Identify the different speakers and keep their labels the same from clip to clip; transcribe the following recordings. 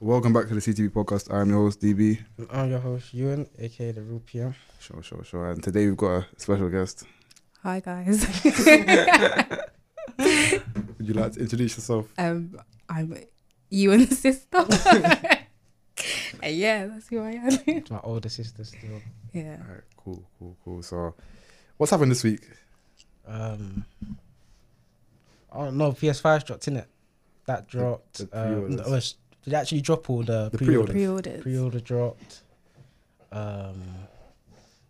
Speaker 1: Welcome back to the CTV podcast. I'm your host DB.
Speaker 2: And I'm your host, Ewan, aka the Real PM.
Speaker 1: Sure, sure, sure. And today we've got a special guest.
Speaker 3: Hi guys.
Speaker 1: Would you like to introduce yourself?
Speaker 3: um, I'm you and the sister. And yeah, that's who I am.
Speaker 2: It's my older sister still.
Speaker 3: yeah.
Speaker 1: All right, cool, cool, cool. So, what's happened this week?
Speaker 2: Um, I don't know. PS5 dropped, innit? That dropped.
Speaker 1: the
Speaker 2: um,
Speaker 1: pre-orders.
Speaker 2: oh, it's- did it actually drop all the,
Speaker 1: The
Speaker 2: pre-order?
Speaker 3: Pre-orders.
Speaker 2: Pre-order dropped. Um,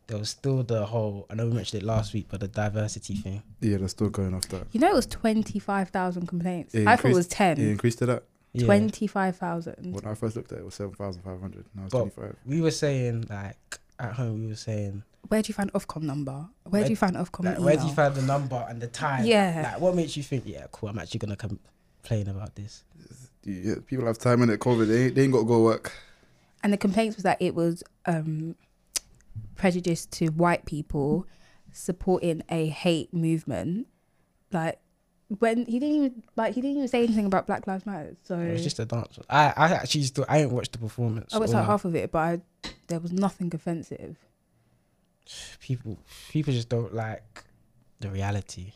Speaker 2: there was still the whole. I know we mentioned it last week, but the diversity thing.
Speaker 1: Yeah, they're still going off that.
Speaker 3: You know it was twenty five thousand complaints.
Speaker 1: It
Speaker 3: I thought it was
Speaker 1: increased- It
Speaker 3: ten.
Speaker 1: increased to that.
Speaker 2: Yeah.
Speaker 3: Twenty five thousand.
Speaker 1: When I first looked at it, it was seven thousand five hundred. Now it's
Speaker 2: But-
Speaker 1: twenty five.
Speaker 2: We were saying like at home. We were saying
Speaker 3: Where do you find Ofcom number? Where
Speaker 2: Where-
Speaker 3: do you find Ofcom
Speaker 2: like,
Speaker 3: email?
Speaker 2: where do you find the number and the time?
Speaker 3: Yeah.
Speaker 2: Like, what makes you think? Yeah, cool. I'm actually gonna complain about this.
Speaker 1: Yeah, people have time in it. COVID, they ain't, they ain't got to go work.
Speaker 3: and the complaints was that it was um prejudiced to white people supporting a hate movement. Like when he didn't even like he didn't even say anything about Black Lives Matter. So
Speaker 2: It was just a dance. I, I actually still I didn't watch the performance.
Speaker 3: I watched
Speaker 2: All
Speaker 3: Oh, like
Speaker 2: I-
Speaker 3: half of it, but I, there was nothing offensive.
Speaker 2: people people just don't like the reality.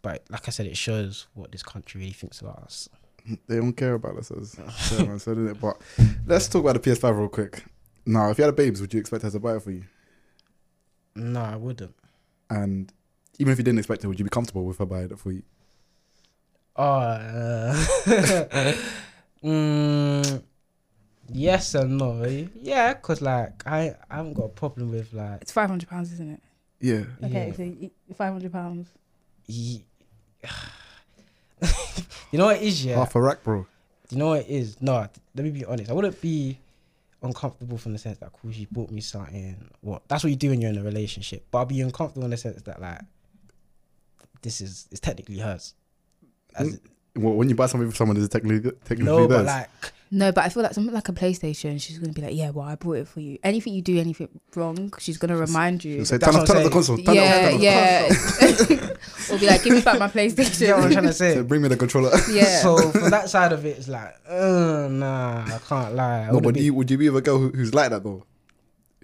Speaker 2: But like I said, it shows what this country really thinks about us.
Speaker 1: They don't care about us. As chairman said, innit? But let's talk about the PS5 real quick. Now, if you had a babes, would you expect her to buy it for you?
Speaker 2: No, I wouldn't.
Speaker 1: And even if you didn't expect it, would you be comfortable with her buying it for you?
Speaker 2: Oh, uh, mm, yes and no. Yeah, cause like I I haven't got a problem with like
Speaker 3: It's five hundred pounds, isn't it?
Speaker 1: Yeah.
Speaker 3: Okay,
Speaker 2: yeah.
Speaker 3: so five hundred pounds.
Speaker 2: Ye- you know what it is, yeah.
Speaker 1: Half a rack, bro.
Speaker 2: You know what it is. No, th- let me be honest. I wouldn't be uncomfortable from the sense that cool, she bought me something. What that's what you do when you're in a relationship. But I'll be uncomfortable in the sense that like this is it's technically hers. As,
Speaker 1: Well, when you buy something for someone, is it technically technically
Speaker 2: no, but
Speaker 1: theirs?
Speaker 2: like
Speaker 3: No, but I feel like something like a PlayStation, she's gonna be like, "Yeah, well, I bought it for you. Anything you do, anything wrong, she's gonna remind you."
Speaker 1: You'll say,
Speaker 2: that's
Speaker 1: turn
Speaker 2: what
Speaker 1: off,
Speaker 2: I'm
Speaker 1: turn off the
Speaker 2: saying.
Speaker 1: console. Turn off, turn
Speaker 3: yeah,
Speaker 1: off the
Speaker 3: Uh, yeah. or be like, "Give me back my
Speaker 2: you know what I'm
Speaker 3: PlayStation."
Speaker 2: trying to
Speaker 1: console. So
Speaker 2: say.
Speaker 1: bring me the controller.
Speaker 3: yeah.
Speaker 2: So from that side of it, it's like, uh, nah, I can't lie. I
Speaker 1: no,
Speaker 2: wouldn't
Speaker 1: but
Speaker 2: be-
Speaker 1: do you, would you be with a girl who, who's like that though?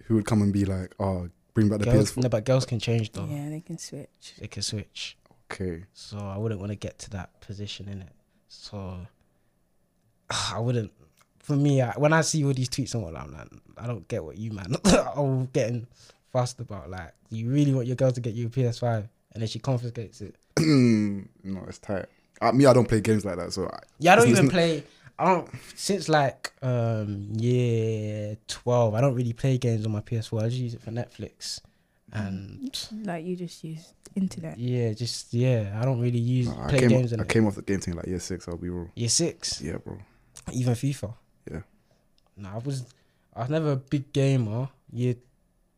Speaker 1: Who would come and be like, oh, bring back the
Speaker 2: girls,
Speaker 1: PS4?
Speaker 2: no, but girls can change though.
Speaker 3: yeah, they can switch.
Speaker 2: They can switch.
Speaker 1: Okay.
Speaker 2: So I wouldn't want to get to that position in it. So I wouldn't. For me, I, when I see all these tweets and what I'm like, I don't get what you man. I'm getting fussed about. Like, you really want your girl to get you a PS5, and then she confiscates it.
Speaker 1: no, it's tight. Uh, me, I don't play games like that, so I,
Speaker 2: Yeah, I don't
Speaker 1: It's-
Speaker 2: even
Speaker 1: it's
Speaker 2: play. I don't since like um year twelve. I don't really play games on my PS4. I just use it for Netflix, and
Speaker 3: Like you just use internet.
Speaker 2: yeah, just yeah. I don't really use
Speaker 1: no, I
Speaker 2: play
Speaker 1: came
Speaker 2: games in
Speaker 1: I
Speaker 2: it.
Speaker 1: came off the game thing like year six. I'll be real.
Speaker 2: Year six.
Speaker 1: Yeah, bro.
Speaker 2: even FIFA.
Speaker 1: Yeah.
Speaker 2: No, I was I was never a big gamer. Year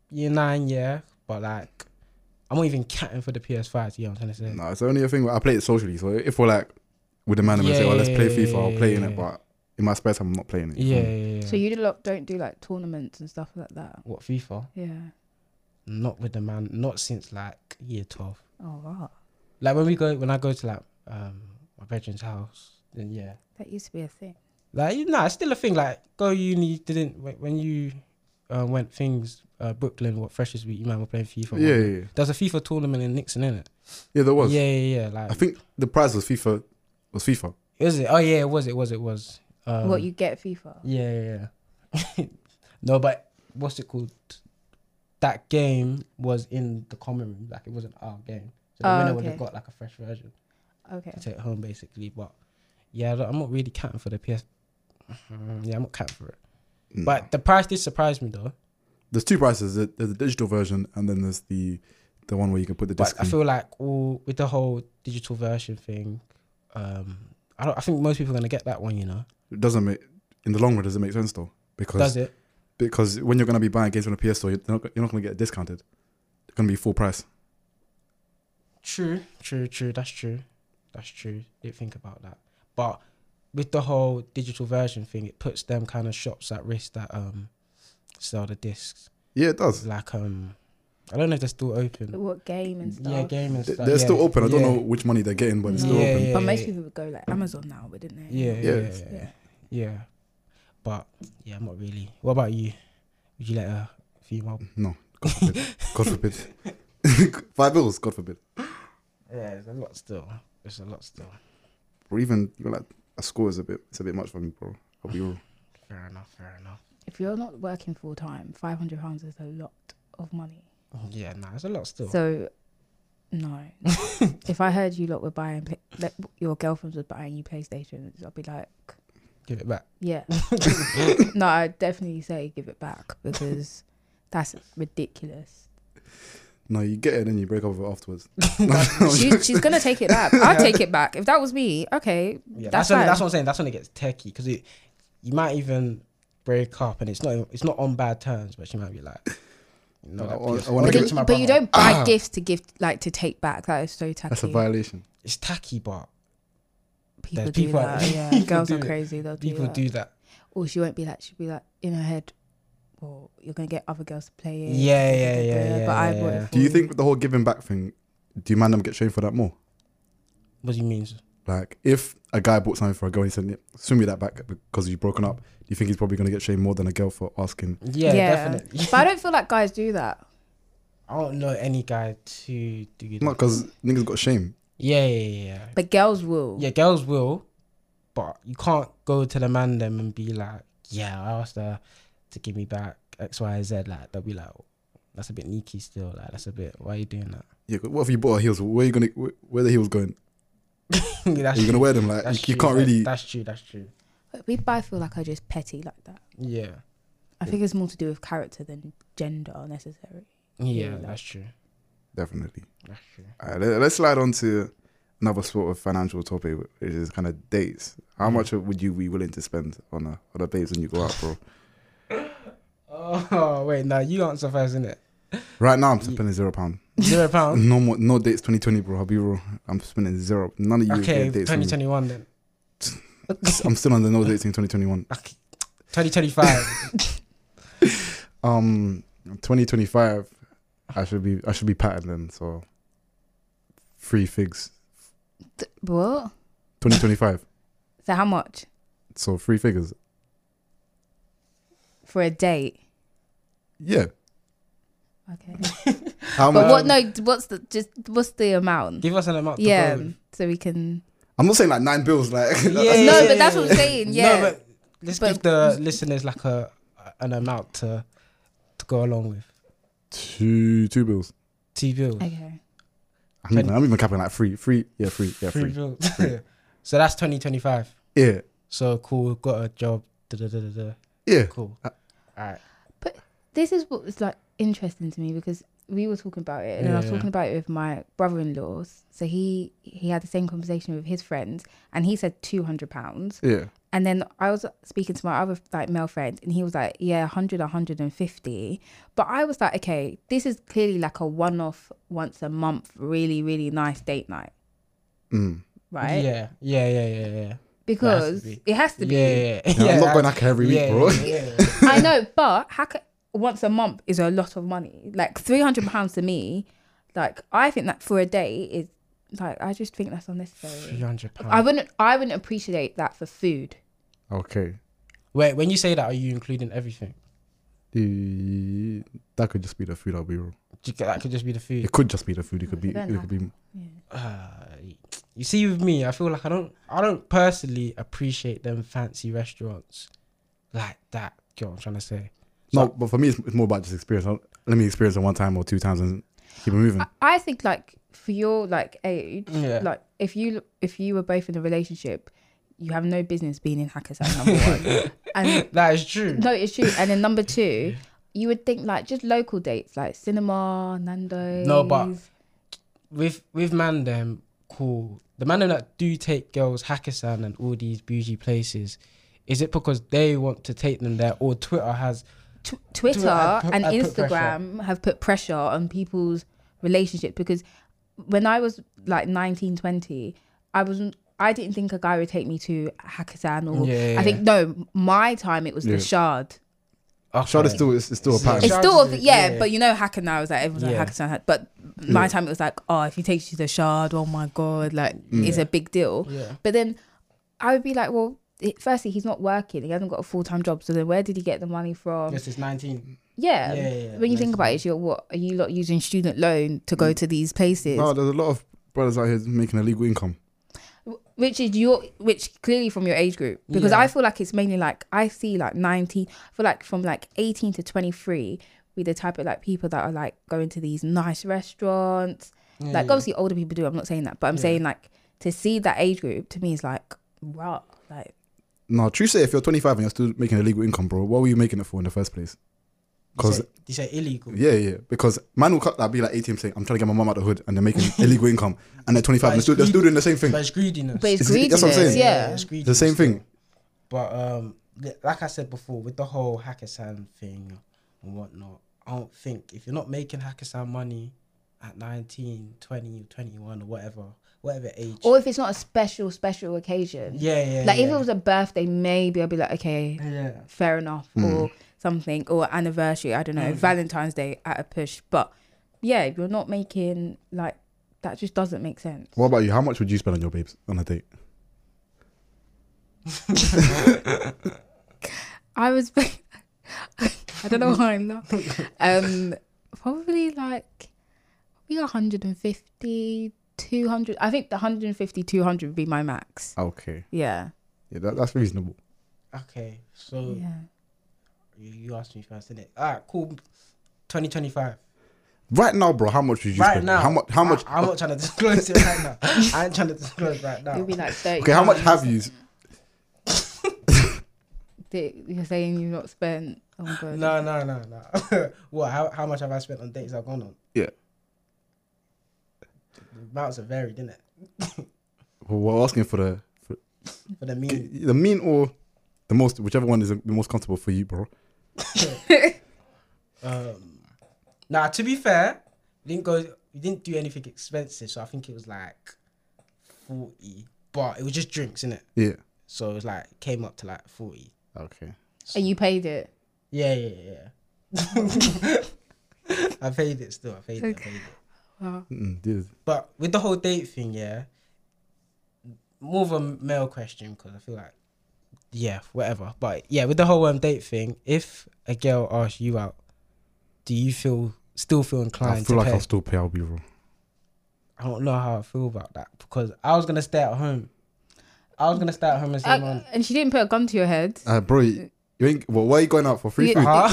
Speaker 2: year nine, yeah, but like I'm not even catting for the PS5. You know what I'm trying to say?
Speaker 1: No, it's only a thing. Where I play it socially. So if we're like with the man and we
Speaker 2: Yeah,
Speaker 1: say, well, let's play
Speaker 2: yeah,
Speaker 1: FIFA, I'll play in
Speaker 2: yeah.
Speaker 1: it, but in my spare time, I'm not playing it. Mm.
Speaker 2: Yeah, yeah, yeah.
Speaker 3: So you do lot don't do like tournaments and stuff like that.
Speaker 2: what FIFA?
Speaker 3: Yeah.
Speaker 2: Not with the man. Not since like year twelve.
Speaker 3: Oh wow,
Speaker 2: Like when we go, when I go to like um my brethren's house, then yeah.
Speaker 3: that used to be a thing.
Speaker 2: Like you know, it's still a thing. Like go uni didn't when when you uh, went things uh, Brooklyn what freshers week you man were playing FIFA.
Speaker 1: Yeah,
Speaker 2: wasn't
Speaker 1: yeah, yeah.
Speaker 2: it? There's a FIFA tournament in Nixon, innit?
Speaker 1: Yeah, there was.
Speaker 2: Yeah, yeah, yeah. Like
Speaker 1: I think the prize was FIFA. Was FIFA?
Speaker 2: Is it? Oh yeah, it was. It was. It was. Um,
Speaker 3: what you get FIFA?
Speaker 2: Yeah, yeah. yeah. no, but what's it called? That game was in the common room. Like it wasn't our game. So the
Speaker 3: Oh,
Speaker 2: winner would have
Speaker 3: okay.
Speaker 2: got like a fresh version
Speaker 3: Okay.
Speaker 2: to take home, basically. But yeah, I don't- I'm not really counting for the PS. Mhm, Yeah, I'm not counting for it.
Speaker 1: No.
Speaker 2: But the price did surprise me though.
Speaker 1: there's two prices. There- There's the digital version, and then there's the the one where you can put the
Speaker 2: But
Speaker 1: disc.
Speaker 2: I
Speaker 1: in.
Speaker 2: feel like all with the whole digital version thing, um, I don't. I think most people are gonna get that one. You know,
Speaker 1: it doesn't make in the long run. Does it make sense though? Because
Speaker 2: does it?
Speaker 1: because when you're gonna be buying games from the PS store, you're not, you're not gonna get it discounted. It's gonna be full price.
Speaker 2: True, true, true. That's true. That's true. Didn't think about that. But with the whole digital version thing, it puts them kind of shops at risk that um sell the discs.
Speaker 1: Yeah, it does.
Speaker 2: Like um I don't know if they're still open.
Speaker 3: What game and stuff?
Speaker 2: Yeah, gaming.
Speaker 1: They-
Speaker 2: stuff,
Speaker 1: They're
Speaker 2: yeah.
Speaker 1: still open. I don't
Speaker 2: Yeah.
Speaker 1: know which money they're getting, but it's still
Speaker 2: Yeah,
Speaker 1: open.
Speaker 2: yeah.
Speaker 3: but most people would go like Amazon now, wouldn't they?
Speaker 2: Yeah, yeah, yeah,
Speaker 1: Yes.
Speaker 2: yeah. Yeah. But yeah, I'm not really. What about you? Would you let a female?
Speaker 1: No, God forbid. God forbid. Five bills, God forbid.
Speaker 2: Yeah, there's a lot still. There's a lot still.
Speaker 1: Or even you know, like a score is a bit. It's a bit much for me, bro. I'll be real.
Speaker 2: Fair enough. Fair enough.
Speaker 3: If you're not working full time, five hundred pounds is a lot of money.
Speaker 2: Yeah, nah, there's a lot still.
Speaker 3: So, no. if I heard you lot were buying, pla- like, your girlfriends were buying you PlayStations, I'd be like,
Speaker 2: Give it back.
Speaker 3: yeah. no, I'd definitely say give it back because that's ridiculous.
Speaker 1: No, you get it and you break up with it afterwards.
Speaker 3: She's, she's going to take it back. I'll take it back. If that was me, okay.
Speaker 2: Yeah,
Speaker 3: That's
Speaker 2: that's when,
Speaker 3: fine.
Speaker 2: that's what I'm saying. That's when it gets techie because it you might even break up and it's not it's not on bad terms, but she might be like, you know,
Speaker 1: I
Speaker 2: like,
Speaker 1: wa- I
Speaker 2: yes,
Speaker 1: wanna
Speaker 2: give
Speaker 3: But,
Speaker 1: give it-
Speaker 2: it to
Speaker 3: then,
Speaker 2: my
Speaker 3: but you
Speaker 2: brother.
Speaker 3: don't buy gifts to give, like, to take back. That is so tacky.
Speaker 1: That's a violation.
Speaker 2: It's tacky, but
Speaker 3: people do
Speaker 2: There's people-
Speaker 3: that. Yeah,
Speaker 2: people
Speaker 3: girls
Speaker 2: do
Speaker 3: are
Speaker 2: it.
Speaker 3: crazy. They'll do
Speaker 2: people
Speaker 3: that.
Speaker 2: do that.
Speaker 3: Or she won't be like, she'll be like, in her head, well, you're going to get other girls to play it.
Speaker 2: Yeah, yeah, yeah, yeah,
Speaker 3: But I
Speaker 2: yeah,
Speaker 3: bought
Speaker 2: yeah.
Speaker 3: it
Speaker 1: Do you
Speaker 3: for
Speaker 1: think with the whole giving back thing? Do you man them get shamed for that more?
Speaker 2: What do you mean?
Speaker 1: Like, if a guy bought something for a girl and he said, "Swing me that back because you've broken up," do you think he's probably gonna get shamed more than a girl for asking?
Speaker 2: Yeah,
Speaker 3: Yeah.
Speaker 2: definitely.
Speaker 3: But I don't feel like guys do that.
Speaker 2: I don't know any guy to do that.
Speaker 1: Not because niggas got shame.
Speaker 2: yeah, yeah, yeah, yeah.
Speaker 3: But girls will.
Speaker 2: Yeah, girls will, but you can't go to the man them and be like, yeah, I asked her to give me back X, Y, Z. Like they'll be like, that's a bit sneaky still. Like that's a bit. Why are you doing that?
Speaker 1: Yeah, 'cause what if you bought her heels? Where you gonna? Where, where the heels going?
Speaker 2: that's
Speaker 1: Are you gonna
Speaker 2: true.
Speaker 1: wear them? Like,
Speaker 2: That's
Speaker 1: you
Speaker 2: true.
Speaker 1: can't
Speaker 2: That-
Speaker 1: really.
Speaker 2: That's true. That's true.
Speaker 3: But we I feel like are just petty like that.
Speaker 2: Yeah.
Speaker 3: I think it's more to do with character than gender necessarily.
Speaker 2: Yeah,
Speaker 3: like-
Speaker 2: that's true.
Speaker 1: Definitely.
Speaker 2: That's true.
Speaker 1: All right, let, us slide on to another sort of financial topic, which is kind of dates. How much would you be willing to spend on a on a babes when you go out, bro?
Speaker 2: Oh wait, now you answer first, isn't it?
Speaker 1: Right now, I'm spending zero pound.
Speaker 2: Zero pounds.
Speaker 1: No more, no dates. 2020, bro. I'll be real. I'm spending zero. None of you
Speaker 2: okay,
Speaker 1: get dates.
Speaker 2: twenty
Speaker 1: from me.
Speaker 2: twenty one then.
Speaker 1: I'm still on the no dates in 2021.
Speaker 2: Okay. Twenty twenty five.
Speaker 1: Um, 2025, I should be I should be patted then. So free figs.
Speaker 3: Th- What?
Speaker 1: 2025.
Speaker 3: So how much
Speaker 1: so free figures.
Speaker 3: for a date?
Speaker 1: Yeah.
Speaker 3: Okay.
Speaker 1: How
Speaker 3: But
Speaker 1: much?
Speaker 3: what? No. What's the just? What's the amount?
Speaker 2: Um, Give us an amount. to go
Speaker 3: Yeah.
Speaker 2: with.
Speaker 3: So we can.
Speaker 1: I'm not saying like nine bills. Like
Speaker 2: Yeah,
Speaker 3: no,
Speaker 2: yeah,
Speaker 3: but that's what
Speaker 2: yeah.
Speaker 3: I'm saying. Yeah.
Speaker 2: No, but let's
Speaker 3: But-
Speaker 2: give the listeners like a an amount to to go along with.
Speaker 1: two two bills.
Speaker 2: Two bills.
Speaker 3: okay.
Speaker 1: I'm even, I'm even capping like free, free, yeah, free, yeah,
Speaker 2: Three
Speaker 1: free.
Speaker 2: bills. so that's twenty twenty five.
Speaker 1: Yeah,
Speaker 2: So cool, got a job. Da, da, da, da, da.
Speaker 1: yeah.
Speaker 2: Cool.
Speaker 1: Uh,
Speaker 2: All right.
Speaker 3: This is what was like interesting to me because we were talking about it, and then I was
Speaker 2: Yeah.
Speaker 3: talking about it with my brother-in-law. So he he had the same conversation with his friends, and he said two hundred pounds.
Speaker 1: Yeah.
Speaker 3: And then I was speaking to my other like male friend, and he was like, "Yeah, 100, 150." But I was like, "Okay, this is clearly like a one-off, once a month, really, really nice date night,
Speaker 1: Mm.
Speaker 3: right?
Speaker 2: Yeah. Yeah. Yeah. Yeah. Yeah.
Speaker 3: Because
Speaker 2: be.
Speaker 3: it has to be.
Speaker 2: Yeah. Yeah.
Speaker 1: Yeah, I'm not
Speaker 2: that-
Speaker 1: going like every week,
Speaker 2: yeah,
Speaker 1: bro.
Speaker 2: Yeah. yeah, yeah.
Speaker 3: I know, but how ca- once a month is a lot of money. Like 300 pounds to me, like I think that for a day is like I just think that's
Speaker 2: Three
Speaker 3: unnecessary.
Speaker 2: hundred pounds.
Speaker 3: I wouldn't, I wouldn't appreciate that for food.
Speaker 1: Okay.
Speaker 2: Wait, when you say that, are you including everything?
Speaker 1: The- That could just be the food. I'll be real.
Speaker 2: Do you- That could just be the food.
Speaker 1: It could just be the food. It could be. It
Speaker 3: Then
Speaker 1: could be.
Speaker 2: Uh, you see, with me, I feel like I don't, I don't personally appreciate them fancy restaurants like that. Do you know what I'm trying to say?
Speaker 1: No, but for me, it's, it's more about just experience. I'll, let me experience it one time or two times and keep it moving.
Speaker 3: I- I think like for your like age,
Speaker 2: Yeah.
Speaker 3: like if you if you were both in a relationship, you have no business being in Hackersack number one. and
Speaker 2: That is true.
Speaker 3: no, it's true. And then number two, you would think like just local dates like cinema, Nando's.
Speaker 2: No, but- With with man them, cool. The man them that do take girls Hakkasan and all these bougie places, is it because they want to take them there, or Twitter has?
Speaker 3: Tw- Twitter
Speaker 2: Do I put-
Speaker 3: and
Speaker 2: I put pressure?
Speaker 3: Instagram have put pressure on people's relationship because when I was like 19, 20, I wasn't. I didn't think a guy would take me to Hakkasan or
Speaker 2: Yeah, yeah,
Speaker 3: I think no, my time it was
Speaker 1: Yeah.
Speaker 3: the Shard.
Speaker 1: Charlotte's still it's, it's still a
Speaker 2: It's
Speaker 1: pattern.
Speaker 3: It's
Speaker 2: Shout
Speaker 3: still,
Speaker 2: out to the-
Speaker 3: yeah,
Speaker 2: yeah.
Speaker 3: but you know, Hacker now is like everyone's
Speaker 2: Yeah.
Speaker 3: like Hacker But my time it was like, oh, if he takes you to Shard, oh my god, like it's
Speaker 2: Yeah.
Speaker 3: a big deal.
Speaker 2: Yeah.
Speaker 3: But then I would be like, well, it, firstly, he's not working; he hasn't got a full time job. So then, where did he get the money from?
Speaker 2: Yes, it's 19.
Speaker 3: Yeah.
Speaker 2: Yeah, yeah, yeah.
Speaker 3: When you
Speaker 2: Makes
Speaker 3: think about it,
Speaker 2: sense.
Speaker 3: you're what are you lot using student loan to
Speaker 2: Mm.
Speaker 3: go to these places?
Speaker 1: No, there's a lot of brothers out here making illegal income.
Speaker 3: which is your which clearly from your age group because
Speaker 2: Yeah.
Speaker 3: i feel like it's mainly like i see like 19 i feel like from like 18 to 23 we the type of like people that are like going to these nice restaurants
Speaker 2: Yeah,
Speaker 3: like
Speaker 2: yeah.
Speaker 3: obviously older people do i'm not saying that but i'm
Speaker 2: Mm. Yeah.
Speaker 3: saying like to see that age group to me is like wow like
Speaker 1: No, true say if you're 25 and you're still making illegal income, bro, what were you making it for in the first place?
Speaker 2: You
Speaker 1: 'Cause
Speaker 2: say- you say illegal.
Speaker 1: yeah, yeah, because man will cut that be like 18 saying I'm trying to get my mum out of the hood and they're making illegal income and they're 25 and they're still, they're still doing the same thing.
Speaker 2: But it's greediness.
Speaker 3: but it's
Speaker 1: Is it- that's what I'm
Speaker 3: greediness
Speaker 1: saying.
Speaker 3: yeah
Speaker 2: it's
Speaker 1: The same
Speaker 2: greediness.
Speaker 1: thing.
Speaker 2: But um, li- like I said before, with the whole Hakkasan thing and whatnot, I don't think if you're not making Hakkasan money at 19, 20, 21 or whatever, whatever age.
Speaker 3: or if it's not a special special occasion
Speaker 2: yeah, yeah.
Speaker 3: like
Speaker 2: yeah.
Speaker 3: if it was a birthday maybe i'd be like okay
Speaker 2: Yeah.
Speaker 3: fair enough
Speaker 1: Hmm.
Speaker 3: or something or anniversary i don't know valentine's day at a push but yeah if you're not making like that just doesn't make sense
Speaker 1: What about you? How much would you spend on your babes on a date?
Speaker 3: i was i don't know why i'm not um probably like probably 150 200 i think the 150 200 would be my max
Speaker 1: Okay,
Speaker 3: yeah
Speaker 1: yeah, that, that's reasonable.
Speaker 2: Okay, so
Speaker 3: yeah
Speaker 2: you, you asked me first, didn't it? All right, cool. 2025.
Speaker 1: Right now, bro, how much would you
Speaker 2: Right
Speaker 1: spend?
Speaker 2: now.
Speaker 1: How much? How much?
Speaker 2: I, am not trying to disclose it right now. I ain't trying to disclose right now.
Speaker 3: it'll be like 30
Speaker 1: okay, how much have you?
Speaker 3: you're saying you've not spent oh god
Speaker 2: No, no, no, no. what? How, how much have I spent on dates I've gone on?
Speaker 1: Yeah.
Speaker 2: The amounts are varied, didn't it?
Speaker 1: Well, we're asking for the for
Speaker 2: For the mean.
Speaker 1: the mean or the most, whichever one is the most comfortable for you, bro.
Speaker 2: Um, now, to be fair, we didn't go. We didn't do anything expensive, so I think it was like forty. But it was just drinks, innit?
Speaker 1: Yeah.
Speaker 2: So it was like came up to like forty.
Speaker 1: Okay.
Speaker 3: and you paid it
Speaker 2: Yeah, yeah, yeah. yeah. I paid it still. I paid it. I paid it.
Speaker 3: Wow.
Speaker 1: Mm, dude.
Speaker 2: But with the whole date thing, yeah, more of a male question because I feel like, yeah, whatever. But yeah, with the whole um, date thing, if a girl asks you out, do you feel still feel
Speaker 1: I
Speaker 2: inclined
Speaker 1: feel
Speaker 2: to
Speaker 1: like
Speaker 2: pay?
Speaker 1: I'll still pay. I'll be real.
Speaker 2: I don't know how I feel about that because I was gonna stay at home. I was gonna stay at home and say,
Speaker 3: Uh,
Speaker 2: man,
Speaker 3: and she didn't put a gun to your head
Speaker 1: Uh, bro, you you ain't. Well, why are you going out for free
Speaker 3: You-
Speaker 1: food?
Speaker 2: huh?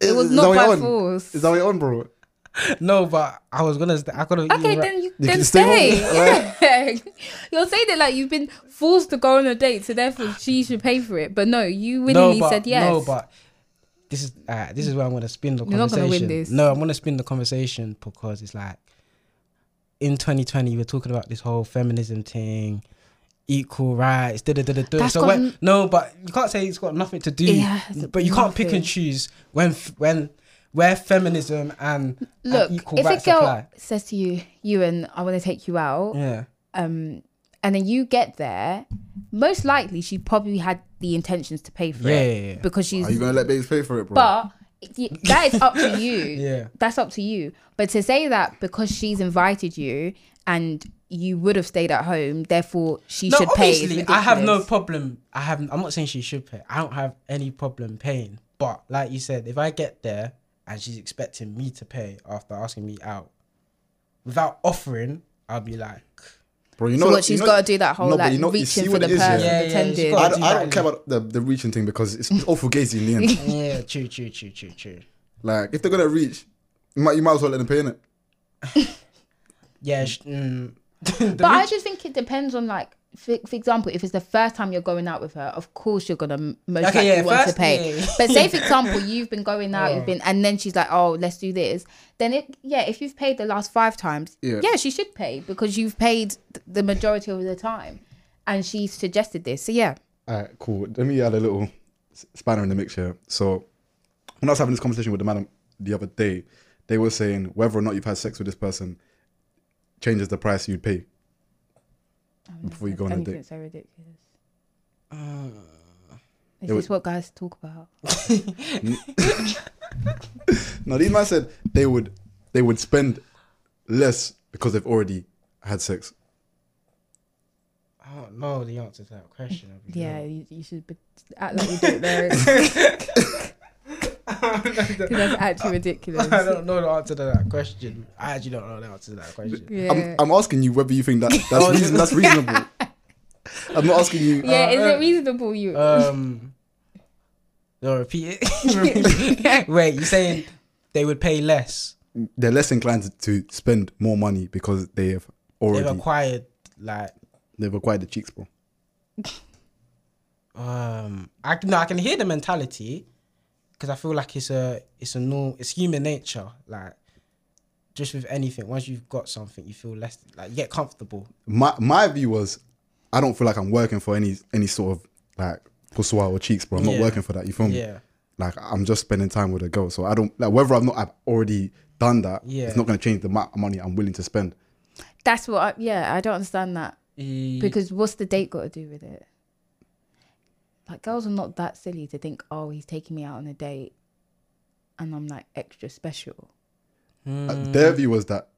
Speaker 3: It was
Speaker 1: Is
Speaker 3: not
Speaker 1: that what
Speaker 3: by
Speaker 1: you're on?
Speaker 3: force.
Speaker 1: Is that what you're on, bro?
Speaker 2: no, but I was gonna. Stay, I could have.
Speaker 3: okay, then you, then
Speaker 1: can
Speaker 3: stay.
Speaker 1: stay
Speaker 3: Yeah. You're saying that like you've been forced to go on a date, so therefore she should pay for it. But no, you willingly
Speaker 2: but,
Speaker 3: said yes.
Speaker 2: No, but this is uh, this is where I'm gonna spin the
Speaker 3: You're not
Speaker 2: conversation.
Speaker 3: gonna win this.
Speaker 2: No, I'm gonna spin the conversation because it's like in 2020 we're talking about this whole feminism thing, equal rights, da da da da da.
Speaker 3: That's
Speaker 2: So
Speaker 3: got
Speaker 2: when,
Speaker 3: n-
Speaker 2: no, but you can't say it's got nothing to do.
Speaker 3: It has
Speaker 2: but you can't pick
Speaker 3: nothing.
Speaker 2: and choose when f- when where feminism and and
Speaker 3: Look,
Speaker 2: equal
Speaker 3: if a
Speaker 2: rights
Speaker 3: girl
Speaker 2: apply.
Speaker 3: says to you, Ewan, I want to take you out,
Speaker 2: Yeah.
Speaker 3: um, and then you get there, most likely she probably had the intentions to pay for
Speaker 2: Yeah,
Speaker 3: it
Speaker 2: yeah, yeah.
Speaker 3: because she's.
Speaker 1: Are you gonna let babes pay for it, bro?
Speaker 3: but y- that is up to you.
Speaker 2: Yeah.
Speaker 3: That's up to you. But to say that because she's invited you and you would have stayed at home, therefore she
Speaker 2: No,
Speaker 3: should pay. is
Speaker 2: obviously, I have no
Speaker 3: ridiculous.
Speaker 2: problem. I have. I'm not saying she should pay. I don't have any problem paying. But like you said, if I get there and she's expecting me to pay after asking me out, without offering, I'll be like,
Speaker 1: bro, you
Speaker 3: so
Speaker 1: that-
Speaker 3: what she's
Speaker 1: you know-
Speaker 3: got to do that whole
Speaker 1: No, but
Speaker 3: like
Speaker 1: you know- you see
Speaker 3: reaching
Speaker 1: what
Speaker 3: for the
Speaker 1: it is, yeah?
Speaker 3: person
Speaker 2: Yeah, yeah,
Speaker 3: pretending.
Speaker 2: she's got
Speaker 1: I
Speaker 2: to
Speaker 1: don't, I don't care about the, the reaching thing because it's, it's awful gazy in the end.
Speaker 2: yeah, true, true, true, true, true.
Speaker 1: Like, if they're gonna reach, you might, you might as well let them pay in it.
Speaker 2: Yeah, sh- mm.
Speaker 3: but I just think it depends on like. For, for example, if it's the first time you're going out with her, of course you're gonna m- most
Speaker 2: Okay,
Speaker 3: likely
Speaker 2: yeah,
Speaker 3: want
Speaker 2: first-
Speaker 3: to pay.
Speaker 2: yeah, yeah.
Speaker 3: But say, for example, you've been going out, you've been, and then she's like, "Oh, let's do this." Then it, yeah, if you've paid the last five times,
Speaker 1: Yeah.
Speaker 3: yeah she should pay because you've paid th- the majority of the time, and she suggested this. So yeah,
Speaker 1: All right, cool. Let me add a little s- spanner in the mix here. So, when I was having this conversation with the man the other day, they were saying whether or not you've had sex with this person changes the price you pay before you go on a
Speaker 3: Anything
Speaker 1: date.
Speaker 3: so ridiculous. Is
Speaker 1: It
Speaker 3: this
Speaker 1: was-
Speaker 3: what guys talk about?
Speaker 1: No, these men said they would they would spend less because they've already had sex.
Speaker 2: I don't know the answer to that question. I'll be
Speaker 3: Yeah,
Speaker 2: real.
Speaker 3: you, you should be, act like you don't know. 'cause that's actually ridiculous.
Speaker 2: I don't know the answer to that question. I actually don't know the answer to that question.
Speaker 3: Yeah,
Speaker 1: I'm, I'm asking you whether you think that that's, reason, that's reasonable. I'm not asking you.
Speaker 3: yeah.
Speaker 2: Uh,
Speaker 3: is
Speaker 2: uh,
Speaker 3: it reasonable? You
Speaker 2: Um, no, repeat it. Wait, you saying they would pay less?
Speaker 1: They're less inclined to spend more money because they have already
Speaker 2: They've acquired like
Speaker 1: they've acquired the cheeks, bro.
Speaker 2: um I can no, I can hear the mentality because I feel like it's a it's a norm it's human nature like just with anything once you've got something you feel less like you get comfortable
Speaker 1: My my view was, I don't feel like I'm working for any any sort of like pussoir or cheeks, bro. I'm not
Speaker 2: Yeah.
Speaker 1: working for that. You feel me?
Speaker 2: yeah
Speaker 1: Like I'm just spending time with a girl, so I don't like whether I've not I've already done that.
Speaker 2: Yeah.
Speaker 1: it's not going to change the amount of money I'm willing to spend.
Speaker 3: that's what. I, yeah, I don't understand that
Speaker 2: because
Speaker 3: because what's the date got to do with it? Like girls are not that silly to think, oh, he's taking me out on a date, and I'm like extra special.
Speaker 1: Uh, Their view was that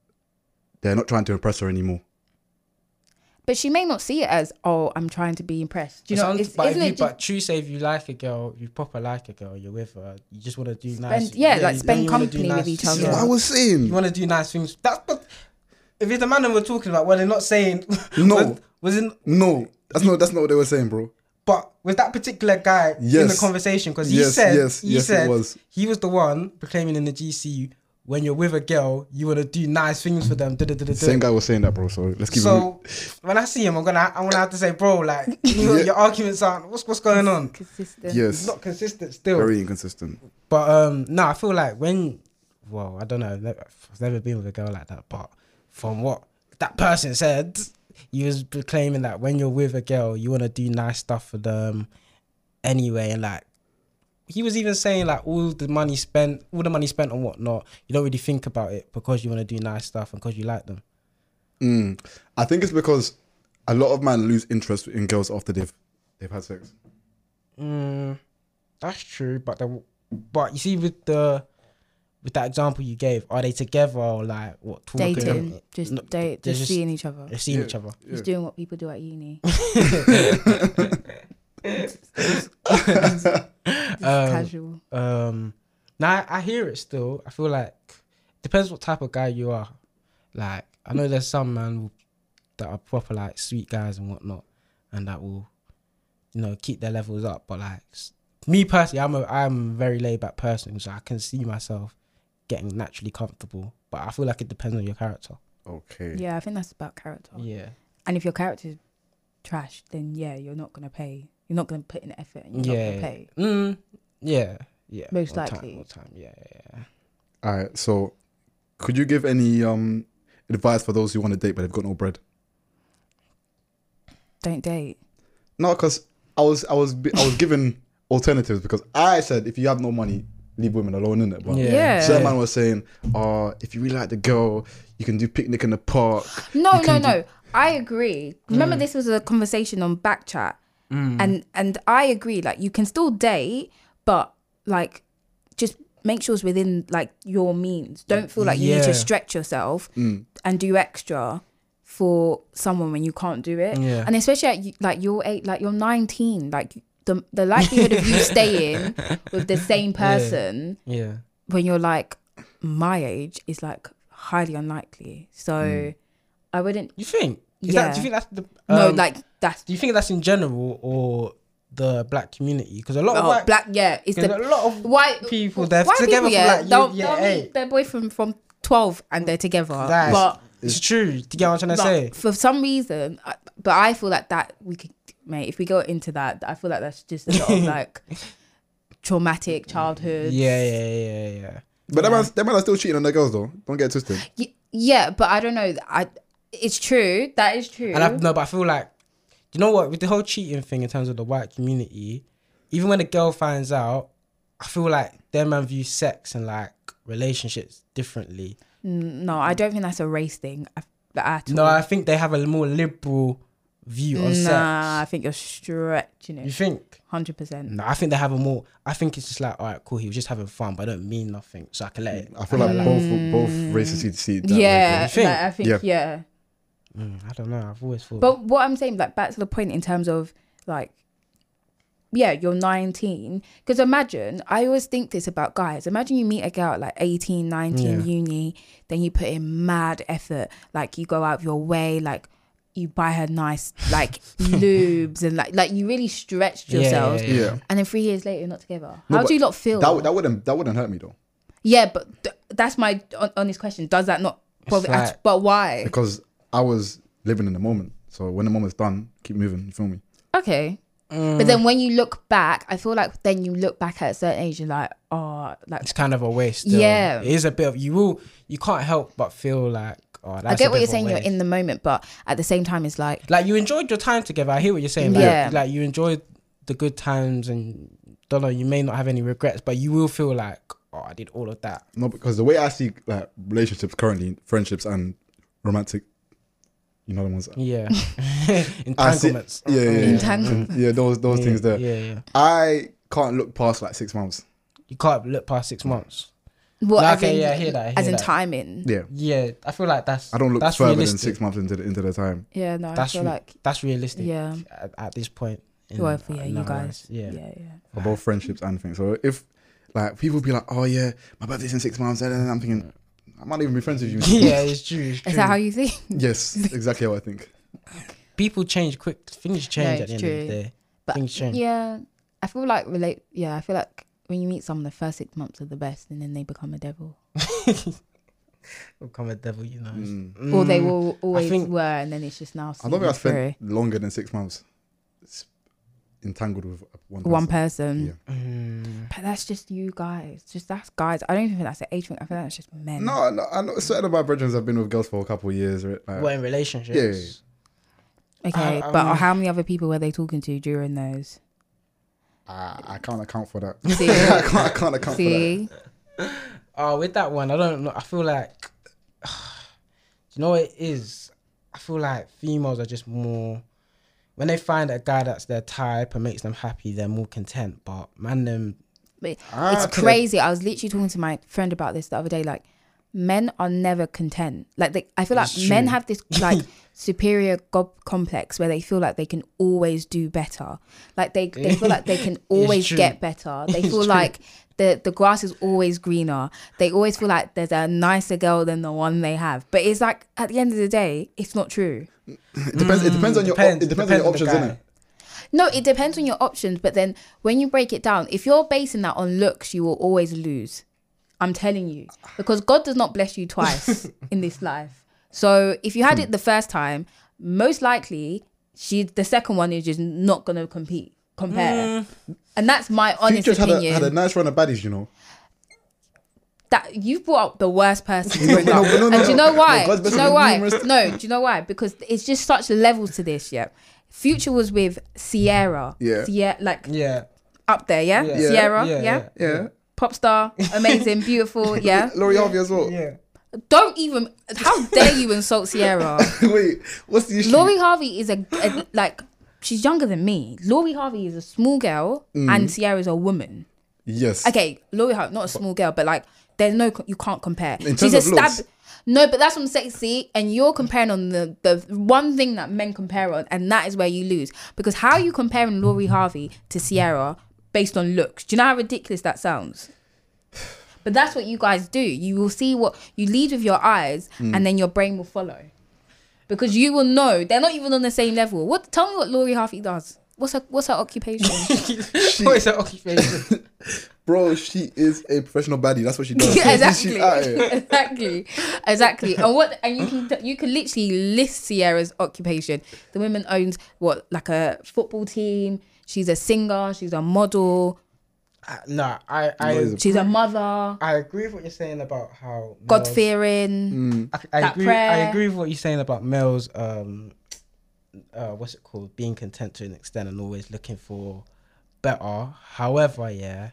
Speaker 1: they're not trying to impress her anymore.
Speaker 3: But she may not see it as, oh, I'm trying to be impressed. Do you know? It's,
Speaker 2: but, if
Speaker 3: isn't
Speaker 2: you,
Speaker 3: it just
Speaker 2: but true say if you like a girl you proper like a girl you're with her you just want to do nice
Speaker 3: Spend- yeah, like,
Speaker 2: you-
Speaker 3: spend
Speaker 2: you wanna do
Speaker 3: company with each
Speaker 1: This is
Speaker 3: Yeah.
Speaker 1: what I was
Speaker 2: you
Speaker 1: saying.
Speaker 2: want to do nice things that's but if it's the man that we're talking about well they're not saying
Speaker 1: No.
Speaker 2: was in
Speaker 1: No, that's not that's not what they were saying, bro.
Speaker 2: But with that particular guy in the
Speaker 1: Yes.
Speaker 2: conversation, because he
Speaker 1: Yes,
Speaker 2: said
Speaker 1: yes,
Speaker 2: he
Speaker 1: yes, it
Speaker 2: said
Speaker 1: was.
Speaker 2: he was the one proclaiming in the GC when you're with a girl, you want to do nice things for them. da, da, da, da, da."
Speaker 1: Same guy was saying that, bro. So let's keep it.
Speaker 2: So when I see him, I'm gonna I'm gonna have to say, bro, like you,
Speaker 1: Yeah.
Speaker 2: your arguments aren't what's what's going on?
Speaker 3: consistent?
Speaker 2: It's
Speaker 1: Yes,
Speaker 2: not consistent still.
Speaker 1: very inconsistent.
Speaker 2: But um, no, I feel like when, well, I don't know, I've never, I've never been with a girl like that. But from what that person said, you was proclaiming that when you're with a girl, you want to do nice stuff for them, anyway, and like. He was even saying like all the money spent, all the money spent on whatnot. You don't really think about it because you want to do nice stuff and because you like them.
Speaker 1: Mm. I think it's because a lot of men lose interest in girls after they've they've had sex.
Speaker 2: Mm, that's true, but the, but you see with the with that example you gave, are they together or like what talking?
Speaker 3: Dating, just
Speaker 2: No,
Speaker 3: date,
Speaker 2: they're just-
Speaker 3: just, seeing each other,
Speaker 2: They've seen
Speaker 1: Yeah.
Speaker 2: each other.
Speaker 1: Yeah.
Speaker 3: just doing what people do at uni,
Speaker 2: um,
Speaker 3: casual.
Speaker 2: um, now I, I hear it still. I feel like depends what type of guy you are. Like I know there's some man that are proper like sweet guys and whatnot, and that will, you know, keep their levels up. But like s- me personally, I'm a I'm a very laid back person, so I can see myself getting naturally comfortable. But I feel like it depends on your character.
Speaker 1: Okay.
Speaker 3: Yeah, I think that's about character.
Speaker 2: Yeah.
Speaker 3: And if your character's trash, then yeah, you're not gonna pay. You're not gonna put in effort, and you're not
Speaker 2: Yeah.
Speaker 3: gonna pay.
Speaker 2: Mm, yeah. Yeah.
Speaker 3: Most
Speaker 2: All time,
Speaker 3: likely.
Speaker 2: all time. Yeah. Yeah. yeah.
Speaker 1: All right. So, could you give any um advice for those who want to date but they've got no bread?
Speaker 3: Don't date.
Speaker 1: No, because I was I was I was given alternatives because I said if you have no money, leave women alone in it. But
Speaker 2: Yeah.
Speaker 3: Yeah.
Speaker 1: Some man was saying, "Oh, if you really like the girl, you can do picnic in the park."
Speaker 3: No,
Speaker 1: You
Speaker 3: no,
Speaker 1: can
Speaker 3: no. I agree. Remember, this was a conversation on Backchat,
Speaker 2: Mm.
Speaker 3: and and I agree. Like, you can still date, but like, just make sure it's within like your means. Don't feel like you need
Speaker 2: Yeah.
Speaker 3: to stretch yourself
Speaker 1: Mm.
Speaker 3: and do extra for someone when you can't do it.
Speaker 2: Yeah.
Speaker 3: And especially at you- like you're eight, like you're 19, like the the likelihood of you staying with the same person
Speaker 2: Yeah.
Speaker 3: when you're like my age is like highly unlikely. So I wouldn't
Speaker 2: You think? Is That, do you
Speaker 3: Yeah.
Speaker 2: think that's the
Speaker 3: no,
Speaker 2: Hmm. um,
Speaker 3: like that's
Speaker 2: Do you think that's in general or the black community? Because a lot
Speaker 3: oh,
Speaker 2: of white,
Speaker 3: black. Yeah, it's
Speaker 2: there's
Speaker 3: the
Speaker 2: a lot of
Speaker 3: white
Speaker 2: people, they're
Speaker 3: white
Speaker 2: together for like
Speaker 3: they'll,
Speaker 2: year- year
Speaker 3: they'll meet
Speaker 2: eight.
Speaker 3: their boyfriend from twelve and they're together.
Speaker 2: That's-
Speaker 3: but
Speaker 2: it's true. Do you get what I'm trying to
Speaker 3: but
Speaker 2: say?
Speaker 3: for some reason, I, but I feel like that we could, mate. If we go into that, I feel like that's just a lot of like traumatic childhood.
Speaker 2: Yeah, yeah, yeah, yeah, yeah.
Speaker 1: But that man, that man are still cheating on their girls though. Don't get it twisted.
Speaker 3: Y- yeah, but I don't know. I it's true. That is true.
Speaker 2: And I no, but I feel like you know what with the whole cheating thing in terms of the white community, even when a girl finds out, I feel like their man view sex and like relationships differently.
Speaker 3: no, I don't think that's a race thing. I, at all.
Speaker 2: No, I think they have a more liberal view
Speaker 3: Nah,
Speaker 2: on
Speaker 3: I
Speaker 2: sex.
Speaker 3: think you're stretching
Speaker 2: You
Speaker 3: it.
Speaker 2: think?
Speaker 3: Hundred percent.
Speaker 2: No, I think they have a more. I think it's just like, all right, cool. He was just having fun, but I don't mean nothing, so I can let it.
Speaker 1: I feel like both both races see- see it that way,
Speaker 3: Yeah,
Speaker 2: think?
Speaker 3: like, I think
Speaker 1: Yeah.
Speaker 3: yeah.
Speaker 2: Mm, I don't know. I've always thought.
Speaker 3: But what I'm saying, like back to the point in terms of like, yeah, you're 19. Because imagine, I always think this about guys. Imagine you meet a girl at like 18, 19,
Speaker 2: Yeah.
Speaker 3: uni, then you put in mad effort. Like you go out of your way, like you buy her nice like lubes and like like you really stretched
Speaker 2: Yeah,
Speaker 3: yourselves.
Speaker 1: Yeah. Yeah.
Speaker 3: And then three years later, you're not together.
Speaker 1: No,
Speaker 3: How
Speaker 1: but
Speaker 3: do you not feel?
Speaker 1: That, that wouldn't that wouldn't hurt me though
Speaker 3: yeah, but th- that's my hon- honest question. Does that not bother?
Speaker 2: like-
Speaker 3: at, but why?
Speaker 1: because I was living in the moment. So when the moment's done, keep moving. You feel me?
Speaker 3: Okay.
Speaker 2: Mm.
Speaker 3: But then when you look back, I feel like then you look back at a certain age, you're like, oh, like
Speaker 2: it's kind of a waste. Still.
Speaker 3: Yeah.
Speaker 2: it is a bit of you will. You can't help but feel like. Oh, that's
Speaker 3: I
Speaker 2: a
Speaker 3: get what
Speaker 2: bit of
Speaker 3: you're
Speaker 2: a
Speaker 3: saying. You're
Speaker 2: waste.
Speaker 3: in the moment, but at the same time, it's like,
Speaker 2: like you enjoyed your time together. I hear what you're saying. Like,
Speaker 3: Yeah.
Speaker 2: like you enjoyed the good times, and don't know. You may not have any regrets, but you will feel like, oh, I did all of that.
Speaker 1: No, because the way I see like relationships currently, friendships and romantic, you know the ones.
Speaker 2: Yeah,
Speaker 1: I see- yeah,
Speaker 2: entanglements.
Speaker 1: yeah, yeah,
Speaker 3: Entanglement.
Speaker 1: yeah. Those those things there.
Speaker 2: Yeah, yeah.
Speaker 1: I can't look past like six months.
Speaker 2: You can't look past six months.
Speaker 3: what?
Speaker 2: Like,
Speaker 3: as
Speaker 2: okay,
Speaker 3: in,
Speaker 2: yeah, I hear that, I
Speaker 3: as
Speaker 2: hear
Speaker 3: in
Speaker 2: that.
Speaker 3: timing.
Speaker 1: Yeah,
Speaker 2: Yeah, I feel like that's.
Speaker 1: I don't look
Speaker 2: that's
Speaker 1: further
Speaker 2: realistic.
Speaker 1: than six months into the into the time.
Speaker 3: Yeah, no,
Speaker 2: That's
Speaker 3: I feel
Speaker 2: re-
Speaker 3: like,
Speaker 2: That's realistic.
Speaker 3: Yeah.
Speaker 2: At, at this point. in
Speaker 3: well, for yeah, you
Speaker 2: our
Speaker 3: guys.
Speaker 2: lives. Yeah.
Speaker 3: yeah, yeah.
Speaker 1: for both friendships and things. So if like people be like, oh yeah, my birthday's in six months, and then I'm thinking, I might not even be friends with you.
Speaker 2: yeah, it's true. It's true.
Speaker 3: Is that how you think?
Speaker 1: Yes, exactly how I think.
Speaker 2: People change quick. Things change at
Speaker 3: it's
Speaker 2: the end of
Speaker 3: true.
Speaker 2: the day.
Speaker 3: But
Speaker 2: Things change.
Speaker 3: yeah, I feel like relate. Yeah, I feel like when you meet someone, the first six months are the best, and then they become a devil,
Speaker 2: Become a devil, you know.
Speaker 1: Mm.
Speaker 3: or they
Speaker 2: Mm.
Speaker 3: will always
Speaker 2: think-
Speaker 3: were, and then it's just now.
Speaker 1: I don't think I
Speaker 3: seeping
Speaker 1: spent longer than six months s- entangled with one.
Speaker 3: through. one
Speaker 1: person.
Speaker 3: person.
Speaker 1: Yeah.
Speaker 2: Mm.
Speaker 3: But that's just you guys. Just that's guys. I don't even think that's an age thing. I think that's just men.
Speaker 1: No, no, I know certain of my brethren have been with girls for a couple of years. Right? Like,
Speaker 2: Well, in relationships.
Speaker 3: Okay,
Speaker 2: I- I
Speaker 3: but
Speaker 1: um,
Speaker 2: mean-
Speaker 3: how many other people were they talking to during those?
Speaker 1: I, I can't account for that.
Speaker 3: See,
Speaker 1: I, can't, I can't account
Speaker 3: see,
Speaker 2: Oh, with that one, I don't know. I feel like, you know, what it is. I feel like females are just more. When they find a guy that's their type and makes them happy, they're more content. But man, them
Speaker 3: But
Speaker 1: for that.
Speaker 2: Ah,
Speaker 1: I
Speaker 3: it's
Speaker 1: could've-
Speaker 3: crazy. I was literally talking to my friend about this the other day. Like, men are never content. Like, they, I feel like
Speaker 2: It's
Speaker 3: men
Speaker 2: true.
Speaker 3: have this like superior gob complex where they feel like they can always do better. Like they, they feel like they can always
Speaker 2: true.
Speaker 3: get better. They
Speaker 2: It's
Speaker 3: feel
Speaker 2: true.
Speaker 3: like the the grass is always greener. They always feel like there's a nicer girl than the one they have. But it's like at the end of the day, it's not true.
Speaker 1: It depends. It depends on your. op-
Speaker 2: depends-
Speaker 1: it depends,
Speaker 2: depends on the
Speaker 1: on your options,
Speaker 2: guy.
Speaker 1: innit?
Speaker 3: No, it depends on your options, but then when you break it down, if you're basing that on looks, you will always lose. I'm telling you. Because God does not bless you twice in this life. So if you had
Speaker 1: Hmm.
Speaker 3: it the first time, most likely she the second one is just not gonna compete compare. And that's my honest
Speaker 1: Hmm. Future's had a,
Speaker 3: opinion.
Speaker 1: had a nice run of baddies, you know.
Speaker 3: that you brought up the worst person.
Speaker 1: No,
Speaker 3: to bring
Speaker 1: no,
Speaker 3: up.
Speaker 1: no, no,
Speaker 3: and do you
Speaker 1: no.
Speaker 3: know why?
Speaker 1: No, God's
Speaker 3: do you
Speaker 1: blessing
Speaker 3: know
Speaker 1: me
Speaker 3: why?
Speaker 1: numerous-
Speaker 3: No, do you know why? Because it's just such levels to this. Yeah. Future was with Sierra.
Speaker 1: Yeah.
Speaker 3: Sierra, like
Speaker 2: Yeah.
Speaker 3: up there, yeah?
Speaker 2: Yeah.
Speaker 3: Sierra, yeah?
Speaker 1: Yeah.
Speaker 3: Pop star, amazing, beautiful, yeah?
Speaker 1: Laurie Harvey as well.
Speaker 2: Yeah.
Speaker 3: Don't even, how dare you insult Sierra?
Speaker 1: Wait, what's the issue?
Speaker 3: Laurie Harvey is a, a- like, she's younger than me. Laurie Harvey is a small girl and Sierra's a woman.
Speaker 1: Yes.
Speaker 3: Okay, Laurie Harvey, not a small girl, but like, there's no, co- you can't compare.
Speaker 1: In terms of looks.
Speaker 3: No, but that's what I'm saying. See, and you're comparing on the, the one thing that men compare on, and that is where you lose. Because how are you comparing Laurie Harvey to Sierra based on looks? Do you know how ridiculous that sounds? But that's what you guys do. You will see what you lead with your eyes,
Speaker 1: Hmm.
Speaker 3: and then your brain will follow. Because you will know they're not even on the same level. What? Tell me what Laurie Harvey does. What's her What's her occupation?
Speaker 2: What is that occupation?
Speaker 1: Bro, she is a professional baddie. That's what she does.
Speaker 3: Yeah,
Speaker 1: She-
Speaker 3: exactly,
Speaker 1: she- ah, yeah.
Speaker 3: exactly, exactly. And what? And you can you can literally list Sierra's occupation. The woman owns what, like a football team. She's a singer. She's a model.
Speaker 2: Uh, no, I I,
Speaker 1: What is it?
Speaker 3: She's a mother.
Speaker 2: I agree with what you're saying about how males-
Speaker 3: God
Speaker 1: Mm.
Speaker 3: fearing.
Speaker 2: I, I
Speaker 3: That
Speaker 2: agree. I
Speaker 3: prayer.
Speaker 2: agree with what you're saying about males. Um, uh, what's it called? Being content to an extent and always looking for better. However, yeah,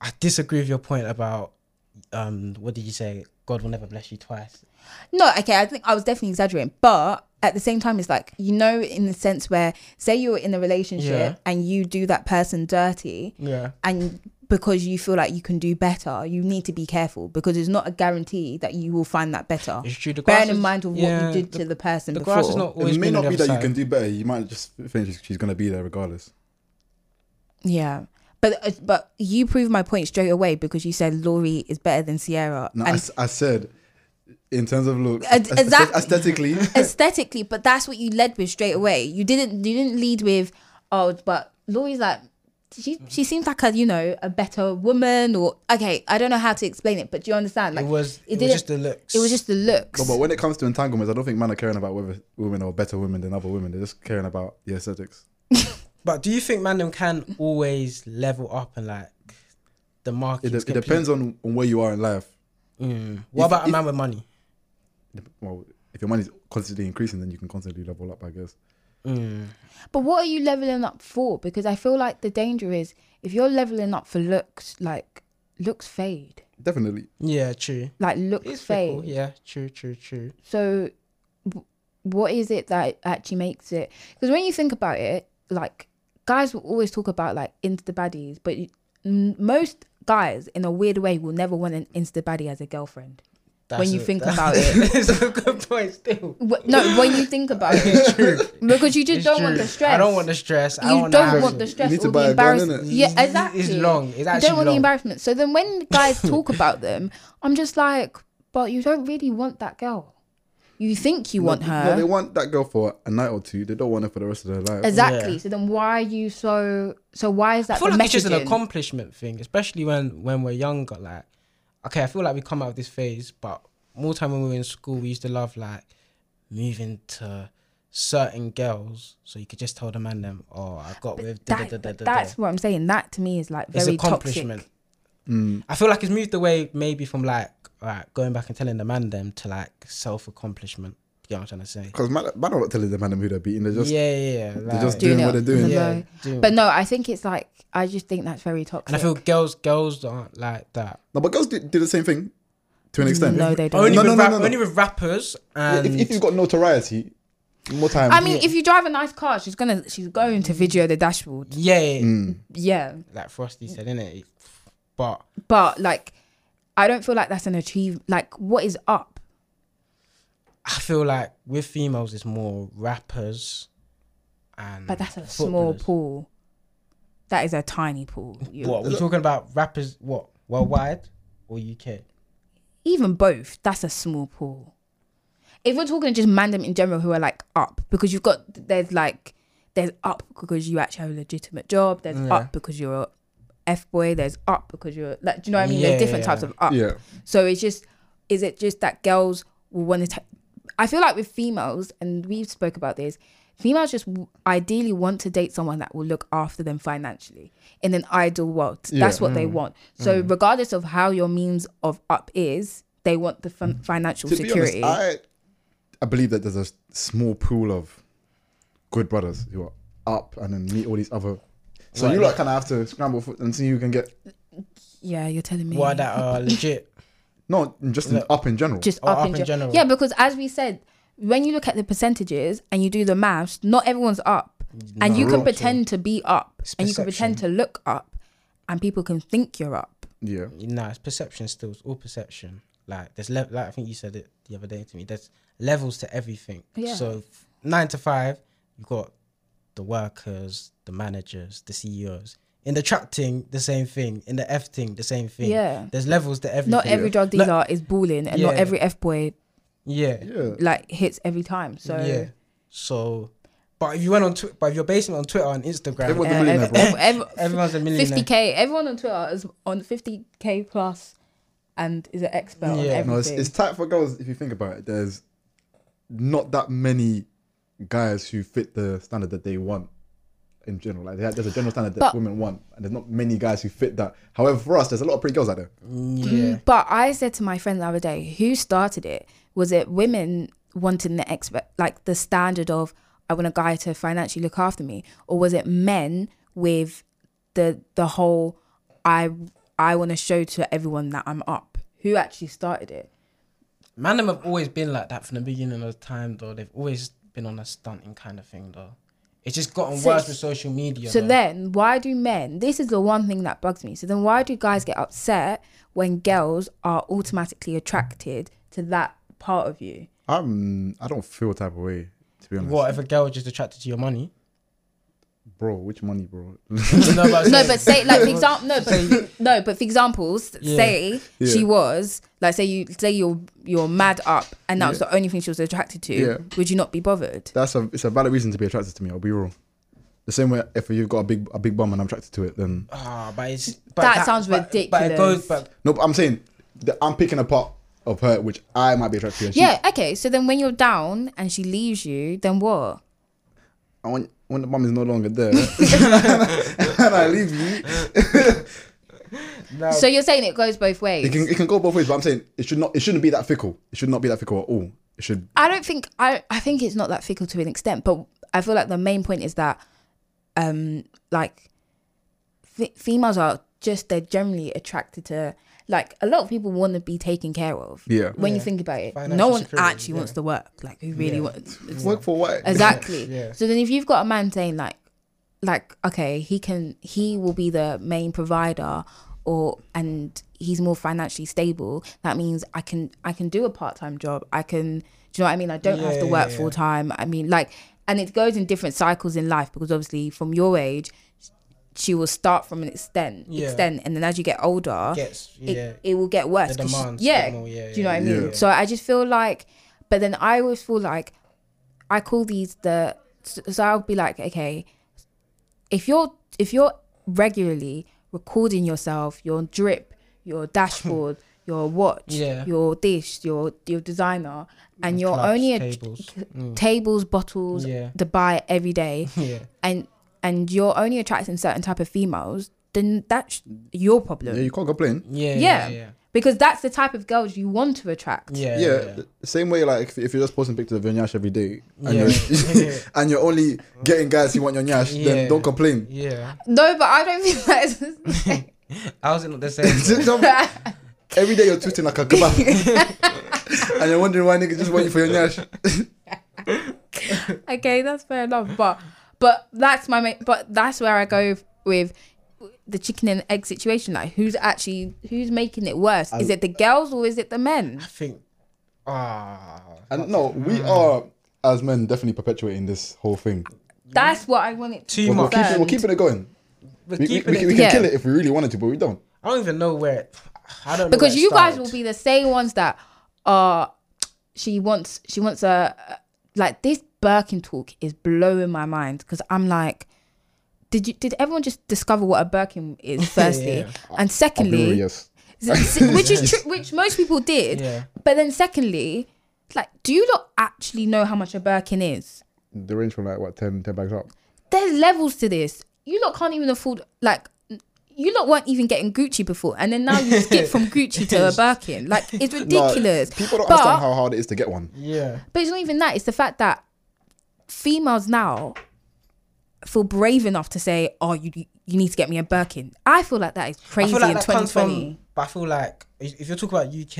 Speaker 2: I disagree with your point about um, what did you say? God will never bless you twice.
Speaker 3: No, okay, I think I was definitely exaggerating, but at the same time, it's like you know, in the sense where say you're in a relationship
Speaker 2: Yeah.
Speaker 3: and you do that person dirty,
Speaker 2: Yeah.
Speaker 3: and because you feel like you can do better, you need to be careful because it's not a guarantee that you will find that better.
Speaker 2: It's true. The grass
Speaker 3: Bearing in
Speaker 2: is-
Speaker 3: mind of what
Speaker 2: yeah,
Speaker 3: you did
Speaker 2: the-
Speaker 3: to the person
Speaker 2: the
Speaker 3: before.
Speaker 2: grass is not always
Speaker 1: it may
Speaker 2: green on
Speaker 1: not
Speaker 2: the
Speaker 1: be
Speaker 2: other
Speaker 1: that you
Speaker 2: side.
Speaker 1: can do better. You might just think she's going to be there regardless.
Speaker 3: Yeah. But, uh, but you proved my point straight away because you said Laurie is better than Sierra.
Speaker 1: No, I,
Speaker 3: and
Speaker 1: s- I said, in terms of look,
Speaker 3: Uh, d- exact-
Speaker 1: aesthetically,
Speaker 3: aesthetically, but that's what you led with straight away. You didn't you didn't lead with oh, but Laurie's like she she seems like a you know a better woman or okay I don't know how to explain it, but do you understand? Like
Speaker 2: it was.
Speaker 3: it
Speaker 2: It,
Speaker 3: didn't-
Speaker 2: was just the looks.
Speaker 3: it was just the looks.
Speaker 1: No, but when it comes to entanglements, I don't think men are caring about whether women are better women than other women. They're just caring about the aesthetics.
Speaker 2: But do you think Mandem can always level up and like the market?
Speaker 1: It, de- it depends on, on where you are in life.
Speaker 2: Mm. What
Speaker 1: If-
Speaker 2: about
Speaker 1: if-
Speaker 2: a man with money?
Speaker 1: Dep- Well, if your money's constantly increasing, then you can constantly level up, I guess.
Speaker 2: Mm.
Speaker 3: But what are you leveling up for? Because I feel like the danger is if you're leveling up for looks, like looks fade,
Speaker 1: Definitely.
Speaker 2: Yeah, true.
Speaker 3: like looks
Speaker 2: It's
Speaker 3: fade.
Speaker 2: fickle. Yeah, true, true, true.
Speaker 3: So, w- what is it that actually makes it? Because when you think about it, like guys will always talk about like insta baddies, but you, m- most guys, in a weird way, will never want an insta baddie as a girlfriend. When you think about it.
Speaker 2: it's a good point. Still,
Speaker 3: Wh- No, when you think about it,
Speaker 2: it's true.
Speaker 3: because you just
Speaker 2: It's
Speaker 3: don't
Speaker 2: true.
Speaker 3: want the stress.
Speaker 2: I don't want the stress. I
Speaker 3: You
Speaker 2: want the
Speaker 3: don't
Speaker 2: hassle.
Speaker 3: want the stress
Speaker 1: need to
Speaker 3: or
Speaker 1: buy
Speaker 3: the
Speaker 1: a gun,
Speaker 3: embarrassment.
Speaker 1: innit?
Speaker 3: Yeah,
Speaker 2: It's-
Speaker 3: exactly.
Speaker 2: It's long. It's
Speaker 3: You
Speaker 2: actually
Speaker 3: don't want the
Speaker 2: long.
Speaker 3: embarrassment. So then, when guys talk about them, I'm just like, but you don't really want that girl. You think you
Speaker 1: No,
Speaker 3: want
Speaker 1: no,
Speaker 3: her.
Speaker 1: they want that girl for a night or two. They don't want her for the rest of their life.
Speaker 3: Exactly.
Speaker 2: Yeah.
Speaker 3: So then why are you so so why is that
Speaker 2: I feel
Speaker 3: the
Speaker 2: like it's just an
Speaker 3: messaging?
Speaker 2: accomplishment thing, especially when when we're younger. Like, okay, I feel like we come out of this phase, but more time when we were in school, we used to love like moving to certain girls, so you could just tell the man them, "Oh, I got with." Da,
Speaker 3: That-
Speaker 2: da, da, da, da,
Speaker 3: that's
Speaker 2: da.
Speaker 3: what I'm saying. That to me is like
Speaker 2: It's
Speaker 3: very
Speaker 2: accomplishment.
Speaker 3: toxic.
Speaker 1: Mm.
Speaker 2: I feel like it's moved away maybe from like like going back and telling the man them to like self accomplishment. You know what I'm trying to say?
Speaker 1: Because man, man are not telling the man who they're beating. They're just
Speaker 2: yeah, yeah, yeah.
Speaker 1: they're just
Speaker 2: like-
Speaker 1: doing,
Speaker 3: Doing
Speaker 1: what they're
Speaker 3: it.
Speaker 1: doing.
Speaker 3: Yeah.
Speaker 2: doing-
Speaker 3: But no, I think it's like I just think that's very toxic.
Speaker 2: and I feel girls girls aren't like that.
Speaker 1: No, but girls do, do the same thing to an extent.
Speaker 3: no, they don't.
Speaker 2: Only,
Speaker 1: No,
Speaker 2: with
Speaker 1: no, no,
Speaker 2: rap-
Speaker 1: no, no.
Speaker 2: only with rappers and
Speaker 1: if, if you've got notoriety, more time.
Speaker 3: I mean, if you drive a nice car, she's gonna she's going to video the dashboard.
Speaker 2: yeah,
Speaker 1: Mm.
Speaker 3: Yeah,
Speaker 2: like Frosty said, innit? But
Speaker 3: but like I don't feel like that's an achieve. Like what is up?
Speaker 2: I feel like with females, it's more rappers and
Speaker 3: But that's a small
Speaker 2: footballers.
Speaker 3: pool. That is a tiny pool. You-
Speaker 2: What we're talking about? Rappers, what worldwide or UK?
Speaker 3: even both, that's a small pool. If we're talking just mandem in general who are like up, because you've got there's like there's up because you actually have a legitimate job, there's
Speaker 2: Yeah.
Speaker 3: up because you're a F boy, there's up because you're like do you know what I mean?
Speaker 2: Yeah,
Speaker 3: there's different
Speaker 2: yeah,
Speaker 3: types of up.
Speaker 1: yeah.
Speaker 3: So it's just is it just that girls will want to ta- I feel like with females and we've spoke about this, females just w- ideally want to date someone that will look after them financially in an ideal world. That's
Speaker 1: Yeah.
Speaker 3: what they want. So regardless of how your means of up is, they want the fin- financial
Speaker 1: To
Speaker 3: security.
Speaker 1: be honest, I I believe that there's a s- small pool of good brothers who are up and then meet all these other. So
Speaker 2: Right.
Speaker 1: you lot kind of have to scramble for, and see who can get
Speaker 3: yeah, you're telling me.
Speaker 2: Why that are legit?
Speaker 1: no just in, up in general.
Speaker 3: just
Speaker 2: Or
Speaker 3: up,
Speaker 2: up
Speaker 3: in,
Speaker 2: in
Speaker 3: gen-
Speaker 2: general.
Speaker 3: Yeah, because as we said, when you look at the percentages and you do the maths, not everyone's up, and you can
Speaker 1: Not at all.
Speaker 3: pretend to be up,
Speaker 2: It's
Speaker 3: and you can pretend to look up, and people can think you're up.
Speaker 1: yeah,
Speaker 2: Nah, it's perception still. It's all perception. Like there's le- like I think you said it the other day to me. There's levels to everything.
Speaker 3: Yeah.
Speaker 2: So f- nine to five, you got the workers, the managers, the CEOs. In the trap thing, the same thing. In the F thing, the same thing.
Speaker 3: Yeah.
Speaker 2: There's levels to everything.
Speaker 3: Not every drug
Speaker 2: Like-
Speaker 3: dealer is balling, and not
Speaker 2: Yeah.
Speaker 3: every f boy
Speaker 2: yeah.
Speaker 1: yeah.
Speaker 3: like hits every time. So
Speaker 2: yeah. So, but if you went on, tw- but if you're basing it on Twitter and Instagram,
Speaker 1: Everyone's
Speaker 3: Uh,
Speaker 1: a millionaire,
Speaker 3: ev-
Speaker 1: bro.
Speaker 3: ev- ev-
Speaker 2: everyone's a millionaire.
Speaker 3: 50k. Everyone on Twitter is on 50k plus, and is an expert on
Speaker 2: Yeah.
Speaker 3: everything.
Speaker 1: No, it's, it's tight for girls if you think about it. There's not that many guys who fit the standard that they want in general. Like there- there's a general standard that
Speaker 3: But-
Speaker 1: women want, and there's not many guys who fit that. However, for us, there's a lot of pretty girls out there.
Speaker 2: Yeah.
Speaker 3: But I said to my friend the other day, who started it? Was it women wanting the expert, like the standard of, I want a guy to financially look after me, or was it men with the the whole, I I want to show to everyone that I'm up? who actually started it.
Speaker 2: Man, them have always been like that from the beginning of time, though. They've always been on a stunting kind of thing, though. It's just gotten
Speaker 3: So-
Speaker 2: worse with social media.
Speaker 3: So
Speaker 2: though.
Speaker 3: then, why do men? This is the one thing that bugs me. So then, why do guys get upset when girls are automatically attracted to that part of you?
Speaker 1: I'm. I don't feel type of way to be honest.
Speaker 2: what if a girl just attracted to your money?
Speaker 1: bro? Which money, bro?
Speaker 2: no, but,
Speaker 3: No, but say like for example, no, but no, but for examples,
Speaker 2: Yeah.
Speaker 3: say
Speaker 1: Yeah.
Speaker 3: she was like say you say you're you're mad up, and that was
Speaker 1: Yeah.
Speaker 3: the only thing she was attracted to.
Speaker 1: Yeah.
Speaker 3: Would you not be bothered?
Speaker 1: That's a. It's a valid reason to be attracted to me. I'll be real. The same way if you've got a big a big bum and I'm attracted to it, then
Speaker 2: Ah, but it's but
Speaker 3: That sounds
Speaker 2: but- But it
Speaker 3: ridiculous.
Speaker 2: goes, but
Speaker 1: no. But I'm saying that I'm picking a part of her which I might be attracted to. and she-
Speaker 3: Yeah. Okay. So then, when you're down and she leaves you, then what?
Speaker 1: And when when the bum is no longer there, and I leave you,
Speaker 2: no,
Speaker 3: So you're saying it goes both
Speaker 1: it
Speaker 3: ways.
Speaker 1: can it can go both ways. But I'm saying it should not. It shouldn't be that fickle. It should not be that fickle at all. It should.
Speaker 3: I don't think I I think it's not that fickle to an extent, but I feel like the main point is that um like f- females are just they're generally attracted to like a lot of people want to be taken care of.
Speaker 1: Yeah.
Speaker 3: When you
Speaker 2: Yeah.
Speaker 3: think about it, no
Speaker 2: Financial
Speaker 3: one
Speaker 2: security,
Speaker 3: actually
Speaker 2: yeah.
Speaker 3: wants to work. Like who really
Speaker 2: Yeah.
Speaker 3: wants
Speaker 1: Work for what?
Speaker 3: exactly.
Speaker 2: Yeah.
Speaker 3: So then if you've got a man saying like like okay, he can he will be the main provider or and he's more financially stable, that means I can I can do a part-time job. I can do you know what I mean? I don't have
Speaker 2: Yeah,
Speaker 3: to
Speaker 2: yeah,
Speaker 3: work
Speaker 2: yeah.
Speaker 3: full time. I mean like and it goes in different cycles in life because obviously from your age she will start from an extent
Speaker 2: Yeah.
Speaker 3: extent and then as you get older
Speaker 2: gets
Speaker 3: it,
Speaker 2: yeah.
Speaker 3: it will get worse.
Speaker 2: The
Speaker 3: 'cause she-
Speaker 2: demands get
Speaker 3: yeah,
Speaker 2: more, yeah,
Speaker 3: Do you know
Speaker 2: yeah,
Speaker 3: what I mean?
Speaker 1: yeah.
Speaker 3: So I just feel like, but then I always feel like I call these the. So so I'll be like, okay, if you're if you're regularly recording yourself, your drip, your dashboard, your watch,
Speaker 2: Yeah.
Speaker 3: your dish, your your designer, and you're
Speaker 2: Clubs,
Speaker 3: only a
Speaker 2: tables. Mm.
Speaker 3: tables, bottles,
Speaker 2: Yeah.
Speaker 3: Dubai every day,
Speaker 2: yeah.
Speaker 3: and and you're only attracting certain type of females, then that's your problem
Speaker 1: Yeah, you can't complain.
Speaker 2: Yeah,
Speaker 3: Yeah.
Speaker 2: yeah, yeah,
Speaker 3: because that's the type of girls you want to attract.
Speaker 2: yeah,
Speaker 1: yeah,
Speaker 2: yeah.
Speaker 1: the same way like if, if you're just posting pictures of your nyash every day and,
Speaker 2: Yeah.
Speaker 1: you're,
Speaker 2: Yeah.
Speaker 1: and you're only getting guys who want your nyash
Speaker 2: Yeah.
Speaker 1: then don't complain
Speaker 2: yeah.
Speaker 3: No, but I don't think that is.
Speaker 2: I was in the same.
Speaker 1: every day you're tweeting like a kebab and you're wondering why niggas just want you for your nyash
Speaker 3: okay, that's fair enough. But but that's my main, but that's where I go with the chicken and egg situation. Like, who's actually who's making it worse? is it the girls or is it the men?
Speaker 2: I think. Ah,
Speaker 1: and no we
Speaker 2: Mm.
Speaker 1: are as men definitely perpetuating this whole thing
Speaker 3: That's what I want it. To,
Speaker 2: too
Speaker 1: we're, we're
Speaker 2: much.
Speaker 3: keep-
Speaker 1: keeping, we're keeping it going we,
Speaker 2: We're
Speaker 1: we,
Speaker 2: keeping
Speaker 1: we,
Speaker 2: it.
Speaker 1: can- we can
Speaker 3: Yeah.
Speaker 1: kill it if we really wanted to but we don't
Speaker 2: I don't even know where. It, I don't know
Speaker 3: because
Speaker 2: where it
Speaker 3: you guys
Speaker 2: started.
Speaker 3: will be the same ones that are. She wants. She wants a like this Birkin talk is blowing my mind because I'm like. Did you did everyone just discover what a Birkin is? Firstly,
Speaker 2: Yeah.
Speaker 3: and
Speaker 1: I'll be real,
Speaker 3: secondly,
Speaker 1: yes
Speaker 3: S- s- which is true, which most people did.
Speaker 2: Yeah.
Speaker 3: But then, secondly, like, do you not actually know how much a Birkin is?
Speaker 1: the range from like what 10, 10 bags up
Speaker 3: There's levels to this. You lot can't even afford like. n- You lot weren't even getting Gucci before, and then now you skip from Gucci to a Birkin. Like it's ridiculous.
Speaker 1: no, people don't
Speaker 3: but,
Speaker 1: understand how hard it is to get one
Speaker 2: Yeah.
Speaker 3: But it's not even that. It's the fact that females now feel brave enough to say, "Oh, you you need to get me a Birkin." I feel like that is crazy in
Speaker 2: that comes
Speaker 3: 2020.
Speaker 2: From, but I feel like if if you're talking about UK,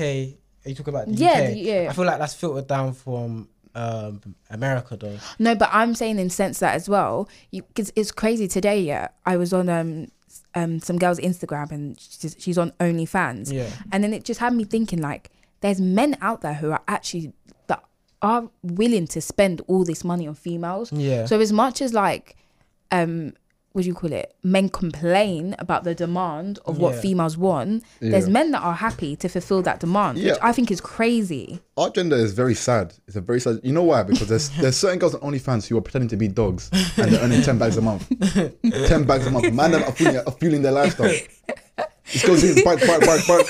Speaker 2: are you talking about the
Speaker 3: Yeah,
Speaker 2: UK?
Speaker 3: the- yeah.
Speaker 2: I feel like that's filtered down from um, America though.
Speaker 3: No, but I'm saying in sense that as well, because it's crazy today. Yeah, I was on um s- um some girl's Instagram and she's, she's on OnlyFans,
Speaker 2: Yeah.
Speaker 3: and then it just had me thinking like, there's men out there who are actually that are willing to spend all this money on females.
Speaker 2: Yeah.
Speaker 3: So as much as like, um, what do you call it? Men complain about the demand of what
Speaker 2: Yeah.
Speaker 3: females want. There's
Speaker 1: Yeah.
Speaker 3: men that are happy to fulfill that demand,
Speaker 1: Yeah.
Speaker 3: which I think is crazy.
Speaker 1: our gender is very sad. It's a very sad. You know why? Because there's there's certain girls on OnlyFans who are pretending to be dogs and they're earning ten bags a month. ten bags a month. Man, them are fueling, are fueling their lifestyle. This girl's doing bark, bark, bark, bark.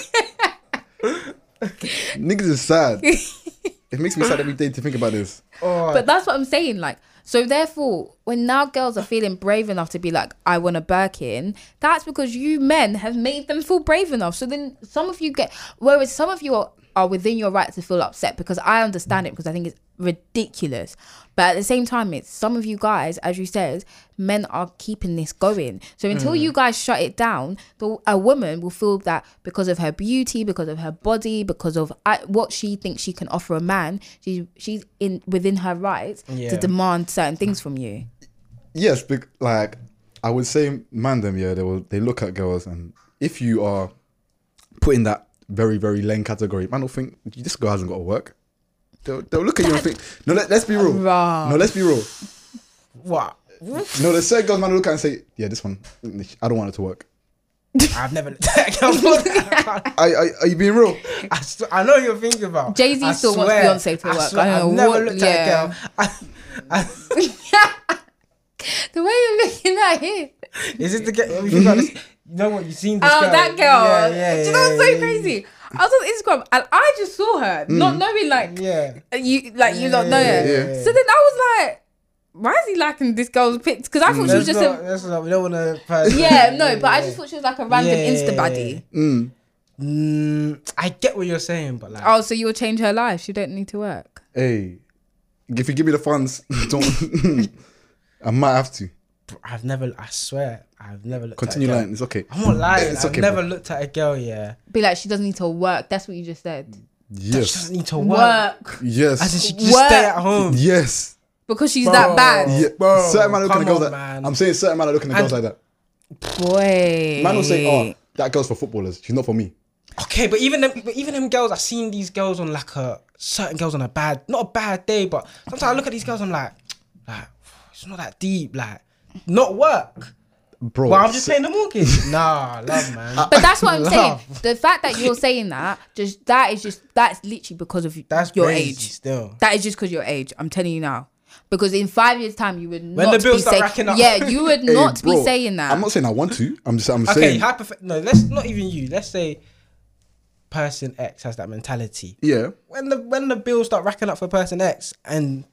Speaker 1: Niggas is sad. It makes me sad every day to think about this.
Speaker 2: Oh,
Speaker 3: But that's what I'm saying. Like, so therefore, when now girls are feeling brave enough to be like, I want a Birkin, that's because you men have made them feel brave enough. So then some of you get, whereas some of you are, are within your right to feel upset because I understand it because I think it's ridiculous. But at the same time, it's some of you guys, as you said, men are keeping this going. So until
Speaker 2: Mm.
Speaker 3: you guys shut it down, the, a woman will feel that because of her beauty, because of her body, because of uh, what she thinks she can offer a man, she, she's in within her rights
Speaker 2: Yeah.
Speaker 3: to demand certain things from you.
Speaker 1: Yes, bec- like I would say, man, them yeah, they will they look at girls, and if you are put in that very very lame category, man, will think this girl hasn't got to work. They'll, they'll look at you and think, no, let, let's be real.
Speaker 3: Rah.
Speaker 1: No, let's be real.
Speaker 2: what?
Speaker 1: No, the certain girls, man, will look at and say, yeah, this one, I don't want it to work.
Speaker 2: I've never. I,
Speaker 1: I, I, are you being real?
Speaker 2: sw- I know you're thinking about.
Speaker 3: Jay-Z
Speaker 2: I
Speaker 3: still wants
Speaker 2: swear,
Speaker 3: Beyonce to
Speaker 2: I
Speaker 3: work.
Speaker 2: swear,
Speaker 3: I
Speaker 2: I've
Speaker 3: don't know
Speaker 2: never
Speaker 3: what-
Speaker 2: looked
Speaker 3: yeah.
Speaker 2: at a girl. I, I,
Speaker 3: The way you're looking at him.
Speaker 2: is it the girl? You, got this, you know what? You've seen this
Speaker 3: Oh,
Speaker 2: girl.
Speaker 3: that girl.
Speaker 2: Yeah, yeah,
Speaker 3: Do you
Speaker 2: yeah,
Speaker 3: know what's
Speaker 2: yeah,
Speaker 3: so
Speaker 2: yeah, Mm.
Speaker 3: crazy? I was on Instagram and I just saw her, not knowing like
Speaker 2: Yeah.
Speaker 3: you like you don't know
Speaker 2: Yeah,
Speaker 3: her.
Speaker 1: yeah.
Speaker 3: So then I was like, why is he liking this girl's pics? Because I thought she
Speaker 2: That's
Speaker 3: was just
Speaker 2: not,
Speaker 3: a
Speaker 2: that's not, we don't want to.
Speaker 3: yeah, no, but I just thought she was like a random
Speaker 2: Yeah,
Speaker 3: Insta
Speaker 2: yeah,
Speaker 3: baddie.
Speaker 1: Mm.
Speaker 2: Mm, I get what you're saying, but like,
Speaker 3: Oh, so you'll change her life? She don't need to work.
Speaker 1: Hey, if you give me the funds, don't. I might have to
Speaker 2: I've never. I swear, I've never looked.
Speaker 1: continue
Speaker 2: at a girl.
Speaker 1: lying. It's okay.
Speaker 2: I'm not lying.
Speaker 1: It's
Speaker 2: I've
Speaker 1: okay,
Speaker 2: never
Speaker 1: bro.
Speaker 2: looked at a girl. Yeah,
Speaker 3: Be like, she doesn't need to work. That's what you just said.
Speaker 2: she
Speaker 1: Yes,
Speaker 2: doesn't need to work.
Speaker 3: Work,
Speaker 2: As in,
Speaker 1: yes,
Speaker 2: she just
Speaker 3: Work.
Speaker 2: stay at home.
Speaker 1: yes.
Speaker 3: because she's that
Speaker 2: Bro.
Speaker 3: bad,
Speaker 1: Yeah,
Speaker 2: Bro,
Speaker 1: certain man are looking
Speaker 2: come
Speaker 1: at girls
Speaker 2: on,
Speaker 1: like
Speaker 2: man.
Speaker 1: I'm saying certain man are looking at girls
Speaker 2: And-
Speaker 1: like that.
Speaker 3: boy.
Speaker 1: Man will say,
Speaker 3: Eh.
Speaker 1: "Oh, that girl's for footballers. She's not for me."
Speaker 2: Okay, but even them, but even them girls, I've seen these girls on like a certain girls on a bad, not a bad day, but sometimes I look at these girls, I'm like, like it's not that deep, like not work.
Speaker 1: Bro,
Speaker 2: Well, I'm just
Speaker 1: so-
Speaker 2: paying the mortgage. nah, love, man.
Speaker 3: But that's what I'm saying.
Speaker 2: Love.
Speaker 3: The fact that you're saying that, just that is just that's literally because of
Speaker 2: That's
Speaker 3: your
Speaker 2: crazy
Speaker 3: age.
Speaker 2: still.
Speaker 3: That is just because your age. I'm telling you now. Because in five years' time, you would
Speaker 2: When
Speaker 3: not
Speaker 2: the bills
Speaker 3: be
Speaker 2: start
Speaker 3: saying.
Speaker 2: racking up.
Speaker 3: Yeah, you would
Speaker 1: Hey,
Speaker 3: not be
Speaker 1: eh, bro,
Speaker 3: saying that.
Speaker 1: I'm not saying I want to. I'm just I'm
Speaker 2: Okay,
Speaker 1: saying
Speaker 2: hypoth- no, let's not even you. Let's say person X has that mentality.
Speaker 1: yeah.
Speaker 2: When the when the bills start racking up for person X and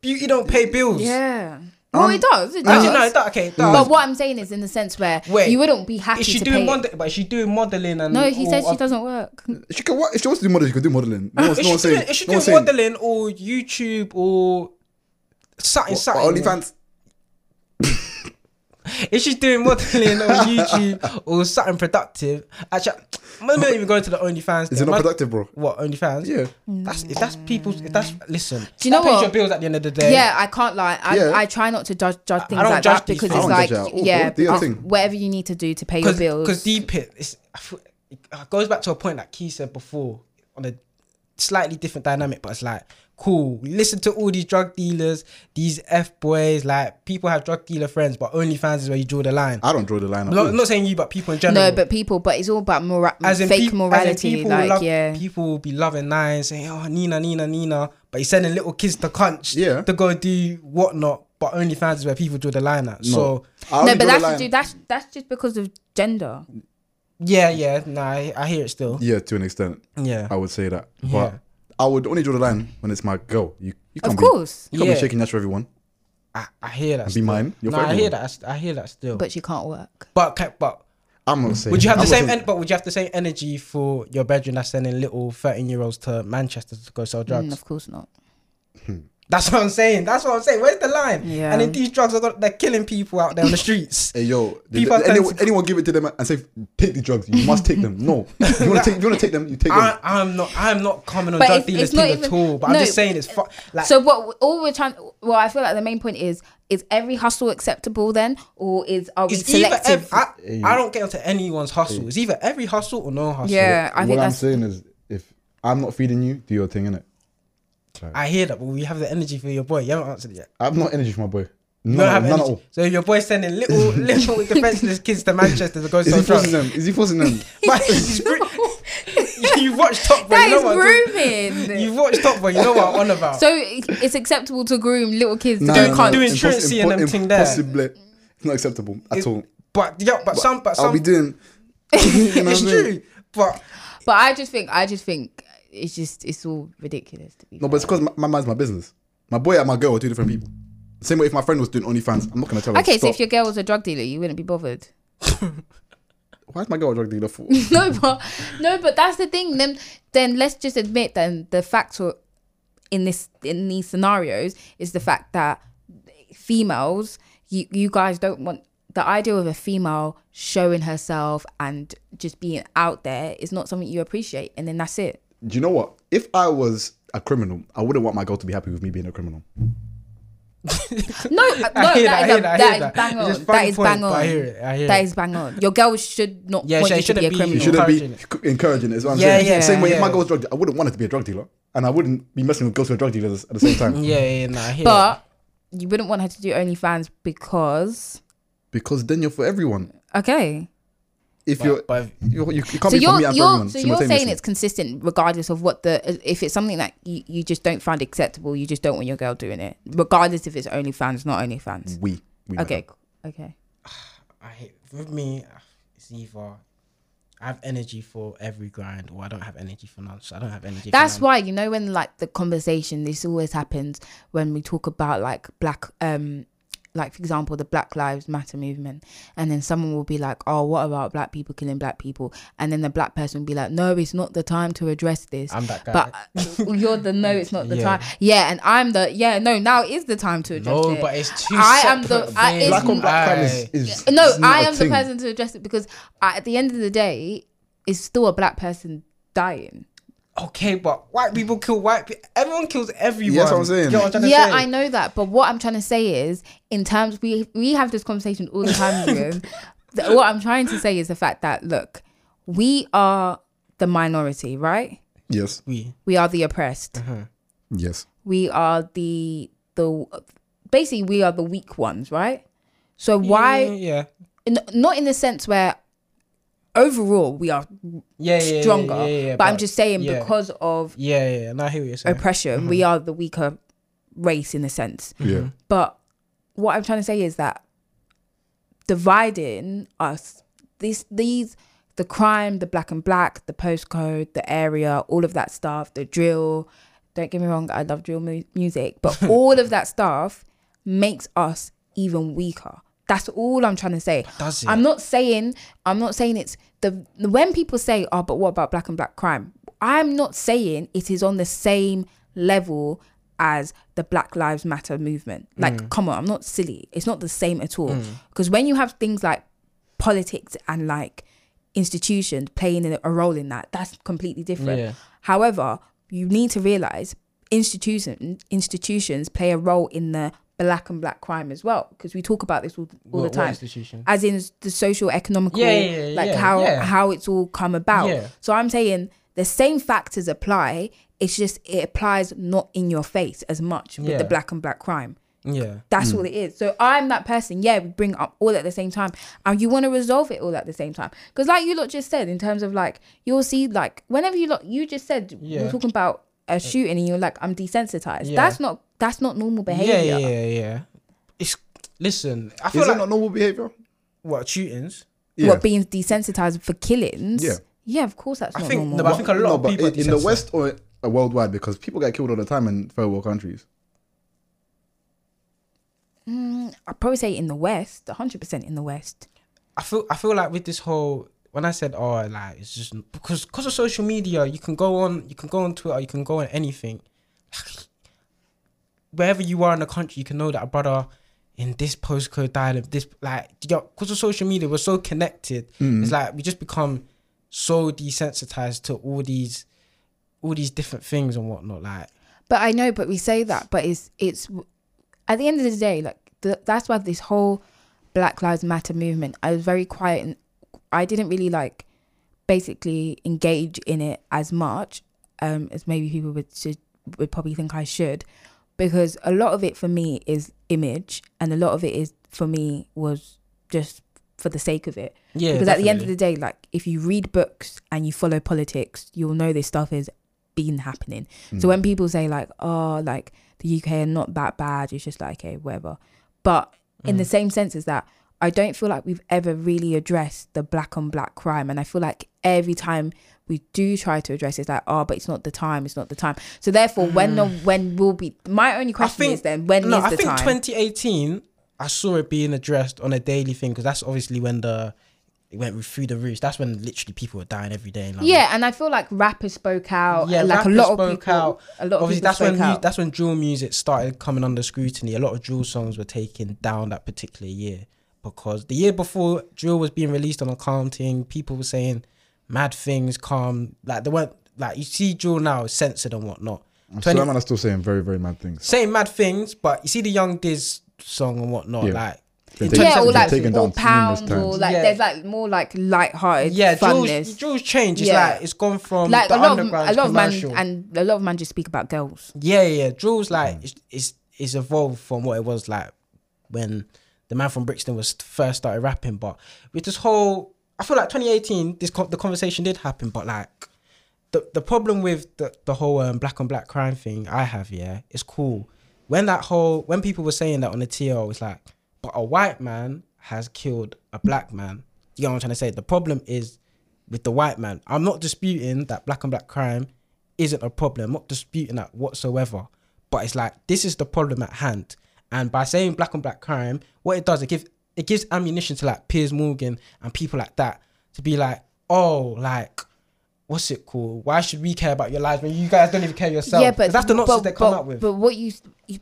Speaker 2: beauty don't pay bills.
Speaker 3: yeah. Well, it does. It
Speaker 2: As
Speaker 3: does.
Speaker 2: you know, that, okay, that,
Speaker 3: but what I'm saying is, in the sense where
Speaker 2: Wait,
Speaker 3: you wouldn't be happy
Speaker 2: is she
Speaker 3: to
Speaker 2: doing
Speaker 3: pay.
Speaker 2: model? But is she doing modeling and
Speaker 3: no, he
Speaker 2: all
Speaker 3: says she
Speaker 2: other-
Speaker 3: doesn't work.
Speaker 1: She can. What, if she wants to do modeling, she can do modeling. No, one's-
Speaker 2: It
Speaker 1: no one's
Speaker 2: should
Speaker 1: saying.
Speaker 2: do, it should
Speaker 1: no
Speaker 2: do
Speaker 1: one's saying.
Speaker 2: modeling or YouTube or something,
Speaker 1: What,
Speaker 2: something.
Speaker 1: OnlyFans.
Speaker 2: If she's doing modeling or YouTube or something productive, actually, I'm not even going to the OnlyFans.
Speaker 1: Is
Speaker 2: thing.
Speaker 1: it not
Speaker 2: Man-
Speaker 1: productive, bro?
Speaker 2: What OnlyFans?
Speaker 1: Yeah.
Speaker 2: That's if that's people's. If that's listen.
Speaker 3: Mm. Do
Speaker 2: that
Speaker 3: you know
Speaker 2: pays
Speaker 3: what?
Speaker 2: your bills at the end of the day.
Speaker 3: Yeah, I can't lie. I,
Speaker 1: Yeah.
Speaker 3: I try not to judge, judge things
Speaker 2: don't
Speaker 3: like
Speaker 2: judge
Speaker 3: that
Speaker 2: these
Speaker 3: because
Speaker 2: things.
Speaker 3: it's
Speaker 1: I don't
Speaker 3: like,
Speaker 1: judge it at all.
Speaker 3: yeah,
Speaker 1: Do your
Speaker 3: uh,
Speaker 1: thing.
Speaker 3: whatever you need to do to pay your bills.
Speaker 2: because deep it. It's, I feel- it uh, goes back to a point that Key said before on a slightly different dynamic, but it's like cool. We listen to all these drug dealers, these f boys. Like people have drug dealer friends, but OnlyFans is where you draw the line.
Speaker 1: I don't draw the line. At
Speaker 2: No,
Speaker 1: all.
Speaker 2: I'm not saying you, but people in general.
Speaker 3: no, but people, but it's all about mora-
Speaker 2: as in
Speaker 3: fake
Speaker 2: peop- as in
Speaker 3: morality.
Speaker 2: people
Speaker 3: Like,
Speaker 2: love,
Speaker 3: yeah.
Speaker 2: people will be loving nine, saying, "Oh, Nina, Nina, Nina," but he's sending little kids to cunch,
Speaker 1: Yeah.
Speaker 2: to go do whatnot. But OnlyFans is where people draw the line at. So
Speaker 1: I only draw
Speaker 3: No, but
Speaker 1: the
Speaker 3: that's,
Speaker 1: line-
Speaker 3: dude, that's that's just because of gender.
Speaker 2: yeah, yeah, nah, I, I hear it still.
Speaker 1: Yeah, to an extent,
Speaker 2: Yeah,
Speaker 1: I would say that. But
Speaker 2: Yeah.
Speaker 1: I would only draw the line when it's my girl. You, you
Speaker 3: Of
Speaker 1: can't be-
Speaker 3: course.
Speaker 1: you can't
Speaker 2: Yeah.
Speaker 1: be shaking that for everyone.
Speaker 2: I, I hear that.
Speaker 1: Be
Speaker 2: still.
Speaker 1: mine. You're
Speaker 2: No,
Speaker 1: for
Speaker 2: I hear
Speaker 1: everyone.
Speaker 2: that. I st- I hear that still. But
Speaker 3: But she can't work.
Speaker 2: but ca- but
Speaker 1: I'm not saying.
Speaker 2: would you have
Speaker 1: I'm
Speaker 2: the
Speaker 1: not
Speaker 2: same?
Speaker 1: saying-
Speaker 2: En- but would you have the same energy for your bedroom that's sending little thirteen-year-olds to Manchester to go sell drugs?
Speaker 3: Mm, of course not.
Speaker 2: That's what I'm saying. That's what I'm saying. Where's the line?
Speaker 3: Yeah.
Speaker 2: And then these drugs are got, they're killing people out there on the streets.
Speaker 1: Hey yo, did,
Speaker 2: People are
Speaker 1: anyone,
Speaker 2: tend
Speaker 1: anyone give it to them and say take the drugs? You must take them. No, if you want to take, if you want to take them, you take them.
Speaker 2: I, I'm not. I'm not coming on
Speaker 3: But
Speaker 2: drug
Speaker 3: it's-
Speaker 2: dealers
Speaker 3: it's not
Speaker 2: thing at
Speaker 3: even-
Speaker 2: all. But
Speaker 3: no, uh,
Speaker 2: I'm just saying it's fu- like
Speaker 3: so what? All we're trying. Well, I feel like the main point is: is every hustle acceptable then, or is are we
Speaker 2: it's either
Speaker 3: selective?
Speaker 2: ev- I, I don't get onto anyone's hustle. It's either every hustle or no hustle.
Speaker 3: yeah, I think
Speaker 1: what I'm
Speaker 3: that's.
Speaker 1: saying is, if I'm not feeding you, do your thing, innit?
Speaker 2: I hear that, but we have the energy for your boy. You haven't answered it yet.
Speaker 1: I have no energy for my boy.
Speaker 2: You
Speaker 1: No,
Speaker 2: don't have
Speaker 1: none at
Speaker 2: energy.
Speaker 1: all.
Speaker 2: So if your boy's sending little, little defenseless kids to Manchester to go
Speaker 1: Is
Speaker 2: sell
Speaker 1: he forcing
Speaker 2: drugs.
Speaker 1: them? Is he forcing them?
Speaker 2: But he's gr- you've watched Top Boy.
Speaker 3: That
Speaker 2: you know
Speaker 3: is
Speaker 2: what I'm talking-
Speaker 3: grooming.
Speaker 2: You've watched Top Boy. You know what I'm on about.
Speaker 3: so it- it's acceptable to groom little kids to do
Speaker 2: no,
Speaker 3: cunts.
Speaker 2: do it. insurance and them thing there.
Speaker 1: Possibly, eh? it's not acceptable at
Speaker 2: It-
Speaker 1: all.
Speaker 2: but yeah, but, some, but
Speaker 1: I'll
Speaker 2: some.
Speaker 1: be doing. you know
Speaker 2: it's
Speaker 1: what I'm saying?
Speaker 2: true. But
Speaker 3: But I just think, I just think it's just it's all ridiculous to be.
Speaker 1: No, but it's because my, my mind's my business. My boy and my girl are two different people. Same way if my friend was doing OnlyFans, I'm not gonna tell her.
Speaker 3: Okay, so if
Speaker 1: you
Speaker 3: your girl was a drug dealer, you wouldn't be bothered.
Speaker 1: why is my girl a drug dealer for?
Speaker 3: no, but no, but that's the thing. Then, then let's just admit then the fact or- in this in these scenarios is the fact that females, you you guys don't want the idea of a female showing herself and just being out there is not something you appreciate, and then that's it.
Speaker 1: Do you know what? If I was a criminal, I wouldn't want my girl to be happy with me being a criminal.
Speaker 3: No, uh, no,
Speaker 2: I hear
Speaker 3: that
Speaker 2: that,
Speaker 3: is
Speaker 2: I
Speaker 3: a-
Speaker 2: hear that, I
Speaker 3: that
Speaker 2: hear
Speaker 3: is
Speaker 2: that.
Speaker 3: bang
Speaker 2: It's
Speaker 3: on.
Speaker 2: just
Speaker 3: That
Speaker 2: funny
Speaker 3: is
Speaker 2: point,
Speaker 3: bang
Speaker 2: but I
Speaker 3: on.
Speaker 2: hear it, I hear
Speaker 3: That
Speaker 2: it.
Speaker 3: is bang on. Your girl should not
Speaker 2: Yeah,
Speaker 3: want
Speaker 2: she
Speaker 3: you to
Speaker 2: shouldn't
Speaker 3: be a
Speaker 2: be-
Speaker 3: criminal.
Speaker 1: You shouldn't be
Speaker 2: Encouraging
Speaker 1: c- encouraging it, is what I'm
Speaker 2: Yeah,
Speaker 1: saying.
Speaker 2: yeah,
Speaker 1: Same way if my
Speaker 2: yeah.
Speaker 1: girl's drug I wouldn't want her to be a drug dealer. And I wouldn't be messing with girls who are drug dealers at the same time.
Speaker 2: Yeah, yeah, no, I hear it.
Speaker 3: But you wouldn't want her to do OnlyFans because
Speaker 1: because then you're for everyone.
Speaker 3: okay.
Speaker 1: If
Speaker 2: But-
Speaker 1: you're,
Speaker 2: but
Speaker 1: you're you can't
Speaker 3: so
Speaker 1: be for
Speaker 3: you're
Speaker 1: me and for
Speaker 3: you're
Speaker 1: everyone.
Speaker 3: so you're saying
Speaker 1: simultaneously.
Speaker 3: it's consistent regardless of what the if it's something that you, you just don't find acceptable, you just don't want your girl doing it, regardless if it's OnlyFans, not OnlyFans.
Speaker 1: we. we matter.
Speaker 3: Okay, cool. okay.
Speaker 2: I hate, with me, it's either I have energy for every grind, or I don't have energy for none. So I don't have energy.
Speaker 3: That's
Speaker 2: for
Speaker 3: why you know when like the conversation, this always happens when we talk about like black, um, like for example the Black Lives Matter movement, and then someone will be like, "Oh, what about black people killing black people?" And then the black person will be like, "No, it's not the time to address this."
Speaker 2: none. I'm that guy.
Speaker 3: but uh, you're the no, it's not the
Speaker 2: Yeah.
Speaker 3: time. Yeah, and I'm the yeah, no, now is the time to address
Speaker 2: no,
Speaker 3: it.
Speaker 2: but it's too.
Speaker 3: I am the-
Speaker 2: separate
Speaker 3: I-
Speaker 2: things.
Speaker 3: it's-
Speaker 1: Black on black crime is,
Speaker 2: I-
Speaker 1: is
Speaker 3: Uh, no,
Speaker 1: is not
Speaker 3: I
Speaker 1: a
Speaker 3: am the
Speaker 1: thing.
Speaker 3: person to address it because I, at the end of the day, it's still a black person dying.
Speaker 2: okay, but white people kill white people. Everyone kills everyone.
Speaker 1: Yes, I'm saying.
Speaker 2: You get what I'm trying
Speaker 3: Yeah,
Speaker 2: to say?
Speaker 3: I know that, but what I'm trying to say is, in terms we we have this conversation all the time. Ruben. Th- what I'm trying to say is the fact that look, we are the minority, right?
Speaker 1: Yes,
Speaker 2: We.
Speaker 3: We are the oppressed.
Speaker 2: Uh-huh.
Speaker 1: yes.
Speaker 3: we are the the basically we are the weak ones, right? So why
Speaker 2: Yeah.
Speaker 3: n- not in the sense where overall we are
Speaker 2: Yeah, yeah, yeah, yeah,
Speaker 3: stronger,
Speaker 2: yeah, yeah,
Speaker 3: but, I'm just saying
Speaker 2: yeah.
Speaker 3: because of
Speaker 2: Yeah, yeah, Mm-hmm. yeah. No, I hear what you're saying.
Speaker 3: oppression, we are the weaker race in a sense.
Speaker 1: Yeah.
Speaker 3: But what I'm trying to say is that dividing us, this these the crime, the black and black, the postcode, the area, all of that stuff, the drill. Don't get me wrong, I love drill mu- music, but all of that stuff makes us even weaker. That's all I'm trying to say.
Speaker 2: Does it?
Speaker 3: I'm not saying I'm not saying it's the when people say, "Oh, but what about black and black crime?" I'm not saying it is on the same level as the Black Lives Matter movement. Like,
Speaker 2: Mm.
Speaker 3: come on, I'm not silly. It's not the same at all. Because when you have things like politics and like institutions playing a role in that, that's completely different.
Speaker 2: Yeah.
Speaker 3: However, you need to realize institution institutions play a role in the black and black crime as well because we talk about this all, all
Speaker 2: What- what
Speaker 3: the time
Speaker 2: institution?
Speaker 3: as in the social economical
Speaker 2: Yeah, yeah, yeah,
Speaker 3: like
Speaker 2: yeah,
Speaker 3: how
Speaker 2: yeah.
Speaker 3: how it's all come about
Speaker 2: Yeah.
Speaker 3: so i'm saying the same factors apply it's just it applies not in your face as much with
Speaker 2: Yeah. Mm.
Speaker 3: the black and black crime
Speaker 2: Yeah.
Speaker 3: that's all it is so i'm that person yeah we bring up all at the same time and you want to resolve it all at the same time because like you lot just said in terms of like you'll see like whenever you lot you just said we
Speaker 2: Yeah. Uh,
Speaker 3: we're talking about a shooting and you're like i'm desensitized
Speaker 2: Yeah.
Speaker 3: that's not that's not normal behavior
Speaker 2: Yeah, yeah, yeah, yeah. It's listen. I feel
Speaker 1: Is that
Speaker 2: like
Speaker 1: not normal behavior?
Speaker 2: what shootings.
Speaker 1: Yeah.
Speaker 3: what being desensitized for killings
Speaker 1: Yeah.
Speaker 3: yeah of course that's
Speaker 2: I
Speaker 3: not
Speaker 2: think-
Speaker 3: normal
Speaker 2: no, but I think a lot
Speaker 1: no,
Speaker 2: of
Speaker 1: but
Speaker 2: people
Speaker 1: in,
Speaker 2: are
Speaker 1: in the
Speaker 2: desensitized.
Speaker 1: West or uh, worldwide because people get killed all the time in third world countries.
Speaker 3: I'd probably say in the West, 100% in the West.
Speaker 2: I feel I feel like with this whole when I said oh like it's just because because of social media you can go on you can go on Twitter you can go on anything wherever you are in the country you can know that a brother in this postcode died of this like because of social media we're so connected it's like we just become so desensitized to all these all these different things and whatnot like
Speaker 3: But I know, but we say that, but it's, it's, at the end of the day, like, the, that's why this whole Black Lives Matter movement, I was very quiet and I didn't really like basically engage in it as much um, as maybe people would, should, would probably think I should because a lot of it for me is image and a lot of it is for me was just for the sake of it.
Speaker 2: yeah
Speaker 3: because at the end of the day, like if you read books and you follow politics, you'll know this stuff has been happening.
Speaker 2: Hmm.
Speaker 3: So when people say like, "Oh, like the UK are not that bad," it's just like, okay, whatever. But in the
Speaker 2: Hmm.
Speaker 3: same sense as that, I don't feel like we've ever really addressed the black on black crime, and I feel like every time we do try to address it. It's like, oh, but it's not the time. It's not the time. So therefore, when the, when will be my only question
Speaker 2: Hmm. think-
Speaker 3: is then when is
Speaker 2: no, I
Speaker 3: the
Speaker 2: think
Speaker 3: time?
Speaker 2: 2018, I saw it being addressed on a daily thing because that's obviously when the it went through the roofs. That's when literally people were dying every day. In London.
Speaker 3: yeah, and I feel like rappers spoke out. Yeah, like a
Speaker 2: Um, rappers
Speaker 3: lot of
Speaker 2: spoke
Speaker 3: people.
Speaker 2: out.
Speaker 3: A lot of
Speaker 2: obviously
Speaker 3: people
Speaker 2: that's when
Speaker 3: spoke
Speaker 2: mu-
Speaker 3: out.
Speaker 2: that's when drill music started coming under scrutiny. A lot of drill songs were taken down that particular year because the year before drill was being released on a calm thing, people were saying mad things, calm like they weren't like you see drill now is censored and whatnot.
Speaker 1: I'm still,
Speaker 2: 20
Speaker 1: that man is still saying very, very mad things.
Speaker 2: Saying mad things, but you see the Young Diz song and whatnot,
Speaker 1: Yeah.
Speaker 2: like
Speaker 1: Been
Speaker 2: in
Speaker 1: taken-
Speaker 3: yeah,
Speaker 2: terms
Speaker 3: or
Speaker 2: of-
Speaker 1: been
Speaker 3: like
Speaker 1: taken
Speaker 3: or
Speaker 1: down numerous
Speaker 3: pounds,
Speaker 1: times.
Speaker 3: or like
Speaker 2: Yeah.
Speaker 3: there's like more like light-hearted
Speaker 2: yeah,
Speaker 3: funness.
Speaker 2: drill's, drill's change. It's
Speaker 3: Yeah.
Speaker 2: like it's gone from
Speaker 3: like
Speaker 2: the
Speaker 3: a lot, of,
Speaker 2: underground
Speaker 3: a lot of man
Speaker 2: commercial.
Speaker 3: and Mm. a lot of man just speak about girls.
Speaker 2: Yeah, yeah, yeah. Drill's like it's, it's it's evolved from what it was like when the man from Brixton was first started rapping. But with this whole, I feel like 2018, this con- the conversation did happen. But like the the problem with the the whole um, black on black crime thing I have, yeah, it's cool. When that whole when people were saying that on the TL, it's like, but a white man has killed a black man. You know what I'm trying to say? The problem is with the white man. I'm not disputing that black on black crime isn't a problem. I'm not disputing that whatsoever. But it's like this is the problem at hand. And by saying black on black crime, what it does, it gives it gives ammunition to like Piers Morgan and people like that to be like, oh, like what's it called? Why should we care about your lives when you guys don't even care yourself?
Speaker 3: yeah, but
Speaker 2: that's the nonsense
Speaker 3: but,
Speaker 2: they come
Speaker 3: but,
Speaker 2: up with.
Speaker 3: But what you,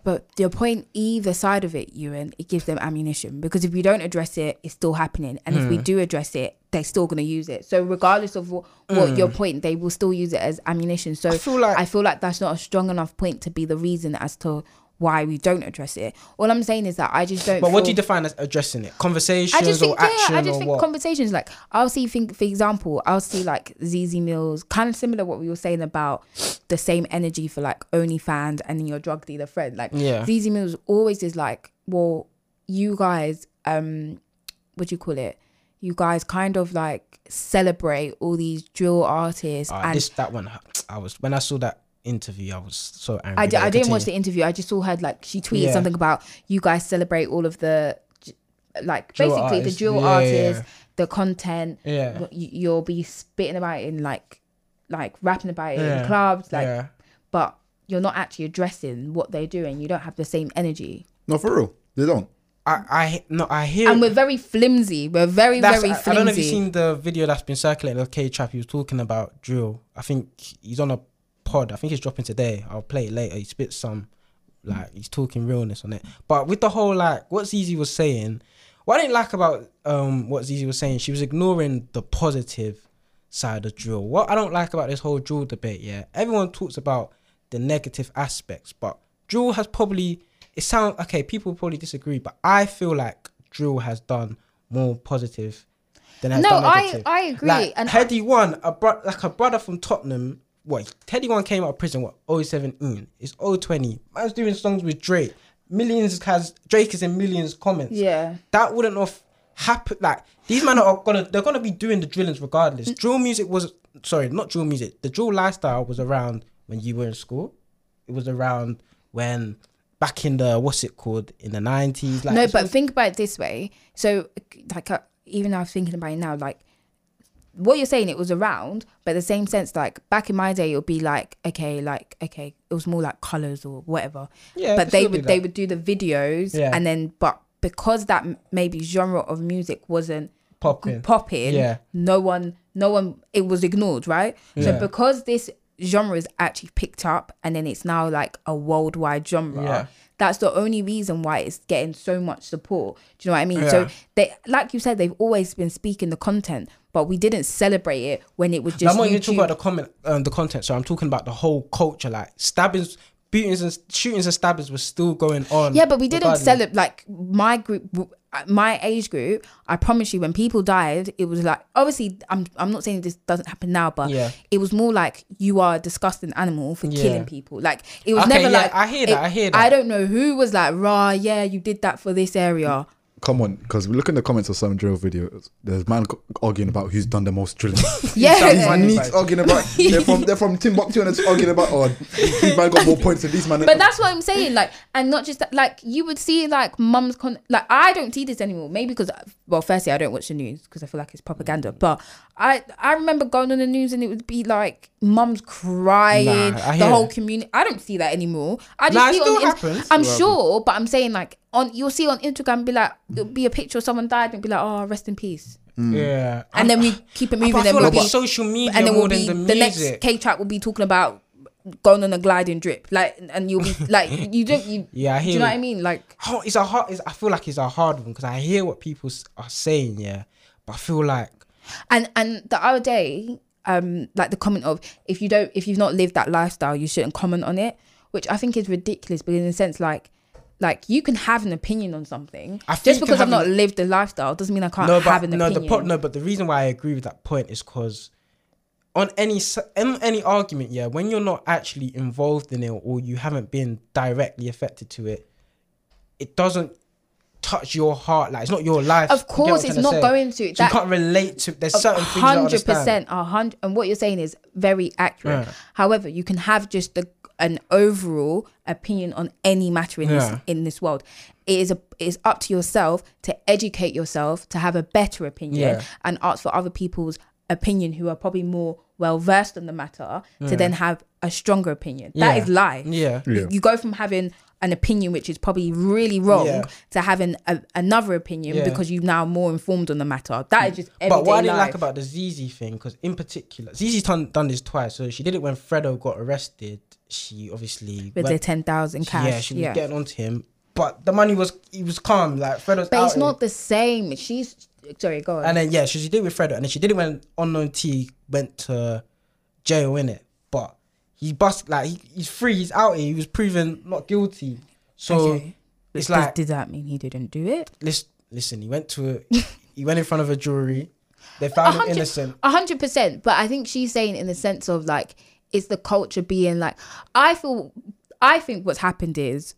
Speaker 3: but your point either side of it, Ewan, it gives them ammunition because if you don't address it, it's still happening, and if we
Speaker 2: Hmm.
Speaker 3: do address it, they're still gonna use it. So regardless of what, what your point, they will still use it as ammunition. So
Speaker 2: Hmm. I feel like-
Speaker 3: I feel like that's not a strong enough point to be the reason as to why we don't address it. All I'm saying is that I just don't.
Speaker 2: but what do
Speaker 3: feel-
Speaker 2: you define as addressing it? Conversations
Speaker 3: I just think,
Speaker 2: or action
Speaker 3: yeah, I just
Speaker 2: or
Speaker 3: think
Speaker 2: what?
Speaker 3: conversations like I'll see, think, for example, I'll see like ZZ Mills, kind of similar what we were saying about the same energy for like OnlyFans and then your drug dealer friend. Like,
Speaker 2: Yeah.
Speaker 3: ZZ Mills always is like, well, you guys, um, what do you call it? You guys kind of like celebrate all these drill artists
Speaker 2: Uh,
Speaker 3: and
Speaker 2: this that one, I was when I saw that interview, I was so angry.
Speaker 3: I, d-
Speaker 2: but
Speaker 3: I didn't watch
Speaker 2: continue.
Speaker 3: the interview. I just saw her like she tweeted
Speaker 2: Yeah.
Speaker 3: something about you guys celebrate all of the j- like
Speaker 2: Drill
Speaker 3: basically
Speaker 2: artists.
Speaker 3: the drill
Speaker 2: Yeah, yeah,
Speaker 3: artists,
Speaker 2: yeah.
Speaker 3: the content.
Speaker 2: Yeah.
Speaker 3: what you- you'll be spitting about it in like like rapping about it in
Speaker 2: Yeah.
Speaker 3: clubs, like
Speaker 2: yeah.
Speaker 3: but you're not actually addressing what they're doing. You don't have the same energy,
Speaker 1: No, for real. They don't.
Speaker 2: I, I no, I hear.
Speaker 3: and we're very flimsy. We're very
Speaker 2: that's-
Speaker 3: very
Speaker 2: I,
Speaker 3: flimsy.
Speaker 2: I don't know if you've seen the video that's been circulating of K Trap. He was talking about drill. I think he's on a pod. I think he's dropping today. I'll play it later. He spits some, like he's talking realness on it. But with the whole like what ZZ was saying, what I didn't like about um what ZZ was saying, she was ignoring the positive side of drill. What I don't like about this whole drill debate, yeah, everyone talks about the negative aspects, but drill has probably it sounds okay. People probably disagree, but I feel like drill has done more positive than has
Speaker 3: No,
Speaker 2: done
Speaker 3: I-
Speaker 2: negative.
Speaker 3: I agree,
Speaker 2: Like,
Speaker 3: and-
Speaker 2: Teddy one, a bro- like a brother from Tottenham. What Teddy one came out of prison. What 017? It's 020. I was doing songs with Drake. Millions has Drake is in millions comments.
Speaker 3: Yeah.
Speaker 2: that wouldn't have happened. Like these men are gonna they're gonna be doing the drillings regardless. Drill music was sorry, not drill music. The drill lifestyle was around when you were in school. It was around when back in the what's it called in the nineties. Like
Speaker 3: no,
Speaker 2: it's
Speaker 3: but
Speaker 2: all-
Speaker 3: think about it this way. So, like, uh, even I was thinking about it now, like, what you're saying, it was around, but the same sense, like, back in my day, it would be like, okay, like, okay, it was more like colors or whatever.
Speaker 2: Yeah,
Speaker 3: But they
Speaker 2: presumably
Speaker 3: would they
Speaker 2: that.
Speaker 3: would do the videos,
Speaker 2: Yeah.
Speaker 3: and then but because that m- maybe genre of music wasn't
Speaker 2: Popping.
Speaker 3: popping,
Speaker 2: Yeah.
Speaker 3: no one, no one, it was ignored, right? So
Speaker 2: Yeah.
Speaker 3: because this genre is actually picked up, and then it's now like a worldwide genre.
Speaker 2: Yeah.
Speaker 3: That's the only reason why it's getting so much support. Do you know what I mean? So
Speaker 2: Yeah.
Speaker 3: they, like you said, they've always been speaking the content, but we didn't celebrate it when it was
Speaker 2: No,
Speaker 3: just
Speaker 2: I'm not even
Speaker 3: YouTube.
Speaker 2: talking about the comment, um, the content. So I'm talking about the whole culture, like stabbings, beatings, and shootings and stabbings were still going on.
Speaker 3: yeah, but we didn't
Speaker 2: regardless.
Speaker 3: celebrate. Like my group, uh, my age group, I promise you, when people died, it was like obviously I'm I'm not saying this doesn't happen now, but
Speaker 2: Yeah.
Speaker 3: it was more like you are a disgusting animal for
Speaker 2: Yeah.
Speaker 3: killing people. Like it was
Speaker 2: Okay,
Speaker 3: never
Speaker 2: yeah,
Speaker 3: like
Speaker 2: I hear that,
Speaker 3: it-
Speaker 2: I hear
Speaker 3: I
Speaker 2: that.
Speaker 3: don't know who was like, rah, yeah, you did that for this area.
Speaker 1: Come on, because we look in the comments of some drill videos. There's man co- arguing about who's done the most drilling. These
Speaker 3: yeah.
Speaker 2: sounds-
Speaker 1: needs arguing about they're from they're from Timbuktu and it's arguing about oh these man got more points than these man.
Speaker 3: But that's what I'm saying, like, and not just that, like you would see like mums con, like I don't see this anymore. Maybe because well, firstly, I don't watch the news because I feel like it's
Speaker 2: Mm.
Speaker 3: propaganda. But I I remember going on the news and it would be like mums crying,
Speaker 2: Nah, I
Speaker 3: the
Speaker 2: hear
Speaker 3: whole
Speaker 2: it.
Speaker 3: community. I don't see that anymore. I just
Speaker 2: Nah, it
Speaker 3: see
Speaker 2: still
Speaker 3: on Inst-
Speaker 2: happens.
Speaker 3: I'm sure, but I'm saying like on you'll see on Instagram be like it'll be a picture of someone died and be like oh rest in peace,
Speaker 2: Yeah.
Speaker 3: and then we keep it moving.
Speaker 2: I
Speaker 3: and
Speaker 2: feel
Speaker 3: we'll
Speaker 2: like
Speaker 3: be-
Speaker 2: it's social media
Speaker 3: and then
Speaker 2: more
Speaker 3: we'll
Speaker 2: than
Speaker 3: be
Speaker 2: the
Speaker 3: the,
Speaker 2: music.
Speaker 3: next K track will be talking about going on a gliding drip, like, and you'll be like, you don't, you,
Speaker 2: Yeah, I
Speaker 3: do
Speaker 2: hear
Speaker 3: you know
Speaker 2: it.
Speaker 3: what I mean? Like,
Speaker 2: Oh, it's a hard. It's, I feel like it's a hard one because I hear what people s- are saying, yeah, but I feel like
Speaker 3: and and the other day, um, like the comment of if you don't, if you've not lived that lifestyle, you shouldn't comment on it, which I think is ridiculous. But in a sense, like. Like you can have an opinion on something.
Speaker 2: I think
Speaker 3: Just
Speaker 2: you
Speaker 3: because I've
Speaker 2: can have
Speaker 3: not lived the lifestyle doesn't mean I can't
Speaker 2: no,
Speaker 3: have
Speaker 2: but
Speaker 3: an
Speaker 2: no,
Speaker 3: opinion.
Speaker 2: the pro- no, but the reason why I agree with that point is because on any s- on any argument, yeah, when you're not actually involved in it or you haven't been directly affected to it, it doesn't touch your heart. Like it's not your life.
Speaker 3: Of
Speaker 2: You get what I'm
Speaker 3: course,
Speaker 2: trying
Speaker 3: it's
Speaker 2: to
Speaker 3: not
Speaker 2: say?
Speaker 3: going to.
Speaker 2: So you can't relate to. There's certain things. I don't
Speaker 3: hundred
Speaker 2: understand.
Speaker 3: percent, a hundred. And what you're saying is very accurate.
Speaker 2: Yeah.
Speaker 3: However, you can have just the, an overall opinion on any matter in
Speaker 2: Yeah.
Speaker 3: this in this world. It is a it's up to yourself to educate yourself to have a better opinion
Speaker 2: Yeah.
Speaker 3: and ask for other people's opinion who are probably more well versed on the matter to then have a stronger opinion. That
Speaker 2: Yeah.
Speaker 3: is life.
Speaker 2: Yeah.
Speaker 3: You-
Speaker 1: Yeah.
Speaker 3: You go from having an opinion which is probably really wrong
Speaker 2: Yeah.
Speaker 3: to having a, another opinion
Speaker 2: Yeah.
Speaker 3: because you're now more informed on the matter. That is just everyday
Speaker 2: But what I didn't
Speaker 3: life.
Speaker 2: like about the ZZ thing, because in particular, ZZ's done, done this twice. So she did it when Fredo got arrested. She obviously
Speaker 3: with
Speaker 2: went-
Speaker 3: their ten thousand cash.
Speaker 2: Yeah, she was getting onto him, but the money was he was calm. Like Fredo's
Speaker 3: but it's
Speaker 2: outing.
Speaker 3: not the same. She's sorry, go on.
Speaker 2: And then yeah, so she did it with Fredo, and then she did it when unknown T went to jail in it. But he bust like he, he's free. He's out here. He was proven not guilty. So
Speaker 3: Okay.
Speaker 2: it's
Speaker 3: Does-
Speaker 2: like
Speaker 3: did that mean he didn't do it?
Speaker 2: listen, listen. He went to a, he went in front of a jury. They found him
Speaker 3: hundred-
Speaker 2: innocent.
Speaker 3: A hundred percent. But I think she's saying in the sense of like, it's the culture being like, I feel, I think what's happened is.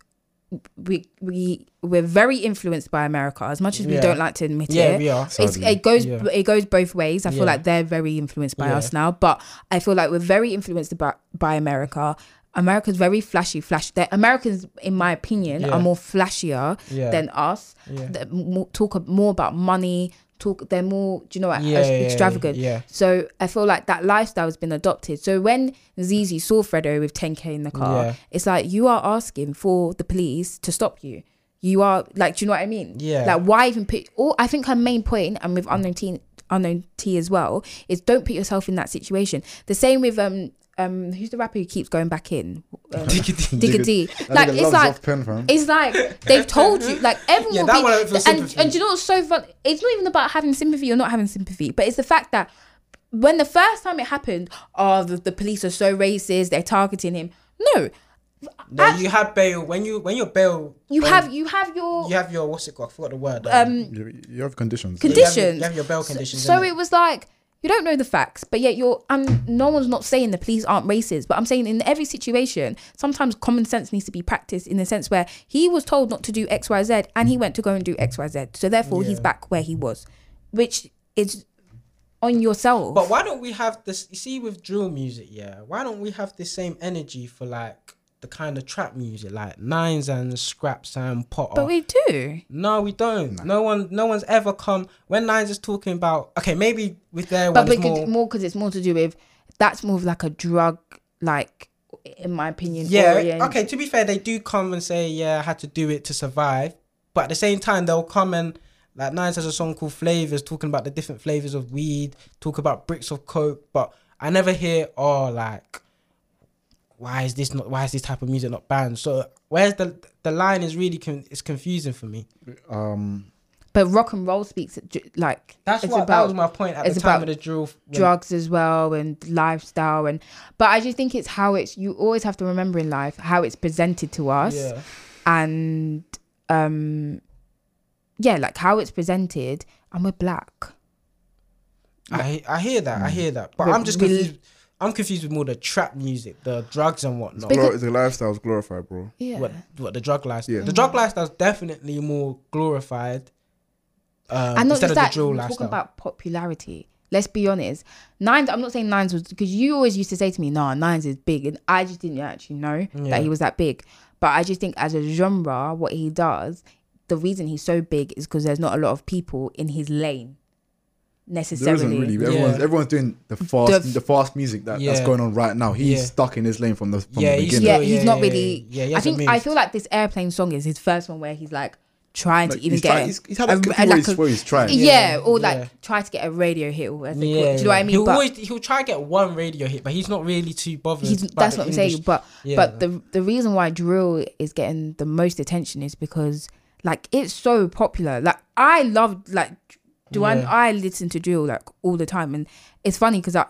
Speaker 3: We we we're very influenced by America as much as we
Speaker 2: Yeah.
Speaker 3: don't like to admit
Speaker 2: Yeah,
Speaker 3: it.
Speaker 2: we are.
Speaker 3: It's,
Speaker 1: Sadly.
Speaker 3: it goes
Speaker 2: Yeah.
Speaker 3: it goes both ways. I feel
Speaker 2: Yeah.
Speaker 3: like they're very influenced by
Speaker 2: Yeah.
Speaker 3: us now, but I feel like we're very influenced by, by America. America's very flashy, flash. They're, Americans, in my opinion,
Speaker 2: Yeah.
Speaker 3: are more flashier
Speaker 2: Yeah.
Speaker 3: than us.
Speaker 2: Yeah.
Speaker 3: They're more, talk more about money. Talk. They're more. Do you know?
Speaker 2: Yeah, yeah, yeah,
Speaker 3: uh, extravagant.
Speaker 2: yeah.
Speaker 3: So I feel like that lifestyle has been adopted. So when Zizi saw Fredo with 10k in the car,
Speaker 2: Yeah.
Speaker 3: it's like you are asking for the police to stop you. You are like, do you know what I mean?
Speaker 2: Yeah.
Speaker 3: Like, why even put? Or I think her main point, and with unknown teen, unknown T as well, is don't put yourself in that situation. The same with um um who's the rapper who keeps going back in? Um, Digga D. Like it's like
Speaker 1: pen, fam.
Speaker 3: it's like they've told you, like
Speaker 2: Mm-hmm.
Speaker 3: everyone
Speaker 2: Yeah,
Speaker 3: will
Speaker 2: that
Speaker 3: be,
Speaker 2: one I don't feel
Speaker 3: and
Speaker 2: sympathy.
Speaker 3: and do you know what's so fun? It's not even about having sympathy or not having sympathy, but it's the fact that when the first time it happened, oh, the, the police are so racist, they're targeting him. No,
Speaker 2: No,
Speaker 3: Act-
Speaker 2: you have bail when you when you're bail.
Speaker 3: you
Speaker 2: when
Speaker 3: have you have your
Speaker 2: you have your what's it called? I forgot the word. um,
Speaker 3: um
Speaker 1: You, you have conditions.
Speaker 3: Condi-
Speaker 2: you have your-
Speaker 3: conditions.
Speaker 2: You have your, bail conditions.
Speaker 3: So
Speaker 2: innit?
Speaker 3: it was like you don't know the facts, but yet you're. And no one's not saying the police aren't racist, but I'm saying in every situation, sometimes common sense needs to be practiced in the sense where he was told not to do X, Y, Z, and he went to go and do X, Y, Z. So therefore, he's
Speaker 2: Yeah.
Speaker 3: back where he was, which is on yourself.
Speaker 2: But why don't we have this? You see, with drill music, yeah, why don't we have the same energy for like the kind of trap music, like Nines and Scraps and Potter?
Speaker 3: but we do.
Speaker 2: no, we don't. No one, no one's ever come when Nines is talking about. Okay, maybe with their
Speaker 3: But
Speaker 2: one
Speaker 3: we
Speaker 2: it's
Speaker 3: could
Speaker 2: more.
Speaker 3: more because it's more to do with that's more of like a drug, like in my opinion.
Speaker 2: yeah.
Speaker 3: orient.
Speaker 2: Okay. To be fair, they do come and say, yeah, I had to do it to survive. But at the same time, they'll come and like Nines has a song called Flavors, talking about the different flavors of weed, talk about bricks of coke. But I never hear, oh, like, why is this not? Why is this type of music not banned? So where's the the line is really con- it's confusing for me.
Speaker 1: um,
Speaker 3: But rock and roll speaks like
Speaker 2: That's
Speaker 3: it's
Speaker 2: what that
Speaker 3: about
Speaker 2: was my point at
Speaker 3: it's
Speaker 2: the time
Speaker 3: about
Speaker 2: of the drill. when-
Speaker 3: drugs as well and lifestyle and but i just think it's how it's you always have to remember in life how it's presented to us
Speaker 2: Yeah.
Speaker 3: and um yeah like how it's presented and we're black
Speaker 2: I I hear that. I hear that. But
Speaker 3: But
Speaker 2: I'm just
Speaker 3: Mm. we-
Speaker 2: confused. I'm confused with more the trap music, the drugs and whatnot.
Speaker 3: Because-
Speaker 1: the lifestyle's glorified, bro.
Speaker 3: yeah
Speaker 2: what what the drug lifestyle.
Speaker 1: Yeah.
Speaker 2: The drug lifestyle's definitely more glorified um,
Speaker 3: and
Speaker 2: instead
Speaker 3: not just
Speaker 2: of the
Speaker 3: that,
Speaker 2: drill
Speaker 3: we're
Speaker 2: lifestyle.
Speaker 3: talking about popularity. Let's be honest. Nines, I'm not saying Nines was because you always used to say to me, "Nah, Nines is big," and I just didn't actually know
Speaker 2: Yeah.
Speaker 3: that he was that big. But I just think as a genre, what he does, the reason he's so big is because there's not a lot of people in his lane
Speaker 1: There
Speaker 3: necessarily.
Speaker 1: isn't really. Everyone's,
Speaker 2: Yeah.
Speaker 1: everyone's doing the fast,
Speaker 3: The-
Speaker 1: the, fast music that, that's
Speaker 2: Yeah.
Speaker 1: going on right now. He's
Speaker 2: Yeah.
Speaker 1: stuck in his lane from the from
Speaker 2: yeah,
Speaker 1: the
Speaker 2: he's,
Speaker 1: beginning.
Speaker 3: Yeah,
Speaker 2: still-
Speaker 3: he's not really-
Speaker 2: Yeah, yeah, he
Speaker 3: I
Speaker 2: hasn't
Speaker 3: think I
Speaker 2: moved.
Speaker 3: feel like this airplane song is his first one where he's like trying
Speaker 1: Like,
Speaker 3: to even
Speaker 1: he's,
Speaker 3: get Um,
Speaker 1: tried-
Speaker 3: a-
Speaker 1: he's, he's had a,
Speaker 3: a-
Speaker 1: couple
Speaker 3: like
Speaker 1: ways
Speaker 3: a-
Speaker 1: where he's tried.
Speaker 3: yeah,
Speaker 2: Yeah,
Speaker 3: or like
Speaker 2: yeah.
Speaker 3: try to get a radio hit or as they
Speaker 2: Yeah,
Speaker 3: call it. Do you know what I
Speaker 2: yeah.
Speaker 3: mean?
Speaker 2: He'll
Speaker 3: but
Speaker 2: always he'll try and get one radio hit, but he's not really too bothered.
Speaker 3: he's,
Speaker 2: about
Speaker 3: that's
Speaker 2: the
Speaker 3: what I'm
Speaker 2: English-
Speaker 3: saying. But
Speaker 2: Yeah.
Speaker 3: but the the reason why drill is getting the most attention is because like it's so popular. Like I love like Duan.
Speaker 2: Yeah.
Speaker 3: I listen to drill like all the time, and it's funny because I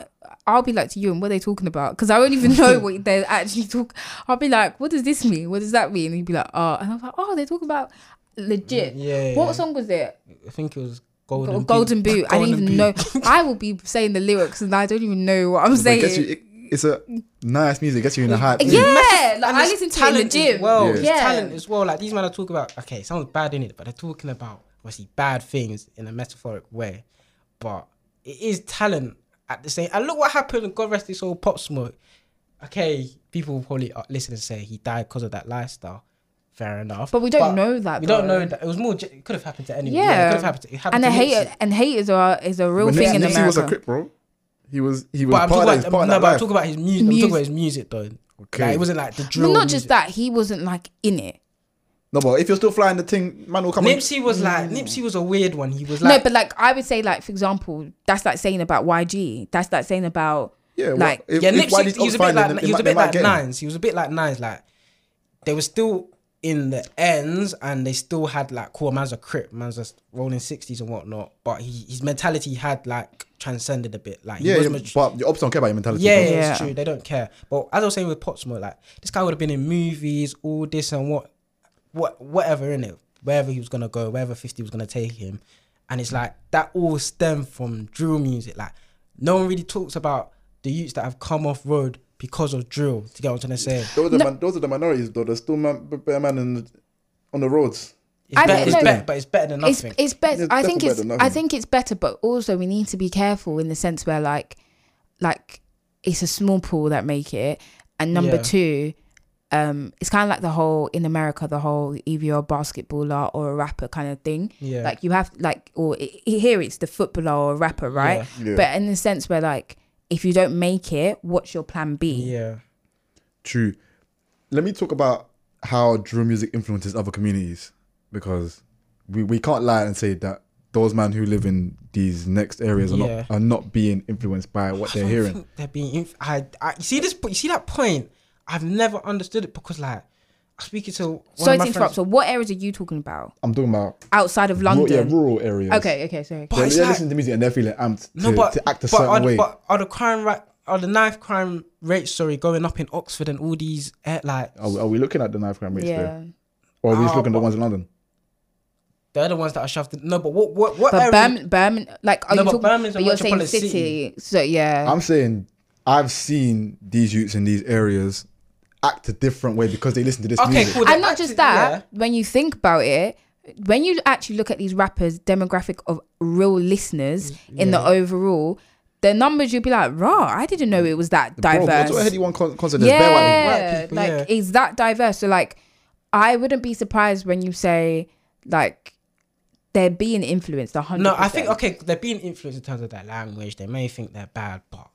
Speaker 3: I'll be like to you and what are they talking about because I don't even know what they're actually talk. I'll be like, what does this mean? What does that mean? And he'd be like, oh, and I'm like, oh, they're talking about legit.
Speaker 2: yeah, yeah.
Speaker 3: What song was it?
Speaker 2: I think it was
Speaker 3: Golden,
Speaker 2: golden.
Speaker 3: Golden, Boot. I don't
Speaker 2: Golden
Speaker 3: even
Speaker 2: Boot.
Speaker 3: know. I will be saying the lyrics and I don't even know what I'm
Speaker 1: But it gets
Speaker 3: saying.
Speaker 1: you- it- it's a nice music. Gets you in the hype.
Speaker 3: Yeah,
Speaker 1: mood.
Speaker 3: like
Speaker 2: And
Speaker 3: I
Speaker 2: it's
Speaker 3: listen to it in the
Speaker 2: talent
Speaker 3: gym.
Speaker 2: As well,
Speaker 1: Yeah.
Speaker 2: It's
Speaker 3: Yeah.
Speaker 2: talent as well. Like these men are talking about. Okay, it sounds bad in it, but they're talking about obviously bad things in a metaphoric way. But it is talent at the same. And look what happened. God rest his soul. Pop Smoke. Okay, people will probably uh, listen and say he died because of that lifestyle. Fair enough.
Speaker 3: But we don't know that,
Speaker 2: We don't
Speaker 3: though.
Speaker 2: know that. It was more. ge- It could have happened to anyone. Yeah.
Speaker 3: Yeah.
Speaker 2: it could have happened to. It happened
Speaker 3: and
Speaker 2: to
Speaker 3: a
Speaker 2: Nipsey.
Speaker 3: hater and haters are is a real
Speaker 1: But
Speaker 3: thing
Speaker 1: Nipsey-
Speaker 3: in
Speaker 1: Nipsey
Speaker 3: America.
Speaker 1: was a crip, bro. He was he was
Speaker 2: But I'm
Speaker 1: part
Speaker 2: talking
Speaker 1: of that.
Speaker 2: about,
Speaker 1: He's part of
Speaker 2: no,
Speaker 1: that
Speaker 2: but I'm
Speaker 1: life.
Speaker 2: talking about his music. I'm
Speaker 3: Music.
Speaker 2: talking about his music though.
Speaker 1: Okay.
Speaker 2: Like, it wasn't like the
Speaker 3: but
Speaker 2: drill.
Speaker 3: not just
Speaker 2: music.
Speaker 3: that, he wasn't like in it.
Speaker 1: No, but if you're still flying the thing, man will come. and-
Speaker 2: Nipsey was like Nipsey was a weird one. He was like
Speaker 3: Mm. no, but like I would say, like for example, that's like saying about YG. That's like saying about
Speaker 1: Yeah, well,
Speaker 3: like
Speaker 1: if-
Speaker 2: yeah,
Speaker 1: if why did
Speaker 2: Nipsey. He
Speaker 1: Ox
Speaker 2: was a bit
Speaker 1: find them,
Speaker 2: like
Speaker 1: they
Speaker 2: he was
Speaker 1: might-
Speaker 2: a
Speaker 1: they
Speaker 2: bit
Speaker 1: might
Speaker 2: like
Speaker 1: get him.
Speaker 2: Nines. He was a bit like Nines. Like they were still in the ends, and they still had like cool man's a crip, man's just rolling sixties and whatnot. But he, his mentality had like transcended a bit. Like he
Speaker 1: Yeah,
Speaker 2: was
Speaker 1: yeah,
Speaker 2: mat-
Speaker 1: but your ops don't care about your mentality.
Speaker 2: yeah,
Speaker 1: bro.
Speaker 2: yeah, it's
Speaker 3: Yeah.
Speaker 2: true. They don't care. But as I was saying with Potsmo, like this guy would have been in movies, all this and what, what, whatever in it, wherever he was gonna go, wherever Fifty was gonna take him, and it's like that all stemmed from drill music. Like no one really talks about the youths that have come off road because of drill. To get what I'm trying to say, it's
Speaker 1: Those are, the, min- those are the minorities, though. There's still man, bare man in the, on the roads.
Speaker 3: I
Speaker 2: better,
Speaker 3: don't
Speaker 2: it's
Speaker 3: know.
Speaker 2: better, but it's better than
Speaker 3: it's
Speaker 2: nothing.
Speaker 3: it's better.
Speaker 1: It's
Speaker 3: I think
Speaker 1: definitely
Speaker 3: it's
Speaker 1: better than
Speaker 3: I
Speaker 1: nothing.
Speaker 3: think it's better, but also we need to be careful in the sense where like like it's a small pool that make it, and number
Speaker 2: Yeah.
Speaker 3: two, um, it's kind of like the whole in America, the whole either you're a basketballer or a rapper kind of thing.
Speaker 2: yeah,
Speaker 3: Like you have like, or i- i- here it's the footballer or rapper, right?
Speaker 2: Yeah.
Speaker 1: Yeah,
Speaker 3: But in the sense where like, if you don't make it, what's your plan B?
Speaker 2: yeah,
Speaker 1: true. Let me talk about how drill music influences other communities because we, we can't lie and say that those men who live in these next areas are
Speaker 2: Yeah.
Speaker 1: not are not being influenced by what
Speaker 2: I
Speaker 1: they're
Speaker 2: don't
Speaker 1: hearing.
Speaker 2: think They're being. Inf- I, I you see this. po- You see that point. I've never understood it because like. I was speaking to one
Speaker 3: Sorry
Speaker 2: of my
Speaker 3: to
Speaker 2: friends.
Speaker 3: interrupt. So what areas are you talking about
Speaker 1: I'm talking about
Speaker 3: outside of
Speaker 1: rural, yeah,
Speaker 3: London?
Speaker 1: rural areas.
Speaker 3: okay, okay, sorry.
Speaker 2: But
Speaker 1: They're,
Speaker 2: it's
Speaker 1: they're
Speaker 2: like-
Speaker 1: listening to music and they're feeling amped to,
Speaker 2: No, but,
Speaker 1: to act a
Speaker 2: but
Speaker 1: certain
Speaker 2: are, the-
Speaker 1: way.
Speaker 2: But are the crime ra- are the knife crime rates sorry going up in Oxford and all these eh, like
Speaker 1: are, we, are we looking at the knife crime rates there?
Speaker 3: Yeah.
Speaker 1: Or are we just
Speaker 2: Ah,
Speaker 1: looking at
Speaker 2: but-
Speaker 1: the ones in London?
Speaker 2: they're the ones that are shoved? In. No, but what what what
Speaker 3: But
Speaker 2: area-
Speaker 3: Birmingham, Birmingham, like, are
Speaker 2: No,
Speaker 3: you
Speaker 2: but
Speaker 3: talking?
Speaker 2: Birmingham's a
Speaker 3: but you're saying
Speaker 2: metropolis
Speaker 3: city,
Speaker 2: city.
Speaker 3: so yeah.
Speaker 1: I'm saying I've seen these youths in these areas act a different way because they listen to this
Speaker 2: Okay,
Speaker 1: music.
Speaker 2: cool.
Speaker 3: and not just
Speaker 2: Actually,
Speaker 3: that,
Speaker 2: yeah.
Speaker 3: when you think about it, when you actually look at these rappers' demographic of real listeners
Speaker 2: Mm,
Speaker 3: in the overall, the numbers you'd be like, "Raw, I didn't know it was that
Speaker 1: Bro,
Speaker 3: diverse."
Speaker 1: what's already one con- concert there's bare white people.
Speaker 2: white
Speaker 3: yeah,
Speaker 2: people,
Speaker 3: like
Speaker 2: yeah.
Speaker 3: it's that diverse. So like, I wouldn't be surprised when you say like they're being influenced. hundred.
Speaker 2: No, I think okay, they're being influenced in terms of their language. They may think they're bad, but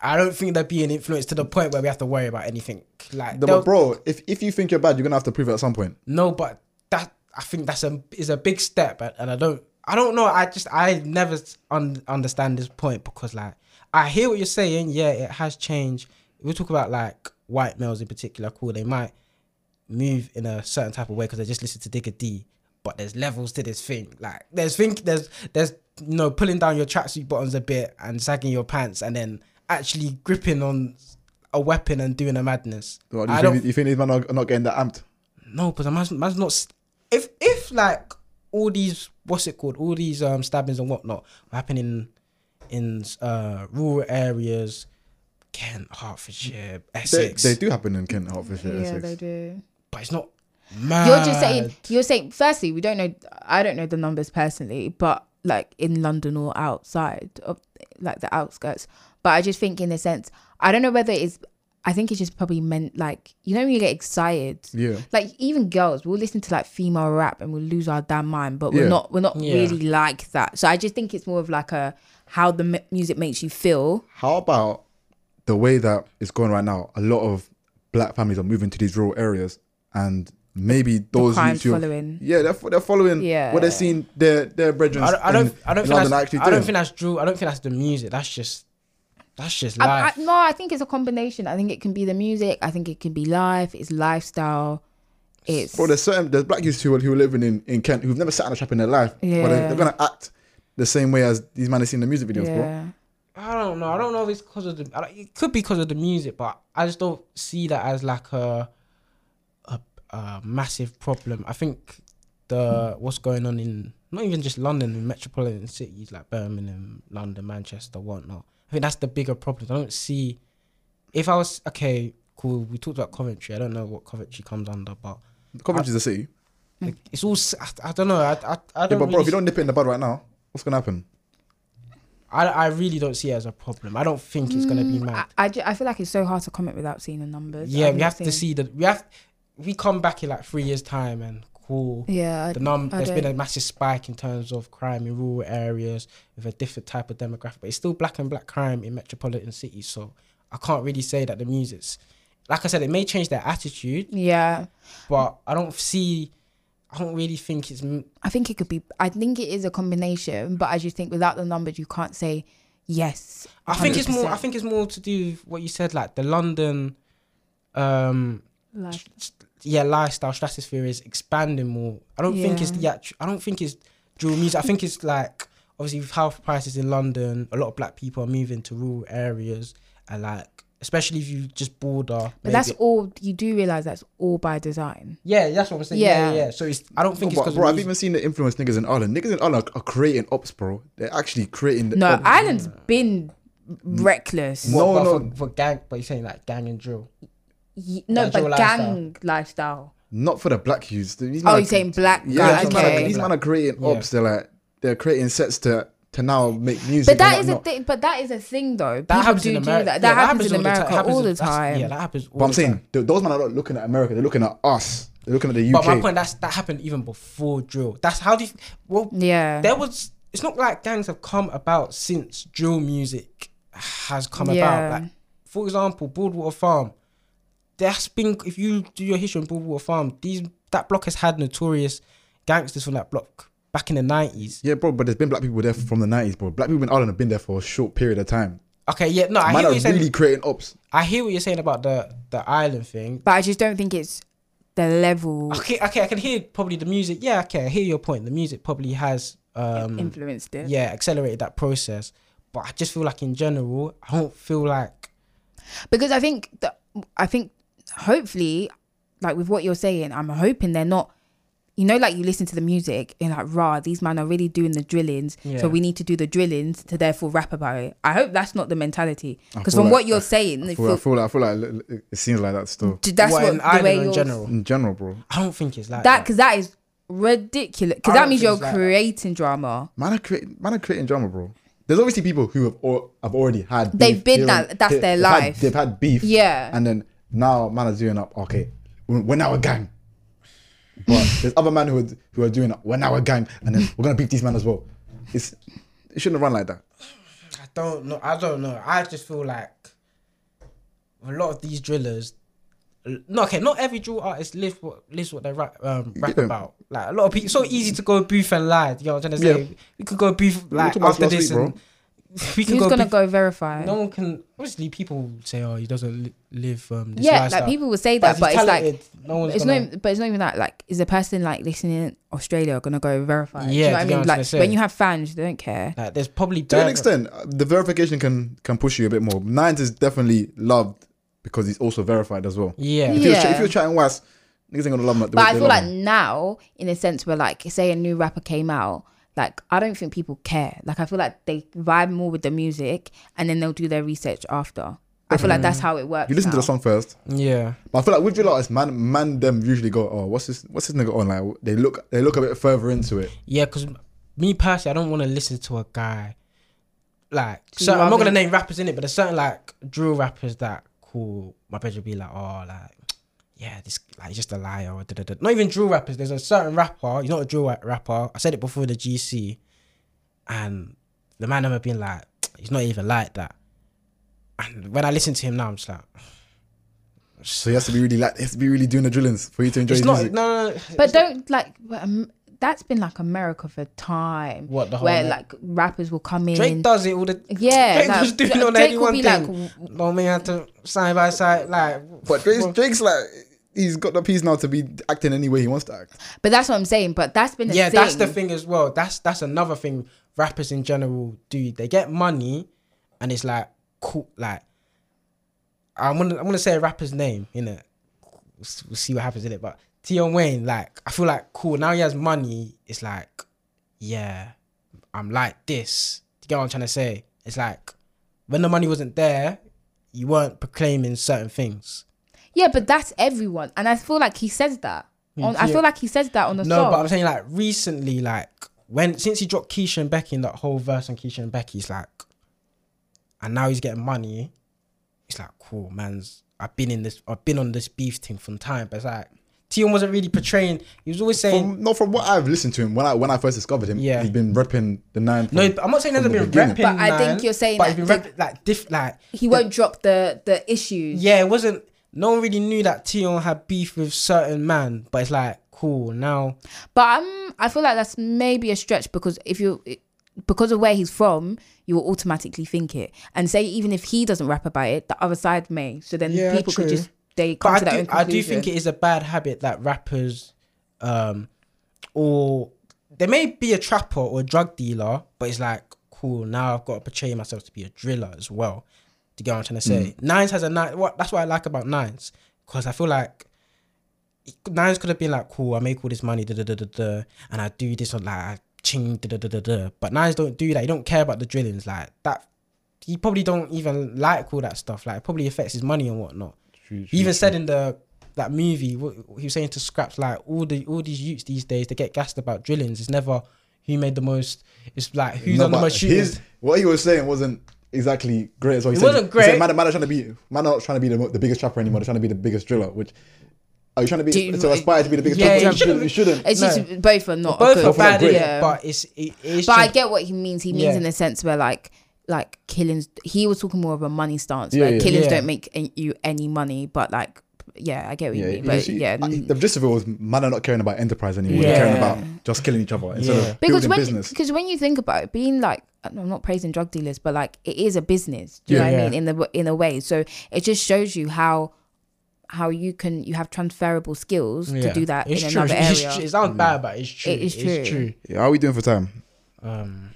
Speaker 2: I don't think they're being influenced to the point where we have to worry about anything. Like
Speaker 1: No,
Speaker 2: they'll-
Speaker 1: but bro, if, if you think you're bad, you're gonna have to prove it at some point.
Speaker 2: no, but that I think that's a is a big step, and, and I don't I don't know. I just I never s- un, understand this point because like I hear what you're saying. Yeah, it has changed. We talk about like white males in particular. Cool, they might move in a certain type of way because they just listen to Digger D. But there's levels to this thing. Like there's think there's there's you know pulling down your tracksuit bottoms a bit and sagging your pants and then actually gripping on a weapon and doing a madness.
Speaker 1: Bro, do
Speaker 2: I
Speaker 1: you,
Speaker 2: don't
Speaker 1: think, you think these men are are not getting that amped?
Speaker 2: no, because man's, man's not. s- If if like all these what's it called? All these um stabbings and whatnot were happening in uh rural areas, Kent, Hertfordshire,
Speaker 1: They,
Speaker 2: Essex.
Speaker 1: they do happen in Kent, Hertfordshire,
Speaker 3: yeah,
Speaker 1: Essex.
Speaker 3: they do.
Speaker 2: but it's not.
Speaker 3: You're just saying you're saying firstly, we don't know I don't know the numbers personally, but like in London or outside of like the outskirts. But I just think in the sense I don't know whether it's I think it's just probably meant like you know when you get excited.
Speaker 1: Yeah.
Speaker 3: Like even girls, we'll listen to like female rap and we'll lose our damn mind, but we're
Speaker 1: Yeah.
Speaker 3: not we're not
Speaker 2: Yeah.
Speaker 3: really like that. So I just think it's more of like a how the m- music makes you feel.
Speaker 1: How about the way that it's going right now? A lot of black families are moving to these rural areas, and maybe those
Speaker 3: crime's
Speaker 1: YouTube,
Speaker 3: following.
Speaker 1: Yeah, they're, fo- they're following.
Speaker 3: Yeah.
Speaker 1: what they're seeing their their brethren.
Speaker 2: I don't, I don't,
Speaker 1: in-
Speaker 2: I don't
Speaker 1: in
Speaker 2: think
Speaker 1: London
Speaker 2: that's,
Speaker 1: are actually
Speaker 2: I don't
Speaker 1: doing.
Speaker 2: think that's Drew. I don't think that's the music. That's just, that's just
Speaker 3: I,
Speaker 2: life.
Speaker 3: I, no, I think it's a combination. I think it can be the music. I think it can be life. It's lifestyle. It's
Speaker 1: Bro, there's certain there's black youths who are, who are living in, in Kent who've never sat in a trap in their life. But they're,
Speaker 3: Yeah.
Speaker 1: they're gonna act the same way as these men have seen the music videos, bro.
Speaker 3: yeah.
Speaker 2: I don't know. I don't know if it's because of the. I don't- It could be because of the music, but I just don't see that as like a, a, a massive problem. I think the what's going on in not even just London, in metropolitan cities like Birmingham, London, Manchester, whatnot. I think that's the bigger problem. I don't see. If I was okay, cool. We talked about Coventry. I don't know what Coventry comes under, but
Speaker 1: Coventry's a city.
Speaker 2: like, it's all. s- I, I don't know. I I, I
Speaker 1: Yeah, but
Speaker 2: don't.
Speaker 1: bro,
Speaker 2: really
Speaker 1: if you don't nip it in the bud right now, what's gonna happen?
Speaker 2: I, I really don't see it as a problem. I don't think it's gonna be mad.
Speaker 3: Mm, I, I, ju- I feel like it's so hard to comment without seeing the numbers.
Speaker 2: yeah,
Speaker 3: I've
Speaker 2: we
Speaker 3: not
Speaker 2: have to
Speaker 3: seen-
Speaker 2: see that. We have we come back in like three years time and cool.
Speaker 3: Yeah,
Speaker 2: The num
Speaker 3: I
Speaker 2: there's been
Speaker 3: don't-
Speaker 2: a massive spike in terms of crime in rural areas with a different type of demographic, but it's still black and black crime in metropolitan cities. So I can't really say that the music's like I said, it may change their attitude,
Speaker 3: yeah.
Speaker 2: but I don't see. I don't really think it's m-
Speaker 3: I think it could be. I think it is a combination, but I just think without the numbers, you can't say yes.
Speaker 2: I think it's more. I
Speaker 3: 100%.
Speaker 2: think it's more to do with what you said, like the London, um,
Speaker 3: Life.
Speaker 2: yeah, lifestyle stratosphere is expanding more. I don't think it's the
Speaker 3: Yeah.
Speaker 2: actu- I don't think it's dual music. I think it's like obviously with house prices in London, a lot of black people are moving to rural areas and like especially if you just border.
Speaker 3: But that's
Speaker 2: maybe-
Speaker 3: all you do realize. That's all by design.
Speaker 2: yeah, that's what I'm saying. Yeah, yeah.
Speaker 3: Yeah.
Speaker 2: yeah. So it's I don't think
Speaker 1: Bro,
Speaker 2: it's
Speaker 1: bro, I've
Speaker 2: because
Speaker 1: even seen the influence niggas in Ireland. Niggas in Ireland are, are creating ops, bro. They're actually creating the
Speaker 3: No,
Speaker 1: ops.
Speaker 3: Ireland's been reckless.
Speaker 1: No,
Speaker 2: no,
Speaker 1: no.
Speaker 2: For, for gang, but you're saying like gang and drill.
Speaker 3: Ye- no,
Speaker 2: That's your
Speaker 3: but gang lifestyle.
Speaker 1: not for the black youths. These men
Speaker 3: Oh,
Speaker 1: are-
Speaker 3: you're saying black
Speaker 1: Yeah,
Speaker 3: guy?
Speaker 1: these, men are,
Speaker 3: Okay.
Speaker 1: these men are creating
Speaker 2: Yeah.
Speaker 1: ops. They're like they're creating sets to to now make music.
Speaker 3: But that
Speaker 1: and
Speaker 3: is a
Speaker 1: whatnot.
Speaker 3: thing. But that is a thing, though.
Speaker 2: That
Speaker 3: People
Speaker 2: happens
Speaker 3: do
Speaker 2: in
Speaker 3: do
Speaker 2: America.
Speaker 3: that. That, happens, in America all the time.
Speaker 2: Yeah, that happens. All
Speaker 1: But I'm
Speaker 2: the time.
Speaker 1: saying th- those men are not looking at America. They're looking at us. They're looking at the UK.
Speaker 2: But my point that's that happened even before drill. That's how do you, well
Speaker 3: Yeah.
Speaker 2: there was it's not like gangs have come about since drill music has come
Speaker 3: Yeah.
Speaker 2: about. Like for example, Broadwater Farm. That's been if you do your history on Broadwater Farm, these that block has had notorious gangsters from that block back in the nineties.
Speaker 1: yeah, bro. But there's been black people there from the 90s, bro. Black people in Ireland have been there for a short period of time.
Speaker 2: Okay, yeah, no, I
Speaker 1: Man
Speaker 2: hear
Speaker 1: are
Speaker 2: what you're
Speaker 1: really
Speaker 2: saying.
Speaker 1: creating ops.
Speaker 2: I hear what you're saying about the the island thing.
Speaker 3: but I just don't think it's the level
Speaker 2: Okay, okay, I can hear probably the music. Yeah, okay, I hear your point. The music probably has um
Speaker 3: influenced it.
Speaker 2: yeah, accelerated that process. But I just feel like in general, I don't feel like
Speaker 3: because I think that I think hopefully, like with what you're saying, I'm hoping they're not. You know, like you listen to the music and like, rah, these man are really doing the drillings,
Speaker 2: Yeah.
Speaker 3: so we need to do the drillings to therefore rap about it. I hope that's not the mentality
Speaker 1: I
Speaker 3: because
Speaker 1: feel
Speaker 3: from
Speaker 1: like-
Speaker 3: what you're saying,
Speaker 1: I
Speaker 3: it
Speaker 1: feel, I
Speaker 3: feel-
Speaker 1: feel like, I feel like li- li- it seems like that still.
Speaker 3: that's
Speaker 2: what
Speaker 3: what
Speaker 2: in
Speaker 3: the way
Speaker 2: Ireland
Speaker 3: you're
Speaker 2: in general.
Speaker 1: In general, bro.
Speaker 2: I don't think it's like
Speaker 3: that
Speaker 2: that.
Speaker 3: because that is ridiculous because
Speaker 2: Ireland
Speaker 3: that means
Speaker 2: feels
Speaker 3: you're
Speaker 2: like that.
Speaker 3: creating drama.
Speaker 1: Man are creating, man are creating drama, bro. There's obviously people who have or, have already had.
Speaker 3: They've
Speaker 1: beef
Speaker 3: been
Speaker 1: here
Speaker 3: that-
Speaker 1: and-
Speaker 3: that's
Speaker 1: they-
Speaker 3: their
Speaker 1: they've had-
Speaker 3: life.
Speaker 1: they've had beef.
Speaker 3: Yeah.
Speaker 1: And then now man is doing up. Okay, we're we're now a gang. But there's other men who are, who are doing up. We're now a gang, and then we're gonna beat these men as well. It's it shouldn't run like that.
Speaker 2: I don't know. I don't know. I just feel like a lot of these drillers. No, okay, not every drill artist lives what lives what they rap, um, rap
Speaker 1: Yeah.
Speaker 2: about. Like a lot of people, it's so easy to go booth and lie. You know what I'm trying to say?
Speaker 1: Yeah.
Speaker 2: We could go booth like
Speaker 1: talking about
Speaker 2: after
Speaker 1: last
Speaker 2: this,
Speaker 1: week, bro.
Speaker 2: and we could
Speaker 3: Who's
Speaker 2: go.
Speaker 3: gonna
Speaker 2: beef-
Speaker 3: go verify?
Speaker 2: No one can. Obviously, people say, "Oh, he doesn't li- live um, this
Speaker 3: yeah,
Speaker 2: lifestyle."
Speaker 3: like people would say that,
Speaker 2: he's
Speaker 3: but it's like
Speaker 2: talented. no one's
Speaker 3: it's
Speaker 2: gonna,
Speaker 3: not. even- But it's not even that. Like, is the person like listening in Australia gonna go verify? it? Do you
Speaker 2: Yeah,
Speaker 3: know what I
Speaker 2: do you know
Speaker 3: mean?
Speaker 2: what I'm
Speaker 3: Like,
Speaker 2: trying to
Speaker 3: when
Speaker 2: say?
Speaker 3: you have fans, they don't care.
Speaker 2: Like, there's probably
Speaker 1: To an
Speaker 2: bare-
Speaker 1: extent, uh, the verification can can push you a bit more. Nines is definitely loved because he's also verified as well.
Speaker 2: Yeah.
Speaker 1: If, you're,
Speaker 3: Yeah.
Speaker 1: if you're chatting West, niggas ain't gonna love him. like the
Speaker 3: But
Speaker 1: way
Speaker 3: I
Speaker 1: they
Speaker 3: feel
Speaker 1: love
Speaker 3: like
Speaker 1: him.
Speaker 3: now, in a sense, where like say a new rapper came out, like I don't think people care. Like I feel like they vibe more with the music, and then they'll do their research after. I feel like
Speaker 2: Mm.
Speaker 3: that's how it works.
Speaker 1: You listen to the
Speaker 3: now.
Speaker 1: song first,
Speaker 2: Yeah.
Speaker 1: but I feel like with you lot, it's man, man, them usually go, oh, what's this? What's this nigga on? Like they look, they look a bit further into it.
Speaker 2: Yeah, because me personally, I don't want to listen to a guy like.
Speaker 3: Do you
Speaker 2: So I'm not
Speaker 3: rather-
Speaker 2: gonna name rappers in it, but there's certain like drill rappers that call my bedroom be like, oh, like. Yeah, this like he's just a liar or da-da-da. not even drill rappers. There's a certain rapper. He's not a drill ra- rapper. I said it before in the GC, and the man have been like, he's not even like that. And when I listen to him now, I'm just like,
Speaker 1: So you have to be really like, you have to be really doing the drillings for you to enjoy
Speaker 2: it's
Speaker 1: his
Speaker 2: not.
Speaker 1: music.
Speaker 2: No, no, no.
Speaker 3: But don't like. but, um, that's been like America for time.
Speaker 2: What, the whole
Speaker 3: where
Speaker 2: Amer-
Speaker 3: like rappers will come in.
Speaker 2: Drake does it all the.
Speaker 3: yeah,
Speaker 2: Drake
Speaker 3: like,
Speaker 2: was doing
Speaker 3: Dra-
Speaker 2: all that
Speaker 3: Drake
Speaker 2: he
Speaker 3: will be
Speaker 2: wanted.
Speaker 3: like, w-
Speaker 2: No man had to side by side like.
Speaker 1: But Drake's, Drake's like, he's got the piece now to be acting any way he wants to act.
Speaker 3: but that's what I'm saying. But that's been a
Speaker 2: yeah,
Speaker 3: thing.
Speaker 2: that's the thing as well. That's that's another thing rappers in general do. They get money, and it's like cool. Like I'm gonna I'm gonna say a rapper's name in it. We'll see what happens in it. But Tion Wayne, like I feel like cool. Now he has money. It's like yeah, I'm like this. Do you get what I'm trying to say? It's like when the money wasn't there, you weren't proclaiming certain things.
Speaker 3: Yeah, but that's everyone, and I feel like he says that. On, I
Speaker 2: Mm, yeah.
Speaker 3: feel like he says that on the
Speaker 2: No,
Speaker 3: song.
Speaker 2: but I'm saying like recently, like when since he dropped Keisha and Becky in that whole verse on Keisha and Becky, it's like, and now he's getting money. It's like cool, man's. I've been in this. I've been on this beef thing from time, but it's like Tion wasn't really portraying. He was always saying.
Speaker 1: From, no, from what I've listened to him when I when I first discovered him,
Speaker 2: Yeah.
Speaker 1: he's been repping the nine.
Speaker 2: no,
Speaker 1: from-
Speaker 2: I'm not saying he
Speaker 1: from
Speaker 2: hasn't
Speaker 1: the
Speaker 2: been
Speaker 1: beginning.
Speaker 2: rapping.
Speaker 3: But I think you're saying
Speaker 2: but he's
Speaker 3: that
Speaker 2: been rapping like diff, like
Speaker 3: he won't drop the the issues.
Speaker 2: yeah, it wasn't. No one really knew that Tion had beef with certain man, but it's like cool now.
Speaker 3: But um, I feel like that's maybe a stretch because if you because of where he's from, you will automatically think it. And say even if he doesn't rap about it, the other side may. So then
Speaker 2: Yeah,
Speaker 3: people could
Speaker 2: true.
Speaker 3: just they come
Speaker 2: but
Speaker 3: to their
Speaker 2: I
Speaker 3: own
Speaker 2: do, I do
Speaker 3: conclusion.
Speaker 2: think it is a bad habit that rappers, um, or they may be a trapper or a drug dealer, but it's like, cool, now I've got to portray myself to be a driller as well. Do you get what I'm trying
Speaker 1: Mm.
Speaker 2: to say? Nines has a nine. What that's what I like about Nines because I feel like Nines could have been like, cool, I make all this money, da da da da da, and I do this on like I ching da da da da da. But Nines don't do that. He don't care about the drillings like that. He probably don't even like all that stuff. Like it probably affects his money and whatnot. He even said in the that movie, what, he was saying to Scraps like all the all these youths these days they get gassed about drillings. It's never who made the most. It's like who
Speaker 1: No,
Speaker 2: done the
Speaker 1: but
Speaker 2: most shooting.
Speaker 1: his- what he was saying wasn't exactly great as well. He
Speaker 2: It
Speaker 1: said-
Speaker 2: wasn't
Speaker 1: He said,
Speaker 2: great.
Speaker 1: man, man are trying to be man are not trying to be the, mo- the biggest trapper anymore. They're trying to be the biggest driller. Which are you trying to be?
Speaker 3: Do you-
Speaker 1: so aspire to be the biggest
Speaker 2: Yeah,
Speaker 1: trapper?
Speaker 2: you shouldn't-
Speaker 1: You shouldn't.
Speaker 3: it's
Speaker 2: no.
Speaker 3: just both are not
Speaker 2: Both
Speaker 3: good.
Speaker 2: are bad,
Speaker 1: great.
Speaker 2: innit?
Speaker 3: yeah. But,
Speaker 2: but it's it, it's.
Speaker 3: I
Speaker 2: just-
Speaker 3: get what he means. He means
Speaker 2: Yeah.
Speaker 3: in the sense where like like killings. He was talking more of a money stance
Speaker 1: Yeah,
Speaker 3: where
Speaker 1: yeah.
Speaker 3: killings
Speaker 2: Yeah.
Speaker 3: don't make an- you any money, but like yeah, I get what you mean.
Speaker 1: you
Speaker 3: But
Speaker 1: see,
Speaker 3: yeah, mm.
Speaker 1: I- the gist of it was man are not caring about enterprise anymore.
Speaker 2: Yeah.
Speaker 1: They're caring about just killing each other instead
Speaker 2: Yeah.
Speaker 1: of
Speaker 3: because
Speaker 1: building
Speaker 3: when
Speaker 1: business.
Speaker 3: because when you think about it, being like I'm not praising drug dealers, but like it is a business. Do you
Speaker 2: Yeah.
Speaker 3: know what
Speaker 2: Yeah.
Speaker 3: I mean? In the in a way, so it just shows you how how you can you have transferable skills
Speaker 2: yeah.
Speaker 3: to do that
Speaker 2: It's
Speaker 3: in
Speaker 2: true.
Speaker 3: another
Speaker 2: it's
Speaker 3: area. Mm.
Speaker 2: true. It sounds bad, but it's true.
Speaker 3: It is
Speaker 2: It's
Speaker 3: true.
Speaker 2: true.
Speaker 1: Yeah, how are we doing for time?
Speaker 2: Um,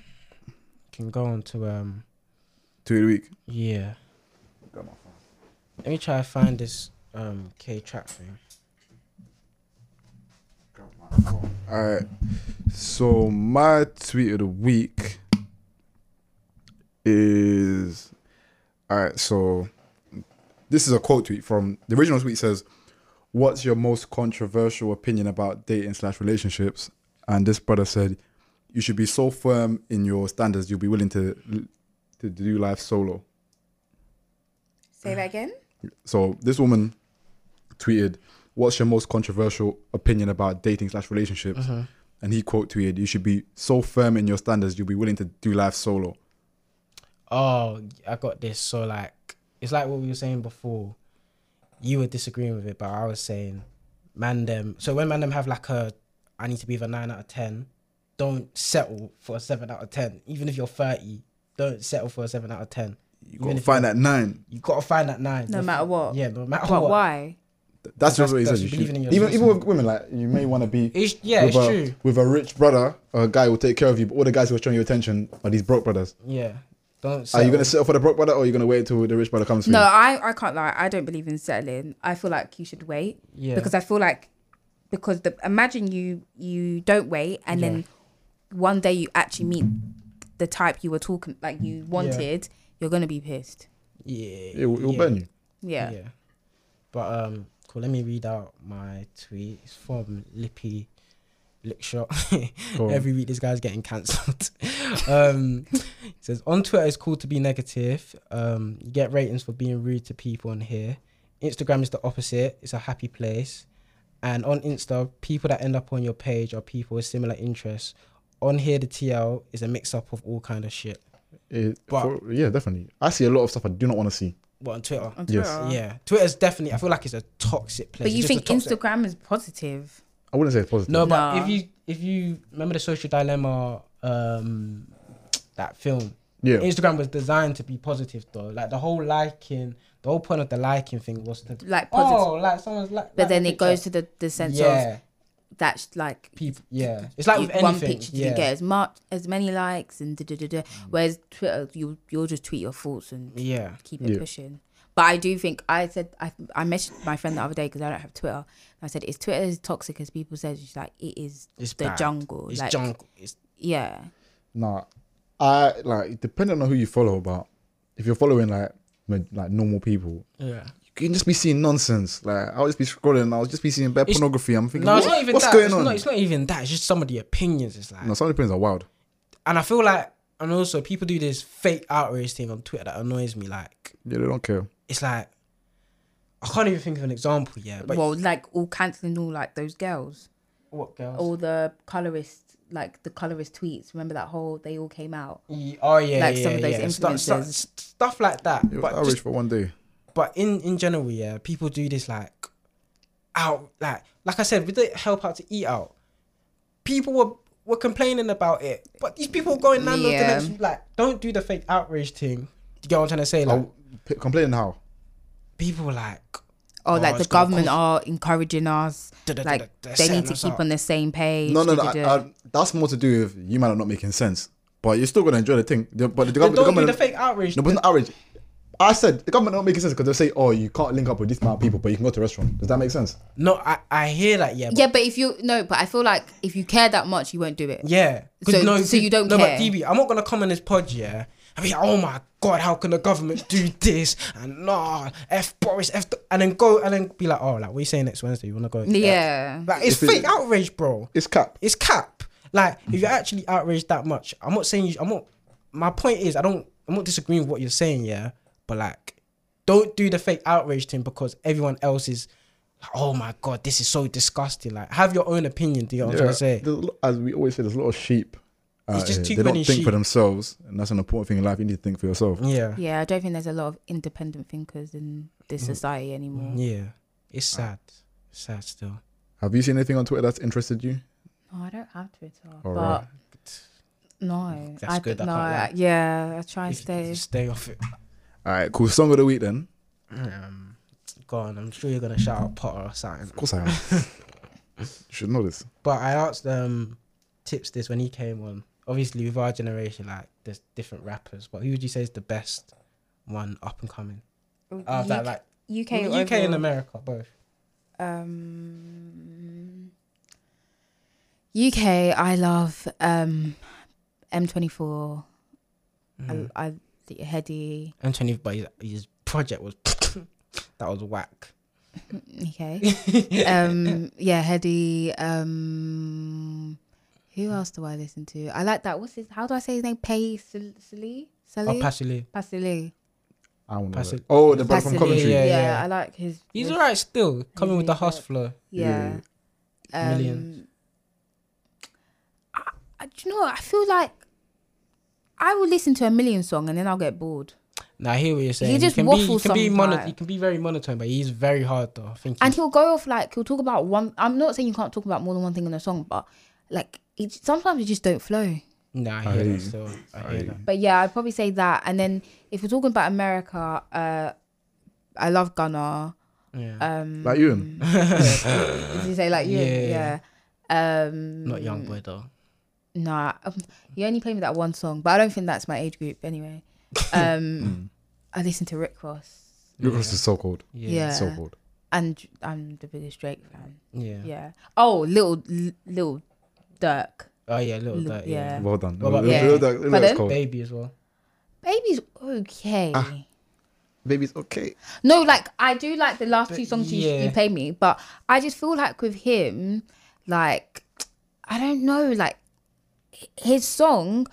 Speaker 2: can go on to um,
Speaker 1: Two a week.
Speaker 2: yeah. Let me try to find this um K trap thing.
Speaker 1: All right. So my tweet of the week is all right. So this is a quote tweet from the original tweet says, "What's your most controversial opinion about dating slash relationships?" And this brother said, "You should be so firm in your standards, you'll be willing to to do life solo."
Speaker 3: Say that again.
Speaker 1: So this woman tweeted, "What's your most controversial opinion about dating slash relationships?"
Speaker 2: Uh-huh.
Speaker 1: And he quote tweeted, "You should be so firm in your standards, you'll be willing to do life solo."
Speaker 2: oh, I got this. So like, it's like what we were saying before. You were disagreeing with it, but I was saying, man, them. So when man them have like a, I need to be with a nine out of ten. Don't settle for a seven out of ten. Even if you're thirty, don't settle for a seven out of ten.
Speaker 1: You
Speaker 2: Even
Speaker 1: gotta
Speaker 2: if
Speaker 1: find that nine.
Speaker 2: You gotta find that nine.
Speaker 3: No matter what.
Speaker 2: Yeah, no matter
Speaker 3: But
Speaker 2: what.
Speaker 3: why?
Speaker 1: Th- That's,
Speaker 2: That's-
Speaker 1: just what he
Speaker 2: that's
Speaker 1: says. You should-
Speaker 2: believing in
Speaker 1: even
Speaker 2: yourself.
Speaker 1: even with women, like you may want to be
Speaker 2: It's, yeah,
Speaker 1: with
Speaker 2: it's
Speaker 1: a,
Speaker 2: true.
Speaker 1: with a rich brother, a guy who will take care of you. But all the guys who are showing you attention are these broke brothers.
Speaker 2: Yeah. Don't.
Speaker 1: Are
Speaker 2: Settle.
Speaker 1: you gonna settle for the broke brother, or are you gonna wait till the rich brother comes?
Speaker 3: No,
Speaker 1: for you?
Speaker 3: I I can't lie. I don't believe in settling. I feel like you should wait
Speaker 2: Yeah.
Speaker 3: because I feel like because the imagine you you don't wait and then one day you actually meet the type you were talking like you wanted. You're gonna be pissed.
Speaker 2: Yeah.
Speaker 1: It will, it will
Speaker 2: yeah,
Speaker 1: burn you.
Speaker 3: Yeah.
Speaker 2: Yeah. But um, cool. Let me read out my tweet. It's from Lippy Lickshot.
Speaker 1: Go on.
Speaker 2: Every week, this guy's getting cancelled. um, he says on Twitter, it's cool to be negative. Um, you get ratings for being rude to people on here. Instagram is the opposite. It's a happy place. And on Insta, people that end up on your page are people with similar interests. On here, the TL is a mix up of all kind of shit.
Speaker 1: It-
Speaker 2: But-
Speaker 1: for- yeah, definitely. I see a lot of stuff I do not want to see.
Speaker 2: But on Twitter,
Speaker 3: On
Speaker 1: Yes.
Speaker 3: Twitter.
Speaker 2: yeah, Twitter's definitely. I feel like it's a toxic place.
Speaker 3: But you
Speaker 2: It's just a
Speaker 3: think
Speaker 2: toxic-
Speaker 3: Instagram is positive?
Speaker 1: I wouldn't say it's positive.
Speaker 2: No, but
Speaker 3: Nah.
Speaker 2: if you if you remember the social dilemma, um, that film,
Speaker 1: Yeah.
Speaker 2: Instagram was designed to be positive though. Like the whole liking, the whole point of the liking thing was to
Speaker 3: Like positive.
Speaker 2: oh, like someone's like.
Speaker 3: but then it goes to the, the sense
Speaker 2: yeah,
Speaker 3: of that's like
Speaker 2: people. Yeah, it's like
Speaker 3: you-
Speaker 2: with anything.
Speaker 3: one picture
Speaker 2: yeah. Mm.
Speaker 3: you get as much as many likes and da da da da. Whereas Twitter, you you'll just tweet your thoughts and
Speaker 2: Yeah,
Speaker 3: keep it
Speaker 1: Yeah.
Speaker 3: pushing. But I do think I said I I messaged my friend the other day because I don't have Twitter. I said, "Is Twitter as toxic as people say?" She's like, "It is
Speaker 2: it's
Speaker 3: the
Speaker 2: bad.
Speaker 3: jungle."
Speaker 2: It's
Speaker 3: like,
Speaker 2: jungle. It's
Speaker 3: Yeah,
Speaker 1: Nah, I like depending on who you follow, but if you're following like ma- like normal people,
Speaker 2: yeah.
Speaker 1: you can just be seeing nonsense. Like I'll just be scrolling, and I'll just be seeing bad
Speaker 2: It's-
Speaker 1: pornography. I'm thinking,
Speaker 2: No, it's
Speaker 1: "What-
Speaker 2: not even
Speaker 1: what's
Speaker 2: that.
Speaker 1: going
Speaker 2: it's,
Speaker 1: on?
Speaker 2: Not, it's not even that. It's just some of the opinions. It's like,
Speaker 1: no, some of the opinions are wild.
Speaker 2: and I feel like, and also people do this fake outrage thing on Twitter that annoys me. Like,
Speaker 1: Yeah, they don't care.
Speaker 2: it's like, I can't even think of an example. Yeah, but
Speaker 3: well, like all canceling all like those girls,
Speaker 2: what girls?
Speaker 3: all the colorist like the colorist tweets. Remember that whole they all came out.
Speaker 2: Ye- Oh yeah,
Speaker 3: Like
Speaker 2: yeah,
Speaker 3: some of those
Speaker 2: yeah. Stuff, stuff,
Speaker 3: influencers.
Speaker 2: stuff like that.
Speaker 1: It was
Speaker 2: But
Speaker 1: average
Speaker 2: just,
Speaker 1: for one day.
Speaker 2: but in in general, yeah, people do this like out like like I said with the help out to eat out. People were were complaining about it, but these people were going down
Speaker 3: Yeah.
Speaker 2: the next like don't do the fake outrage thing. Do you get what I'm trying to say? Like
Speaker 1: I p- complaining how?
Speaker 2: people were like. Oh,
Speaker 3: Or like the
Speaker 2: it's gonna
Speaker 3: government are encouraging us.
Speaker 2: Da-da-da-da-da,
Speaker 3: Like they
Speaker 2: setting
Speaker 3: need to
Speaker 2: us
Speaker 3: keep
Speaker 2: up.
Speaker 3: on the same page.
Speaker 1: No, no, no. I,
Speaker 3: da-da-da.
Speaker 1: I, that's more to do with you might not making sense, but you're still gonna enjoy the thing. The, but the, government,
Speaker 2: Then
Speaker 1: the
Speaker 2: don't do the
Speaker 1: government,
Speaker 2: fake outrage.
Speaker 1: no, but it's not outrage. I said the government not making sense because they say, oh, you can't link up with this amount of people, but you can go to a restaurant. Does that make sense?
Speaker 2: No, I, I hear that. Yeah, but
Speaker 3: yeah, but if you no, but I feel like if you care that much, you won't do it.
Speaker 2: Yeah. 'Cause
Speaker 3: So- so you don't
Speaker 2: no,
Speaker 3: care?
Speaker 2: but DB, I'm not gonna come on this pod, yeah. I mean, oh my god, how can the government do this? And nah, F Boris, F, th-" and then go and then be like, oh, like what are you saying next Wednesday? You wanna go?
Speaker 3: Yeah.
Speaker 2: Like it's
Speaker 1: If it-
Speaker 2: fake outrage, bro.
Speaker 1: It's cap.
Speaker 2: It's cap. Like if you're actually outraged that much, I'm not saying you. I'm not. My point is, I don't. I'm not disagreeing with what you're saying, yeah. But like, don't do the fake outrage thing because everyone else is. Like, oh my god, this is so disgusting. Like, have your own opinion. Do you know what I'm trying to say?
Speaker 1: there's a lo- as we always say, there's a lot of sheep. out
Speaker 2: It's just
Speaker 1: here.
Speaker 2: too
Speaker 1: they don't
Speaker 2: many
Speaker 1: think for
Speaker 2: sheep.
Speaker 1: themselves, and that's an important thing in life. You need to think for yourself.
Speaker 2: Yeah.
Speaker 3: Yeah, I don't think there's a lot of independent thinkers in this society anymore.
Speaker 2: Mm. Yeah, it's sad. Sad still.
Speaker 1: Have you seen anything on Twitter that's interested you?
Speaker 3: No, I don't have Twitter,
Speaker 1: All
Speaker 3: but
Speaker 1: right.
Speaker 3: no,
Speaker 2: That's
Speaker 3: I
Speaker 2: good,
Speaker 3: d-
Speaker 2: I
Speaker 3: no,
Speaker 2: can't lie.
Speaker 3: I- yeah, I try and
Speaker 2: If you
Speaker 3: stay.
Speaker 2: just stay off it.
Speaker 1: All right, cool. Song of the week then.
Speaker 2: Um, go on. I'm sure you're gonna shout out Potter or something.
Speaker 1: Of course I am. you should know this.
Speaker 2: But I asked um tips this when he came on. Obviously, with our generation, like there's different rappers, but who would you say is the best one up and coming? Out of that, like
Speaker 3: UK,
Speaker 2: UK and America both.
Speaker 3: um, UK. I love um, M24.
Speaker 2: Mm.
Speaker 3: I, I the Heady.
Speaker 2: And twenty, but his, his project was that was whack.
Speaker 3: Okay. um, yeah, Heady. Um, who else do I listen to? I like that. What's his? How do I say his name? Pay Sali Sali
Speaker 2: Oh,
Speaker 3: Sali
Speaker 2: Pasile.
Speaker 3: Pasili.
Speaker 1: I want
Speaker 2: Pass
Speaker 1: to.
Speaker 2: it.
Speaker 1: Oh, the brother from
Speaker 3: Pass it.
Speaker 1: Coventry.
Speaker 2: Yeah,
Speaker 3: Yeah,
Speaker 2: yeah.
Speaker 3: I like his.
Speaker 2: He's
Speaker 3: his-
Speaker 2: alright still, coming with the
Speaker 3: music.
Speaker 2: house flow.
Speaker 3: Yeah. Um,
Speaker 2: Millions.
Speaker 3: I, I, do you know? what? I feel like I will listen to a million song and then I'll get bored.
Speaker 2: Now I hear what you're saying.
Speaker 3: just
Speaker 2: can be, he
Speaker 3: waffles
Speaker 2: can be mono-
Speaker 3: sometimes.
Speaker 2: he can be very monotone, but he's very hard though. I think.
Speaker 3: And
Speaker 2: he's-
Speaker 3: he'll go off like he'll talk about one. I'm not saying you can't talk about more than one thing in a song, but like it, sometimes it just don't flow.
Speaker 2: nah, I
Speaker 1: I
Speaker 2: hear
Speaker 1: hear you.
Speaker 2: that still. I hear
Speaker 1: hear
Speaker 2: that.
Speaker 3: But yeah, I'd probably say that. And then if we're talking about America, uh, I love Gunnar.
Speaker 2: Yeah.
Speaker 3: Um,
Speaker 1: Like Ewan?
Speaker 3: Did you say like you?
Speaker 2: Yeah.
Speaker 3: Yeah. Um,
Speaker 2: Not young boy though.
Speaker 3: Nah, um, you only play me that one song, but I don't think that's my age group anyway.
Speaker 1: Mm.
Speaker 2: Mm.
Speaker 3: Um, I listen to Rick Ross,
Speaker 1: Rick Ross is so cold.
Speaker 3: Yeah.
Speaker 1: So cold.
Speaker 3: and I'm the biggest Drake fan.
Speaker 2: Yeah.
Speaker 3: Yeah. Oh, little L- little Dirk,
Speaker 2: Oh yeah, little
Speaker 3: Look,
Speaker 2: that. Yeah.
Speaker 3: yeah.
Speaker 1: Well done.
Speaker 2: What about
Speaker 1: Look-
Speaker 3: me?
Speaker 1: look- look- look- look, it's
Speaker 3: Pardon?
Speaker 1: cold.
Speaker 2: Baby as well.
Speaker 3: baby's okay.
Speaker 1: Ah. baby's okay.
Speaker 3: No, like I do like the last two songs you,
Speaker 2: yeah.
Speaker 3: you played me, but I just feel like with him, like I don't know, like h- his song.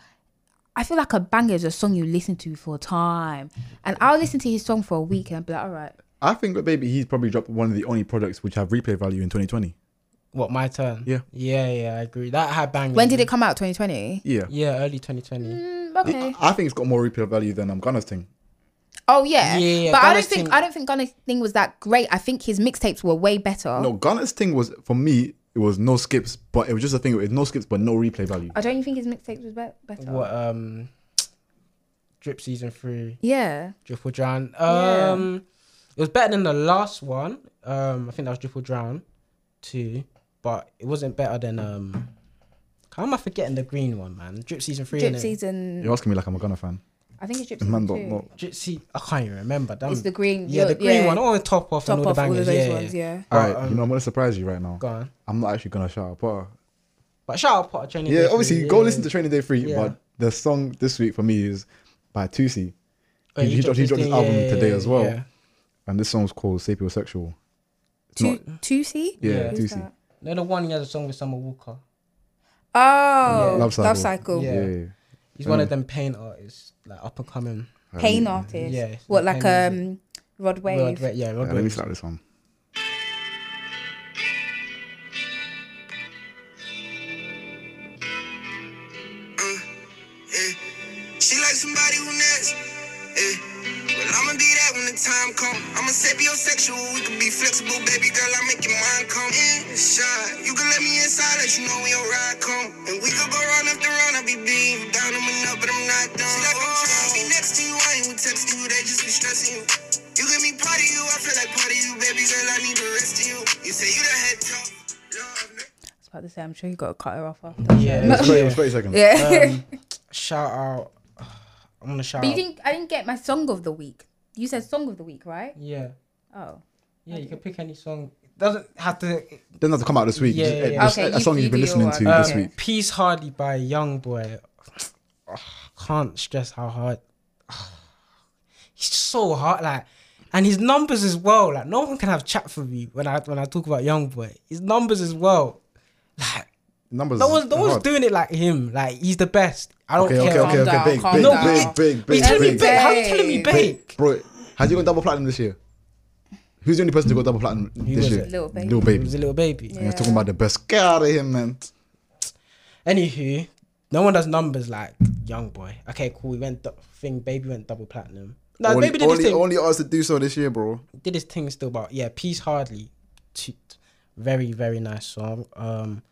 Speaker 3: I feel like a banger is a song you listen to for a time, and I'll listen to his song for a week and I'll be like, all right,
Speaker 1: I think that baby he's probably dropped one of the only products which have replay value in 2020.
Speaker 2: What my turn?
Speaker 1: Yeah.
Speaker 2: yeah, yeah. I agree. That had bangers.
Speaker 3: when did it come out? Twenty twenty.
Speaker 1: Yeah.
Speaker 2: Yeah, early 2020.
Speaker 3: Mm,
Speaker 1: I-
Speaker 3: okay.
Speaker 1: I think it's got more replay value than um, Ghana's thing.
Speaker 3: Oh yeah.
Speaker 2: Yeah, yeah,
Speaker 3: but I don't
Speaker 2: Ghana's
Speaker 3: think
Speaker 2: thing-
Speaker 3: I don't think Ghana's thing was that great. I think his mixtapes were way better.
Speaker 1: No, Ghana's thing was for me. It was no skips, but it was just a thing. with no skips, but no replay value.
Speaker 3: I don't you think his mixtapes was be- better.
Speaker 2: What um, drip season three.
Speaker 3: Yeah.
Speaker 2: Dripple Drown.
Speaker 3: Yeah.
Speaker 2: Um, it was better than the last one. Um, I think that was Dripple Drown, two, but it wasn't better than um. How am I forgetting the green one, man? Drip season three.
Speaker 3: Drip
Speaker 2: innit?
Speaker 3: season.
Speaker 1: You're asking me like I'm a Ghana fan.
Speaker 3: I think it's drip
Speaker 1: Man,
Speaker 3: season.
Speaker 1: don't
Speaker 3: two.
Speaker 1: know.
Speaker 2: Drip se- I can't even remember. That
Speaker 3: It's the green.
Speaker 2: yeah, the
Speaker 3: you're-
Speaker 2: green
Speaker 3: yeah,
Speaker 2: one. All the top off
Speaker 3: Top
Speaker 2: and all
Speaker 3: off
Speaker 2: the
Speaker 3: all
Speaker 2: bangers.
Speaker 3: of those
Speaker 2: yeah,
Speaker 3: ones.
Speaker 2: yeah.
Speaker 3: Yeah.
Speaker 1: All right,
Speaker 2: But,
Speaker 1: you know I'm gonna surprise you right now.
Speaker 2: Go on.
Speaker 1: I'm not actually gonna shout out Potter.
Speaker 2: But shout out Potter Training.
Speaker 1: Yeah,
Speaker 2: Day
Speaker 1: obviously
Speaker 2: Three,
Speaker 1: you go
Speaker 2: yeah.
Speaker 1: listen to Training Day Free,
Speaker 2: Yeah.
Speaker 1: but the song this week for me is by Tusi,
Speaker 2: Oh,
Speaker 1: he dropped- he dropped his
Speaker 2: thing,
Speaker 1: album today as well.
Speaker 2: Yeah.
Speaker 1: and this song's called Sapiosexual. It's
Speaker 3: Two
Speaker 1: not-
Speaker 3: two C.
Speaker 1: yeah,
Speaker 2: Yeah.
Speaker 3: Who's
Speaker 1: Tusi.
Speaker 3: that?
Speaker 2: They're the one he has a song with Summer Walker.
Speaker 3: Oh,
Speaker 1: Love
Speaker 3: love
Speaker 1: Cycle.
Speaker 3: cycle.
Speaker 2: Yeah.
Speaker 1: Yeah.
Speaker 2: He's
Speaker 1: Mm.
Speaker 2: one of them paint artists, like up and coming.
Speaker 3: Pain artist.
Speaker 2: Yeah, it's
Speaker 3: What
Speaker 2: like
Speaker 3: like
Speaker 2: pain
Speaker 3: um Rod Wave?
Speaker 2: Rod, Wave- yeah, Rod
Speaker 1: Yeah, let me
Speaker 2: Wave.
Speaker 1: slap this one.
Speaker 4: She like somebody who nuts. Yeah. Well, I'ma do that when the time come. I'ma sapiosexual, we can be flexible, baby girl. I make your mind come inside. You can let me inside, let you know when your ride come. And we could go round after round. I be being you down, I'm enough, but I'm not done. She like I'm trying to be next to you, I ain't with text you, they just be stressing you. You give me part of you, I feel like part of you, baby girl. I need the rest of you. You say you done had tough love. never-
Speaker 3: I was about to say, I'm sure you got to cut her off after.
Speaker 2: Yeah.
Speaker 1: It was 30, it was
Speaker 2: yeah.
Speaker 1: 30 seconds.
Speaker 3: Yeah.
Speaker 2: Um, shout out. I'm gonna shout
Speaker 3: but you
Speaker 2: out.
Speaker 3: didn't. I didn't get my song of the week. You said song of the week, right?
Speaker 2: Yeah.
Speaker 3: Oh.
Speaker 2: Yeah, you can pick any song. It doesn't have to.
Speaker 1: Doesn't have to come out this week.
Speaker 2: Yeah,
Speaker 1: just-
Speaker 2: yeah,
Speaker 1: it-
Speaker 2: yeah.
Speaker 1: just
Speaker 3: Okay,
Speaker 1: a
Speaker 3: you-
Speaker 1: song
Speaker 3: you
Speaker 1: you've been
Speaker 3: do
Speaker 1: listening
Speaker 3: your
Speaker 1: to
Speaker 3: one.
Speaker 1: this
Speaker 2: Um,
Speaker 1: week.
Speaker 2: Peace Hardy by Young Boy. can't stress how hard. he's just so hard, like, and his numbers as well. Like, no one can have chat for me when I when I talk about Young Boy. His numbers as well. Like,
Speaker 1: Numbers.
Speaker 2: no one's
Speaker 1: is
Speaker 2: no one's
Speaker 1: hard.
Speaker 2: doing it like him. Like, he's the best. I don't
Speaker 1: Okay, okay,
Speaker 2: care. how-
Speaker 1: okay, okay.
Speaker 3: Calm down,
Speaker 1: Big,
Speaker 3: calm
Speaker 1: big,
Speaker 2: down.
Speaker 1: big, big,
Speaker 2: Are you
Speaker 1: big,
Speaker 2: telling
Speaker 1: big,
Speaker 2: me bake? How are you telling me
Speaker 3: Big.
Speaker 1: big.
Speaker 2: bake?
Speaker 1: Bro, had you gone double platinum this year? Who's the only person to go double platinum this
Speaker 2: was
Speaker 1: year?
Speaker 2: it?
Speaker 3: Lil Baby.
Speaker 1: Lil
Speaker 2: He was
Speaker 1: Baby.
Speaker 2: a little baby.
Speaker 1: And You're talking about the best. Get out of here, man.
Speaker 2: Anywho, no one does numbers like Young Boy. Okay, cool. We went du- thing. Baby went double platinum. No,
Speaker 1: only,
Speaker 2: Baby did his
Speaker 1: only,
Speaker 2: thing.
Speaker 1: only us to do so this year, bro.
Speaker 2: Did his thing still, but yeah, Peace Hardly, t- t- very very nice song. Um,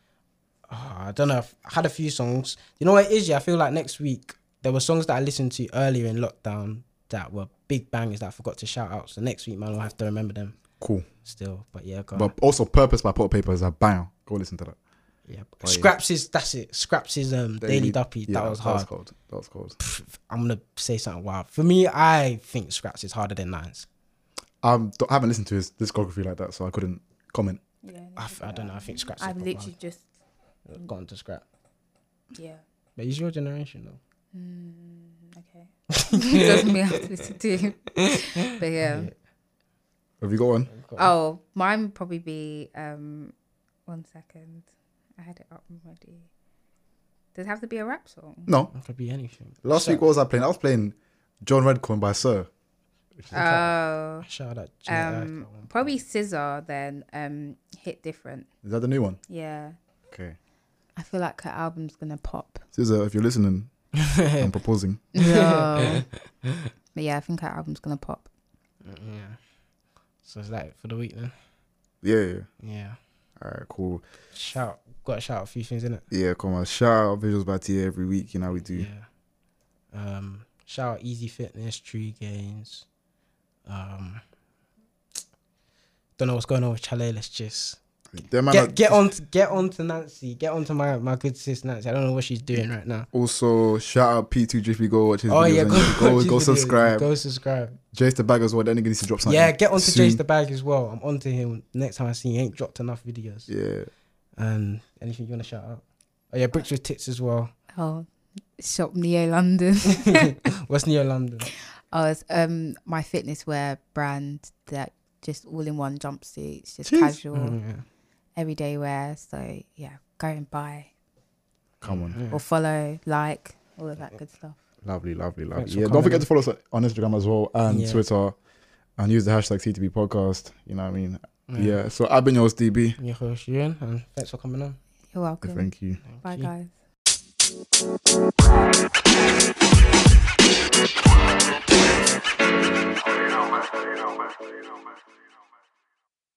Speaker 2: ah, I don't know. I've had a few songs. You know what it is? Yeah, I feel like next week there were songs that I listened to earlier in lockdown that were big bangers that I forgot to shout out. So next week, man, I'll have to remember them
Speaker 1: Cool.
Speaker 2: still. But yeah, go on.
Speaker 1: But also, Purpose by Pot Paper is a banger. Go listen to that.
Speaker 2: Oh, yeah. Scraps is that's it. Scraps is um Daily, Duppy.
Speaker 1: Yeah,
Speaker 2: that was hard.
Speaker 1: That was cold. That was cold.
Speaker 2: I'm gonna say something wild. For me, I think Scraps is harder than Nines.
Speaker 1: Um, don't- I haven't listened to his discography like that, so I couldn't comment.
Speaker 3: Yeah.
Speaker 2: I, f- I don't know. I think Scraps.
Speaker 3: I've
Speaker 2: I've
Speaker 3: literally just
Speaker 2: gone to Scrap,
Speaker 3: yeah.
Speaker 2: but he's your generation though.
Speaker 3: Mm, Okay. Doesn't mean I have to listen to. him. But yeah.
Speaker 1: Have you got one?
Speaker 3: Oh, mine would probably be um one second. I had it up already. Does it have to be a rap song?
Speaker 1: No.
Speaker 2: It could be anything.
Speaker 1: Last
Speaker 2: Shout-
Speaker 1: week, what was I playing? I was playing John Redcorn by Sir.
Speaker 3: Oh.
Speaker 2: Shout out. Jay
Speaker 3: Um
Speaker 2: Eiko.
Speaker 3: probably Scissor then um hit different.
Speaker 1: Is that the new one?
Speaker 3: Yeah.
Speaker 1: Okay.
Speaker 3: I feel like her album's gonna pop.
Speaker 1: Scissor, if you're listening, I'm proposing.
Speaker 3: No. but yeah, I think her album's gonna pop.
Speaker 2: Mm, Yeah. So is that it for the week then?
Speaker 1: Yeah, yeah.
Speaker 2: Yeah.
Speaker 1: All right, cool.
Speaker 2: Shout. Got to shout out a few things in it.
Speaker 1: Yeah, come on. Shout out visuals by TA every week. You know how we do.
Speaker 2: Yeah. Um. Shout out Easy Fitness, Tree Gains. Um. Don't know what's going on with Chalet. Let's just.
Speaker 1: Them man are-
Speaker 2: get get on get on to Nancy. Get on to my my good sis Nancy. I don't know what she's doing right now.
Speaker 1: Also, shout out P2JP. Go watch his
Speaker 2: Oh
Speaker 1: videos.
Speaker 2: yeah,
Speaker 1: on
Speaker 2: go
Speaker 1: YouTube. go,
Speaker 2: watch
Speaker 1: go
Speaker 2: his videos.
Speaker 1: subscribe.
Speaker 2: Go subscribe.
Speaker 1: Jace the Bag as well. That nigga needs to drop something.
Speaker 2: yeah, get on to
Speaker 1: soon.
Speaker 2: Jace the Bag as well. I'm on to him next time I see he ain't dropped enough videos.
Speaker 1: Yeah.
Speaker 2: And anything you wanna shout out? Oh yeah, Bricks with Tits as well.
Speaker 3: Oh Shop Neo London.
Speaker 2: West Neo London.
Speaker 3: Oh, it's um my fitness wear brand that just all in one jumpsuits, just
Speaker 1: Jeez.
Speaker 3: casual,
Speaker 2: Mm, yeah.
Speaker 3: everyday wear. So yeah, go and buy
Speaker 1: Come on.
Speaker 3: or follow, like, all of that good stuff.
Speaker 1: Lovely, lovely, lovely.
Speaker 2: Thanks for
Speaker 1: yeah, don't
Speaker 2: coming.
Speaker 1: forget to follow us on Instagram as well and
Speaker 2: Yeah.
Speaker 1: Twitter and use the hashtag CTB podcast. You know what I mean?
Speaker 2: Yeah.
Speaker 1: Yeah. So I've been yours, DB.
Speaker 2: I'm your host, Ewan, and thanks for Um, coming on.
Speaker 3: You're welcome.
Speaker 1: Thank you.
Speaker 2: Thank
Speaker 3: Bye
Speaker 2: you.
Speaker 3: guys.